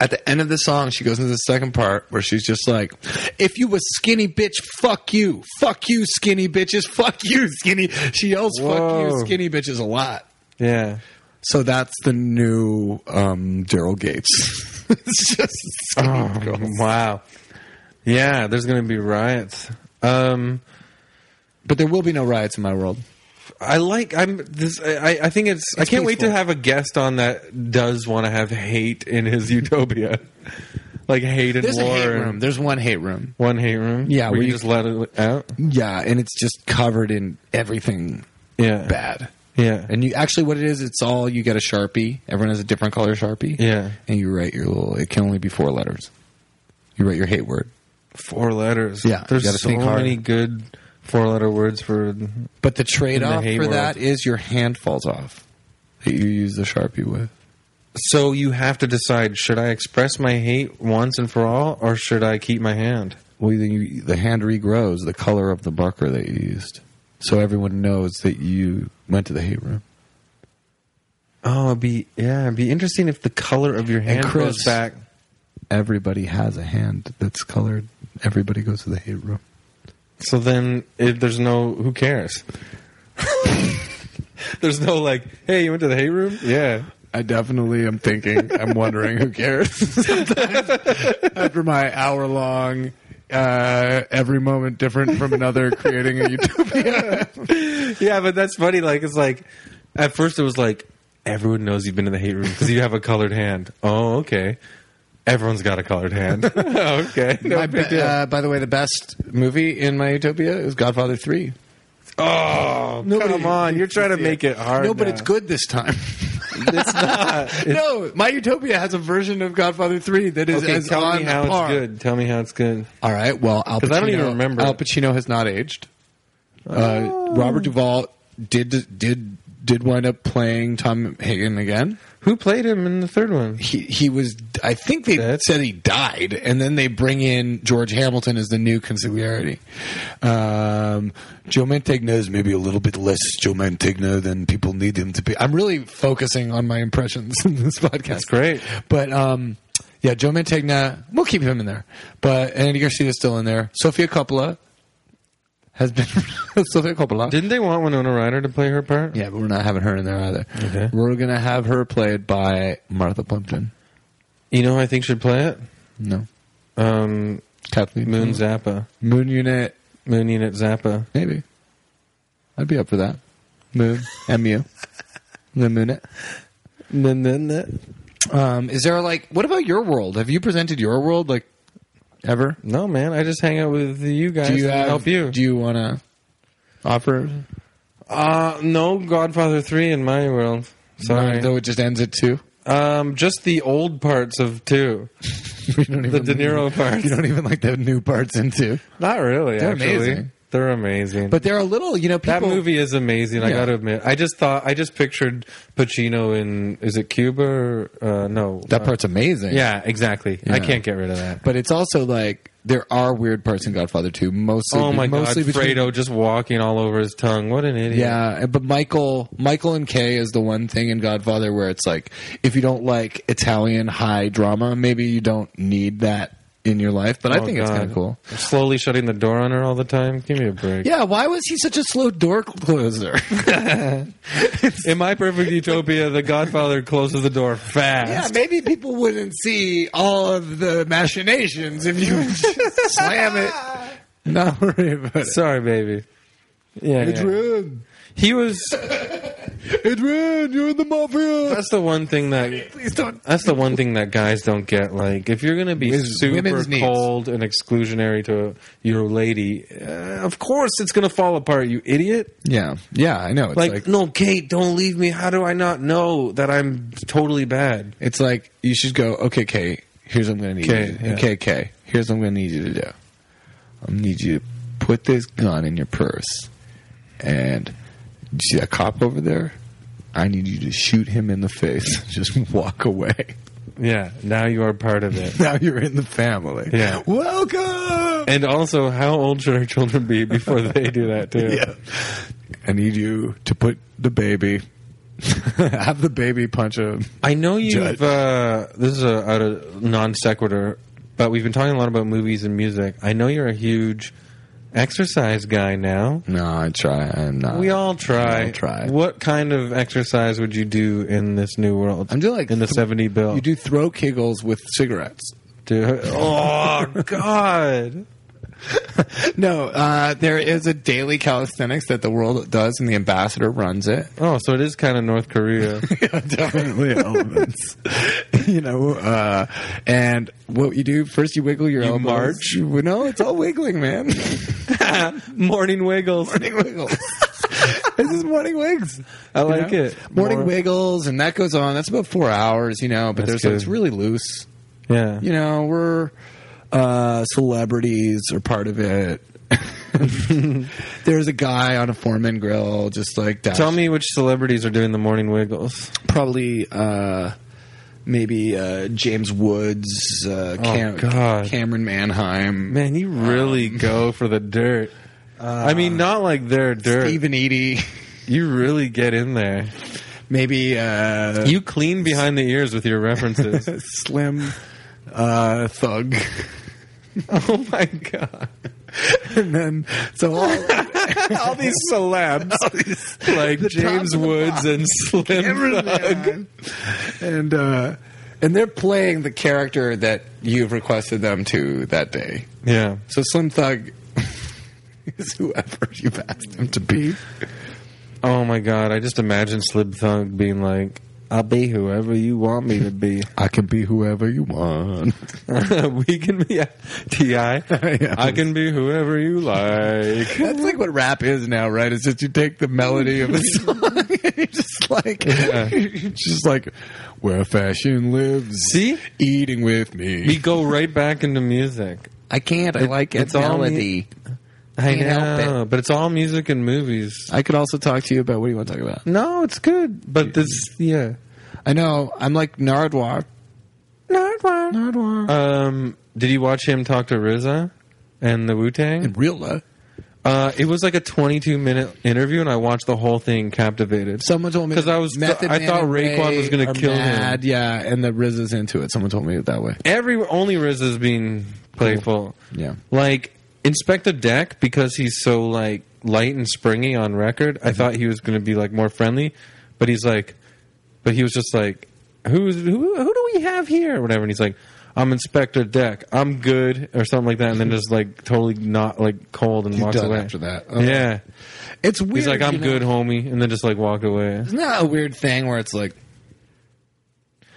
Speaker 2: At the end of the song, she goes into the second part where she's just like, "If you a skinny bitch, fuck you, fuck you, skinny bitches, fuck you, skinny." She yells, "Fuck
Speaker 1: Whoa.
Speaker 2: you, skinny bitches" a lot.
Speaker 1: Yeah.
Speaker 2: So that's the new um, Daryl Gates. (laughs) it's just skinny girls.
Speaker 1: Wow. Yeah, there's going to be riots. Um,
Speaker 2: but there will be no riots in my world.
Speaker 1: I like. I'm this. I, I think it's. I
Speaker 2: It's
Speaker 1: can't wait to
Speaker 2: peaceful.
Speaker 1: have a guest on that does want to have hate in his (laughs) utopia, like hate and
Speaker 2: There's
Speaker 1: war.
Speaker 2: a hate
Speaker 1: and
Speaker 2: room. There's one hate room.
Speaker 1: One hate room.
Speaker 2: Yeah,
Speaker 1: where
Speaker 2: where
Speaker 1: you
Speaker 2: you-
Speaker 1: just let it out.
Speaker 2: Yeah, and it's just covered in everything
Speaker 1: Yeah.
Speaker 2: bad.
Speaker 1: Yeah.
Speaker 2: And you actually, what it is, it's all you get a sharpie. Everyone has a different color sharpie.
Speaker 1: Yeah.
Speaker 2: and you write your little. It can only be four letters. You write your hate word.
Speaker 1: Four letters.
Speaker 2: Yeah, you gotta
Speaker 1: There's so
Speaker 2: think hard.
Speaker 1: many good four-letter words for.
Speaker 2: But the trade off
Speaker 1: hate
Speaker 2: for
Speaker 1: world.
Speaker 2: that is your hand falls off that you use the sharpie with.
Speaker 1: So you have to decide: should I express my hate once and for all, or should I keep my hand?
Speaker 2: Well, then you, the hand regrows the color of the marker that you used, so everyone knows that you went to the hate room.
Speaker 1: Oh, it'd be yeah, it'd be interesting if the color of your hand
Speaker 2: Chris-
Speaker 1: goes back.
Speaker 2: Everybody has a hand that's colored. (laughs) Everybody goes to the hate room.
Speaker 1: So then it, there's no who cares. there's no like, hey, you went to the hate room? Yeah.
Speaker 2: I definitely am thinking. I'm wondering who cares. (laughs) Sometimes after my hour long, uh, every moment different from another, creating a utopia.
Speaker 1: Yeah, but that's funny. Like it's like at first it was like everyone knows you've been to the hate room because you have a colored hand. Oh, okay. Everyone's got a colored hand. okay. No
Speaker 2: My
Speaker 1: big
Speaker 2: be-
Speaker 1: deal.
Speaker 2: uh, by the way, the best movie in my utopia is Godfather Three.
Speaker 1: oh, come on. You're trying to make it hard.
Speaker 2: No, but
Speaker 1: now.
Speaker 5: (laughs)
Speaker 2: it's good this time.
Speaker 1: it's not.
Speaker 5: no, My Utopia has a version of Godfather 3 that
Speaker 1: (laughs)
Speaker 5: is
Speaker 1: Okay,
Speaker 5: as
Speaker 1: tell
Speaker 5: on
Speaker 1: me how
Speaker 5: par.
Speaker 1: it's good. Tell me how it's good.
Speaker 5: All right. Well, Al
Speaker 1: 'Cause
Speaker 5: Pacino,
Speaker 1: I don't even remember
Speaker 5: Al
Speaker 1: it.
Speaker 5: Pacino has not aged. Uh,
Speaker 2: Oh.
Speaker 5: Robert Duvall did did did wind up playing Tom Hagen again.
Speaker 1: Who played him in the third one?
Speaker 5: He he was. I think they
Speaker 1: That's-
Speaker 5: said he died, and then they bring in George Hamilton as the new consigliere. Um,
Speaker 2: Joe Mantegna is maybe a little bit less Joe Mantegna than people need him to be.
Speaker 5: I'm really focusing on my impressions in this podcast. That's
Speaker 1: great.
Speaker 5: But um, yeah, Joe Mantegna, we'll keep him in there. But Andy Garcia's still in there. Sofia Coppola has been (laughs) Sofia Coppola.
Speaker 1: Didn't they want Winona Ryder to play her part?
Speaker 5: yeah, but we're not having her in there either.
Speaker 1: Okay.
Speaker 5: We're gonna have her played by Martha Plimpton.
Speaker 1: You know, who I think should play it.
Speaker 5: No,
Speaker 1: Um,
Speaker 5: Kathleen
Speaker 1: Moon Zappa,
Speaker 5: Hmm. Moon Unit.
Speaker 1: Moon Unit Zappa.
Speaker 5: Maybe I'd be up for that. Moon
Speaker 1: (laughs)
Speaker 5: Mu. The Moon It.
Speaker 1: Then, then, then.
Speaker 5: Um, is there like what about your world? Have you presented your world like ever?
Speaker 1: No, man. I just hang out with you guys.
Speaker 5: do you
Speaker 1: and
Speaker 5: have,
Speaker 1: help you?
Speaker 5: Do you want to offer?
Speaker 1: uh, no, Godfather three in my world. Sorry.
Speaker 5: Though it just ends at two. (laughs)
Speaker 1: Um, just the old parts of two.
Speaker 5: You don't
Speaker 1: The
Speaker 5: even-
Speaker 1: De Niro parts.
Speaker 5: (laughs) You don't even like the new parts in two.
Speaker 1: Not really.
Speaker 5: They're
Speaker 1: actually.
Speaker 5: amazing.
Speaker 1: They're amazing.
Speaker 5: But there are little, you know, people.
Speaker 1: that movie is amazing. I
Speaker 5: Yeah.
Speaker 1: got to admit. I just thought. I just pictured Pacino in. Is it Cuba? Or, uh, no.
Speaker 5: That
Speaker 1: uh,
Speaker 5: part's amazing.
Speaker 1: Yeah, exactly. I
Speaker 5: Yeah.
Speaker 1: can't get rid of that.
Speaker 5: But it's also like there are weird parts in Godfather two. Mostly.
Speaker 1: Oh my god,
Speaker 5: mostly between-
Speaker 1: Fredo just walking all over his tongue. What an idiot.
Speaker 5: Yeah, but Michael, Michael and Kay is the one thing in Godfather where it's like, if you don't like Italian high drama, maybe you don't need that in your life. But I
Speaker 1: Oh,
Speaker 5: think it's
Speaker 1: God.
Speaker 5: kind of cool.
Speaker 1: Slowly shutting the door on her all the time. Give me a break.
Speaker 5: Yeah, why was he such a slow door closer?
Speaker 1: In my perfect utopia, the Godfather closes the door
Speaker 5: (laughs) yeah,
Speaker 1: fast.
Speaker 5: maybe people wouldn't see all of the machinations if you (laughs) would just slam it. (laughs) Not worry about it.
Speaker 1: Sorry, baby. Yeah, yeah.
Speaker 5: Adrian,
Speaker 1: he was.
Speaker 5: Adrian, you're in the mafia.
Speaker 1: That's the one thing that.
Speaker 5: Please don't.
Speaker 1: That's the one thing that guys don't get. Like, if you're going to be
Speaker 5: Is
Speaker 1: super
Speaker 5: women's needs.
Speaker 1: cold and exclusionary to your lady, uh, of course it's going to fall apart, you idiot.
Speaker 5: Yeah, yeah, I know. It's
Speaker 1: Like,
Speaker 5: like,
Speaker 1: no, Kate, don't leave me. How do I not know that I'm totally bad?
Speaker 5: it's like you should go. Okay, Kay, here's what I'm going to need.
Speaker 1: Kay,
Speaker 5: you to,
Speaker 1: yeah.
Speaker 5: Okay, Kay, here's what I'm going to need you to do. I'm going to need you to put this gun in your purse, and you see that cop over there. I need you to shoot him in the face. (laughs) Just walk away. (laughs)
Speaker 1: Yeah, now you are part of it.
Speaker 5: Now you're in the family.
Speaker 1: Yeah.
Speaker 5: (laughs) Welcome.
Speaker 1: And also, how old should our children be before they do that too?
Speaker 5: (laughs) Yeah. I need you to put the baby. (laughs) have the baby punch him.
Speaker 1: I know
Speaker 5: Judge.
Speaker 1: you've. Uh, this is a, out of non sequitur, but we've been talking a lot about movies and music. I know you're a huge exercise guy now.
Speaker 5: No, I try. I'm not.
Speaker 1: We all try.
Speaker 5: Uh, we all try.
Speaker 1: What kind of exercise would you do in this new world?
Speaker 5: I'm doing like
Speaker 1: in the
Speaker 5: th-
Speaker 1: seventy bill.
Speaker 5: You do throw kegels with cigarettes.
Speaker 1: do. Oh
Speaker 5: (laughs)
Speaker 1: God.
Speaker 5: No, uh, there is a daily calisthenics that the world does, and the ambassador
Speaker 1: (laughs)
Speaker 5: runs it.
Speaker 1: Oh, so it is kind of North Korea.
Speaker 5: yeah, definitely elements. you know, uh, and what you do first, you wiggle your elbows.
Speaker 1: march?
Speaker 5: You- no, it's all wiggling, man.
Speaker 1: (laughs) Morning wiggles.
Speaker 5: (laughs) morning wiggles. (laughs) this is morning wigs.
Speaker 1: I
Speaker 5: you
Speaker 1: like
Speaker 5: know?
Speaker 1: it.
Speaker 5: Morning
Speaker 1: More-
Speaker 5: wiggles, and that goes on. That's about four hours, you know. But
Speaker 1: That's
Speaker 5: there's it's
Speaker 1: good.
Speaker 5: really loose.
Speaker 1: Yeah.
Speaker 5: You know, we're uh, celebrities are part of it. (laughs)
Speaker 1: (laughs)
Speaker 5: there's a guy on a foreman grill, just like that.
Speaker 1: Tell me which celebrities are doing the morning wiggles.
Speaker 5: probably uh, maybe uh, James Woods, uh, Cam-
Speaker 1: God.
Speaker 5: Cameron Manheim,
Speaker 1: Man, you really go for the dirt. I mean, not like their dirt.
Speaker 5: Stephen Eady,
Speaker 1: You really get in there.
Speaker 5: maybe uh,
Speaker 1: You clean behind the ears with your references.
Speaker 5: Slim uh, Thug.
Speaker 1: (laughs)
Speaker 5: (laughs)
Speaker 1: oh my god!
Speaker 5: and then so all,
Speaker 1: All these (laughs) celebs, like
Speaker 5: the top
Speaker 1: James
Speaker 5: of the
Speaker 1: Woods and
Speaker 5: (laughs)
Speaker 1: Slim.
Speaker 5: Everything. and uh, and they're playing the character that you've requested them to that day.
Speaker 1: Yeah,
Speaker 5: So Slim Thug (laughs) is whoever you've asked him to be.
Speaker 1: Oh my god, I just imagine Slib Thug being like, I'll be whoever you want me to be. (laughs)
Speaker 5: I can be whoever you want.
Speaker 1: we can be Ti.
Speaker 5: (laughs)
Speaker 1: I can be whoever you like.
Speaker 5: That's like what rap is now, right? It's just you take the melody
Speaker 1: (laughs)
Speaker 5: of a song (laughs) and you're just like, (laughs) you're just like, where fashion lives.
Speaker 1: See?
Speaker 5: Eating with me.
Speaker 1: We go right back into music.
Speaker 5: I can't. I like
Speaker 1: it's all me- I
Speaker 5: Can't help
Speaker 1: know, but it's all music and movies.
Speaker 5: I could also talk to you about what do you want to talk about?
Speaker 1: No, it's good, but this yeah.
Speaker 5: I know. I'm like Nardwar.
Speaker 1: Nardwar.
Speaker 5: Nardwar.
Speaker 1: Um, did you watch him talk to RZA and the Wu
Speaker 5: in
Speaker 1: Tang?
Speaker 5: real life.
Speaker 1: Uh, it was like a 22 minute interview, and I watched the whole thing captivated.
Speaker 5: Someone told me
Speaker 1: 'Cause I was-
Speaker 5: Method
Speaker 1: I
Speaker 5: Man
Speaker 1: thought
Speaker 5: and
Speaker 1: Raekwon
Speaker 5: Ray
Speaker 1: was gonna
Speaker 5: are
Speaker 1: kill him.
Speaker 5: mad, Yeah, and the Riz is into it. Someone told me it that way.
Speaker 1: Every only RZA's being playful.
Speaker 5: Yeah.
Speaker 1: Like Inspector Deck because he's so like light and springy on record. I thought he was going to be like more friendly, but he's like, but he was just like, who's who? Who do we have here? Or whatever. And he's like, I'm Inspector Deck. I'm good or something like that. And then just like totally not like cold and
Speaker 5: You're
Speaker 1: walks
Speaker 5: done
Speaker 1: away
Speaker 5: after that. Oh.
Speaker 1: Yeah,
Speaker 5: It's weird.
Speaker 1: he's like, I'm
Speaker 5: you know?
Speaker 1: good, homie, and then just like walked away.
Speaker 5: Isn't that a weird thing where it's like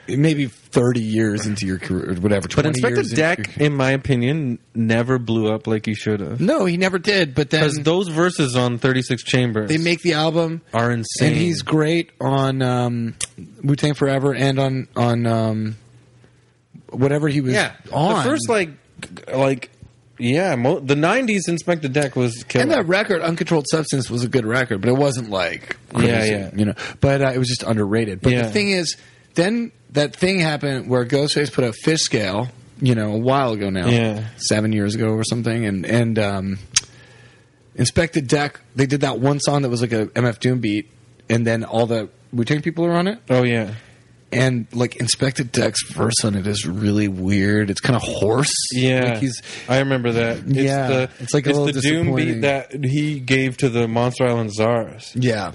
Speaker 5: maybe 30 years into your career, or whatever, 20
Speaker 1: But Inspector
Speaker 5: years into your
Speaker 1: Deck,
Speaker 5: career-
Speaker 1: in my opinion, never blew up like he should have.
Speaker 5: No, he never did, but then
Speaker 1: Because those verses on 36 Chambers
Speaker 5: they make the album,
Speaker 1: are insane.
Speaker 5: and he's great on um, Wu Tang Forever and on, on um, whatever he was
Speaker 1: yeah
Speaker 5: on.
Speaker 1: The first like like yeah, mo- the 90s Inspector Deck was
Speaker 5: and
Speaker 1: killer.
Speaker 5: that record, Uncontrolled Substance, was a good record, but it wasn't like crazy,
Speaker 1: Yeah, yeah.
Speaker 5: you know. But uh, it was just underrated. But
Speaker 1: Yeah.
Speaker 5: the thing is, then that thing happened where Ghostface put a fish scale, you know, a while ago now,
Speaker 1: Yeah.
Speaker 5: seven years ago or something, and and um, Inspector Deck. They did that one song that was like a MF Doom beat, and then all the Wu Tang people are on it,
Speaker 1: oh yeah.
Speaker 5: and like Inspector Deck's verse on it is really weird. It's kind of hoarse.
Speaker 1: Yeah.
Speaker 5: like he's
Speaker 1: I remember that. It's
Speaker 5: Yeah,
Speaker 1: the,
Speaker 5: it's like a little
Speaker 1: the doom
Speaker 5: disappointing.
Speaker 1: beat that he gave to the Monster Island Czars.
Speaker 5: yeah.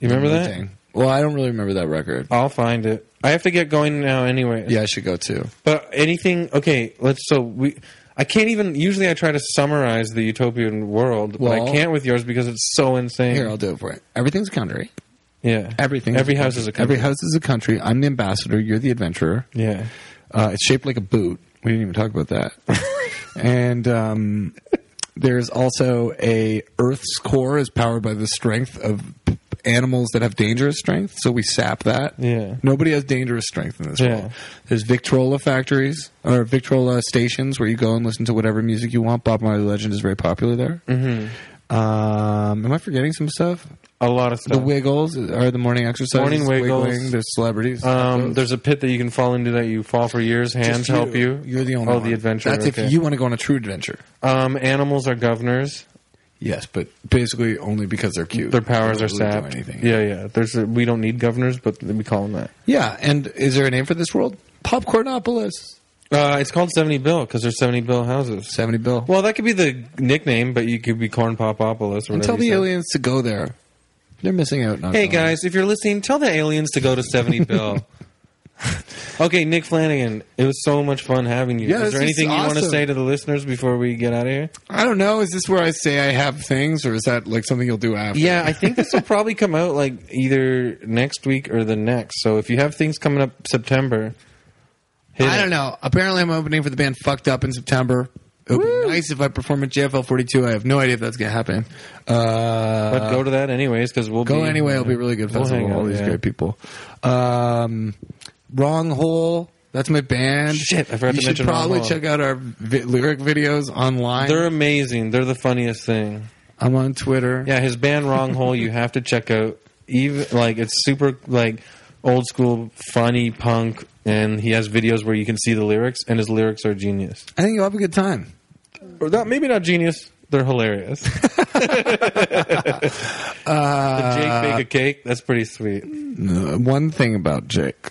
Speaker 1: You remember that?
Speaker 5: Wu-Tang. Well, I don't really remember that record.
Speaker 1: I'll find it. I have to get going now anyway.
Speaker 5: Yeah, I should go too.
Speaker 1: But anything okay, let's so we I can't even usually I try to summarize the utopian world, but
Speaker 5: Well-
Speaker 1: I can't with yours because it's so insane.
Speaker 5: Here, I'll do it for you. Everything's a country.
Speaker 1: yeah.
Speaker 5: Everything.
Speaker 1: Every house is a country.
Speaker 5: Every house is a country. I'm the ambassador. You're the adventurer.
Speaker 1: Yeah.
Speaker 5: Uh, it's shaped like a boot. We didn't even talk about (laughs) that. and um, there's also a Earth's core is powered by the strength of animals that have dangerous strength. So we sap that.
Speaker 1: Yeah.
Speaker 5: Nobody has dangerous strength in this
Speaker 1: Yeah.
Speaker 5: world. There's Victrola factories or Victrola stations where you go and listen to whatever music you want. Bob Marley Legend is very popular there. Mm-hmm. Um, am I forgetting some stuff?
Speaker 1: A lot of
Speaker 5: The
Speaker 1: stuff.
Speaker 5: Wiggles are the morning exercises.
Speaker 1: Morning Wiggles.
Speaker 5: Wiggling, There's celebrities.
Speaker 1: Um, there's a pit that you can fall into that you fall for years. Hands
Speaker 5: Just you.
Speaker 1: help you.
Speaker 5: You're the only.
Speaker 1: Oh,
Speaker 5: one.
Speaker 1: the adventure.
Speaker 5: That's
Speaker 1: okay.
Speaker 5: if you want to go on a true adventure.
Speaker 1: Um, animals are governors.
Speaker 5: Yes, but basically only because they're cute.
Speaker 1: Their powers
Speaker 5: They
Speaker 1: are
Speaker 5: don't really do
Speaker 1: sapped.
Speaker 5: anything.
Speaker 1: Yeah, yeah. There's a, we don't need governors, but we call them that.
Speaker 5: Yeah, and is there a name for this world? Popcornopolis.
Speaker 1: Uh, it's called seventy bill because there's seventy bill houses.
Speaker 5: Seventy bill.
Speaker 1: Well, that could be the nickname, but you could be Corn Popopolis. Or
Speaker 5: and tell
Speaker 1: whatever
Speaker 5: the
Speaker 1: you said.
Speaker 5: aliens to go there. They're missing out. Not
Speaker 1: Hey
Speaker 5: going.
Speaker 1: guys, if you're listening, tell the aliens to go to seventy
Speaker 5: (laughs)
Speaker 1: bill. okay, Nick Flanagan, it was so much fun having you.
Speaker 5: Yeah,
Speaker 1: is there
Speaker 5: this is
Speaker 1: anything you want to
Speaker 5: awesome.
Speaker 1: say to the listeners before we get out of here?
Speaker 5: I don't know. Is this where I say I have things, or is that like something you'll do after?
Speaker 1: Yeah, I think
Speaker 5: (laughs)
Speaker 1: this will probably come out like either next week or the next. So if you have things coming up September, hit
Speaker 5: I
Speaker 1: it.
Speaker 5: don't know. Apparently, I'm opening for the band Fucked Up in September. It would be nice if I perform at JFL 42. I have no idea if that's going to happen. Uh,
Speaker 1: But go to that anyways because we'll
Speaker 5: Go
Speaker 1: be,
Speaker 5: anyway. It'll be a really good
Speaker 1: We'll
Speaker 5: festival.
Speaker 1: hang out,
Speaker 5: All these
Speaker 1: yeah.
Speaker 5: great people. Um, Wrong Hole. That's my band.
Speaker 1: Shit, I forgot to
Speaker 5: you should
Speaker 1: mention Wrong
Speaker 5: probably
Speaker 1: Hole.
Speaker 5: check out our vi- lyric videos online.
Speaker 1: They're amazing. They're the funniest thing.
Speaker 5: I'm on Twitter.
Speaker 1: Yeah, his band Wrong Hole you have to check out. Even like it's super like old school funny punk, and he has videos where you can see the lyrics, and his lyrics are genius.
Speaker 5: I think you'll have a good time.
Speaker 1: Or not maybe not genius. They're hilarious. (laughs) the Jake bake a cake. That's pretty sweet.
Speaker 5: Uh, one thing about Jake,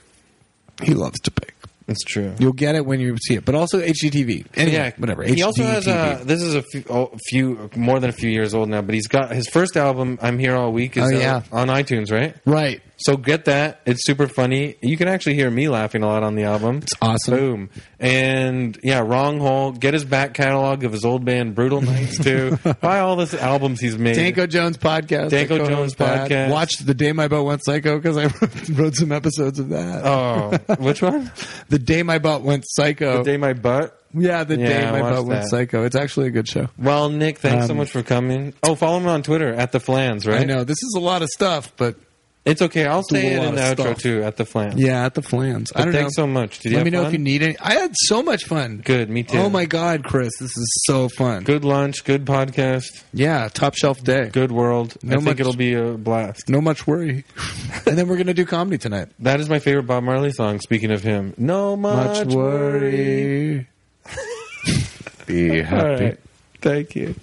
Speaker 5: he loves to pick.
Speaker 1: It's true.
Speaker 5: You'll get it when you see it, but also HGTV. Anyway,
Speaker 1: yeah,
Speaker 5: whatever.
Speaker 1: He also has
Speaker 5: HGTV.
Speaker 1: a. This is a few, oh, few more than a few years old now, but he's got his first album. I'm here all week. Is
Speaker 5: Oh,
Speaker 1: out
Speaker 5: yeah.
Speaker 1: on iTunes, right?
Speaker 5: Right.
Speaker 1: So get that. It's super funny. You can actually hear me laughing a lot on the album. It's
Speaker 5: awesome.
Speaker 1: Boom. And yeah, Wrong Hole. Get his back catalog of his old band Brutal Nights
Speaker 5: (laughs)
Speaker 1: too. Buy all the albums he's made.
Speaker 5: Danko Jones podcast.
Speaker 1: Danko
Speaker 5: I co-host
Speaker 1: Jones
Speaker 5: that.
Speaker 1: podcast.
Speaker 5: Watched the day my boat went psycho because I (laughs) wrote, wrote some episodes of that.
Speaker 1: Oh, which
Speaker 5: (laughs)
Speaker 1: one?
Speaker 5: the day my boat went
Speaker 1: The
Speaker 5: psycho.
Speaker 1: Day My Butt.
Speaker 5: yeah, the
Speaker 1: Yeah,
Speaker 5: day
Speaker 1: I
Speaker 5: my
Speaker 1: watched
Speaker 5: boat went
Speaker 1: that.
Speaker 5: psycho. It's actually a good show.
Speaker 1: Well, Nick, thanks so
Speaker 5: Um,
Speaker 1: much for coming. Oh, follow me on Twitter at the Flans. Right?
Speaker 5: I know this is a lot of stuff, but
Speaker 1: It's okay. I'll
Speaker 5: a
Speaker 1: say it
Speaker 5: lot
Speaker 1: in the
Speaker 5: of
Speaker 1: outro
Speaker 5: stuff.
Speaker 1: too at the Flans.
Speaker 5: yeah, at the flans. I
Speaker 1: But
Speaker 5: don't
Speaker 1: thanks
Speaker 5: know.
Speaker 1: so much. Did you
Speaker 5: Let me
Speaker 1: have
Speaker 5: know if
Speaker 1: fun?
Speaker 5: you need any. I had so much fun.
Speaker 1: Good, me too.
Speaker 5: Oh my god, Chris, this is so fun.
Speaker 1: Good lunch. Good podcast.
Speaker 5: Yeah, top shelf day.
Speaker 1: Good world. I
Speaker 5: No
Speaker 1: think
Speaker 5: much-
Speaker 1: it'll be a blast.
Speaker 5: No much worry. (laughs) and then we're gonna do comedy tonight.
Speaker 1: That is my favorite Bob Marley song. Speaking of him, no much,
Speaker 5: Much worry. Be happy.
Speaker 1: All right. Thank you.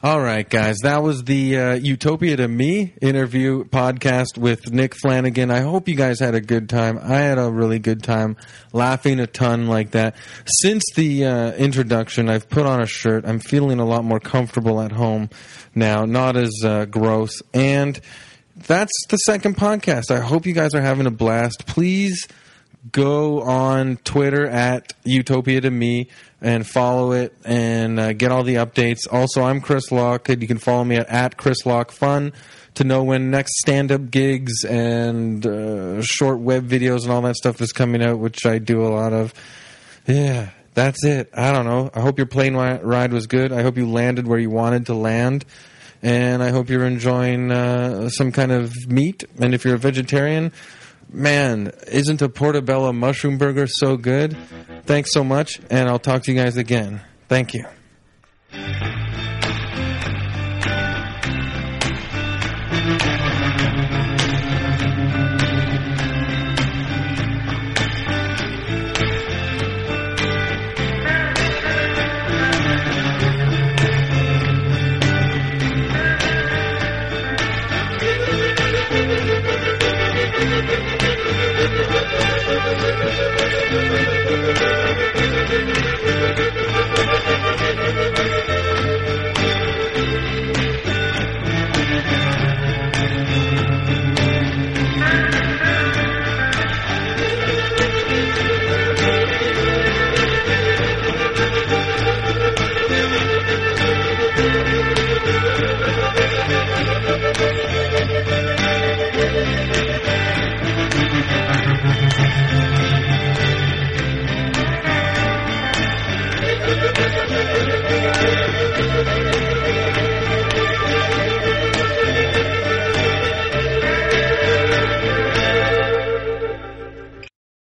Speaker 1: All right, guys. That was the uh, Utopia to Me interview podcast with Nick Flanagan. I hope you guys had a good time. I had a really good time laughing a ton like that. Since the uh, introduction, I've put on a shirt. I'm feeling a lot more comfortable at home now, not as uh, gross. And that's the second podcast. I hope you guys are having a blast. Please go on Twitter at Utopia to me and follow it and uh, get all the updates. Also, I'm Chris Locke, and you can follow me at, at Chris Locke Fun to know when next stand up gigs and uh, short web videos and all that stuff is coming out, which I do a lot of. Yeah, that's it. I don't know. I hope your plane wi- ride was good. I hope you landed where you wanted to land. And I hope you're enjoying uh, some kind of meat. And if you're a vegetarian, man, isn't a portobello mushroom burger so good? Thanks so much. And I'll talk to you guys again. Thank you.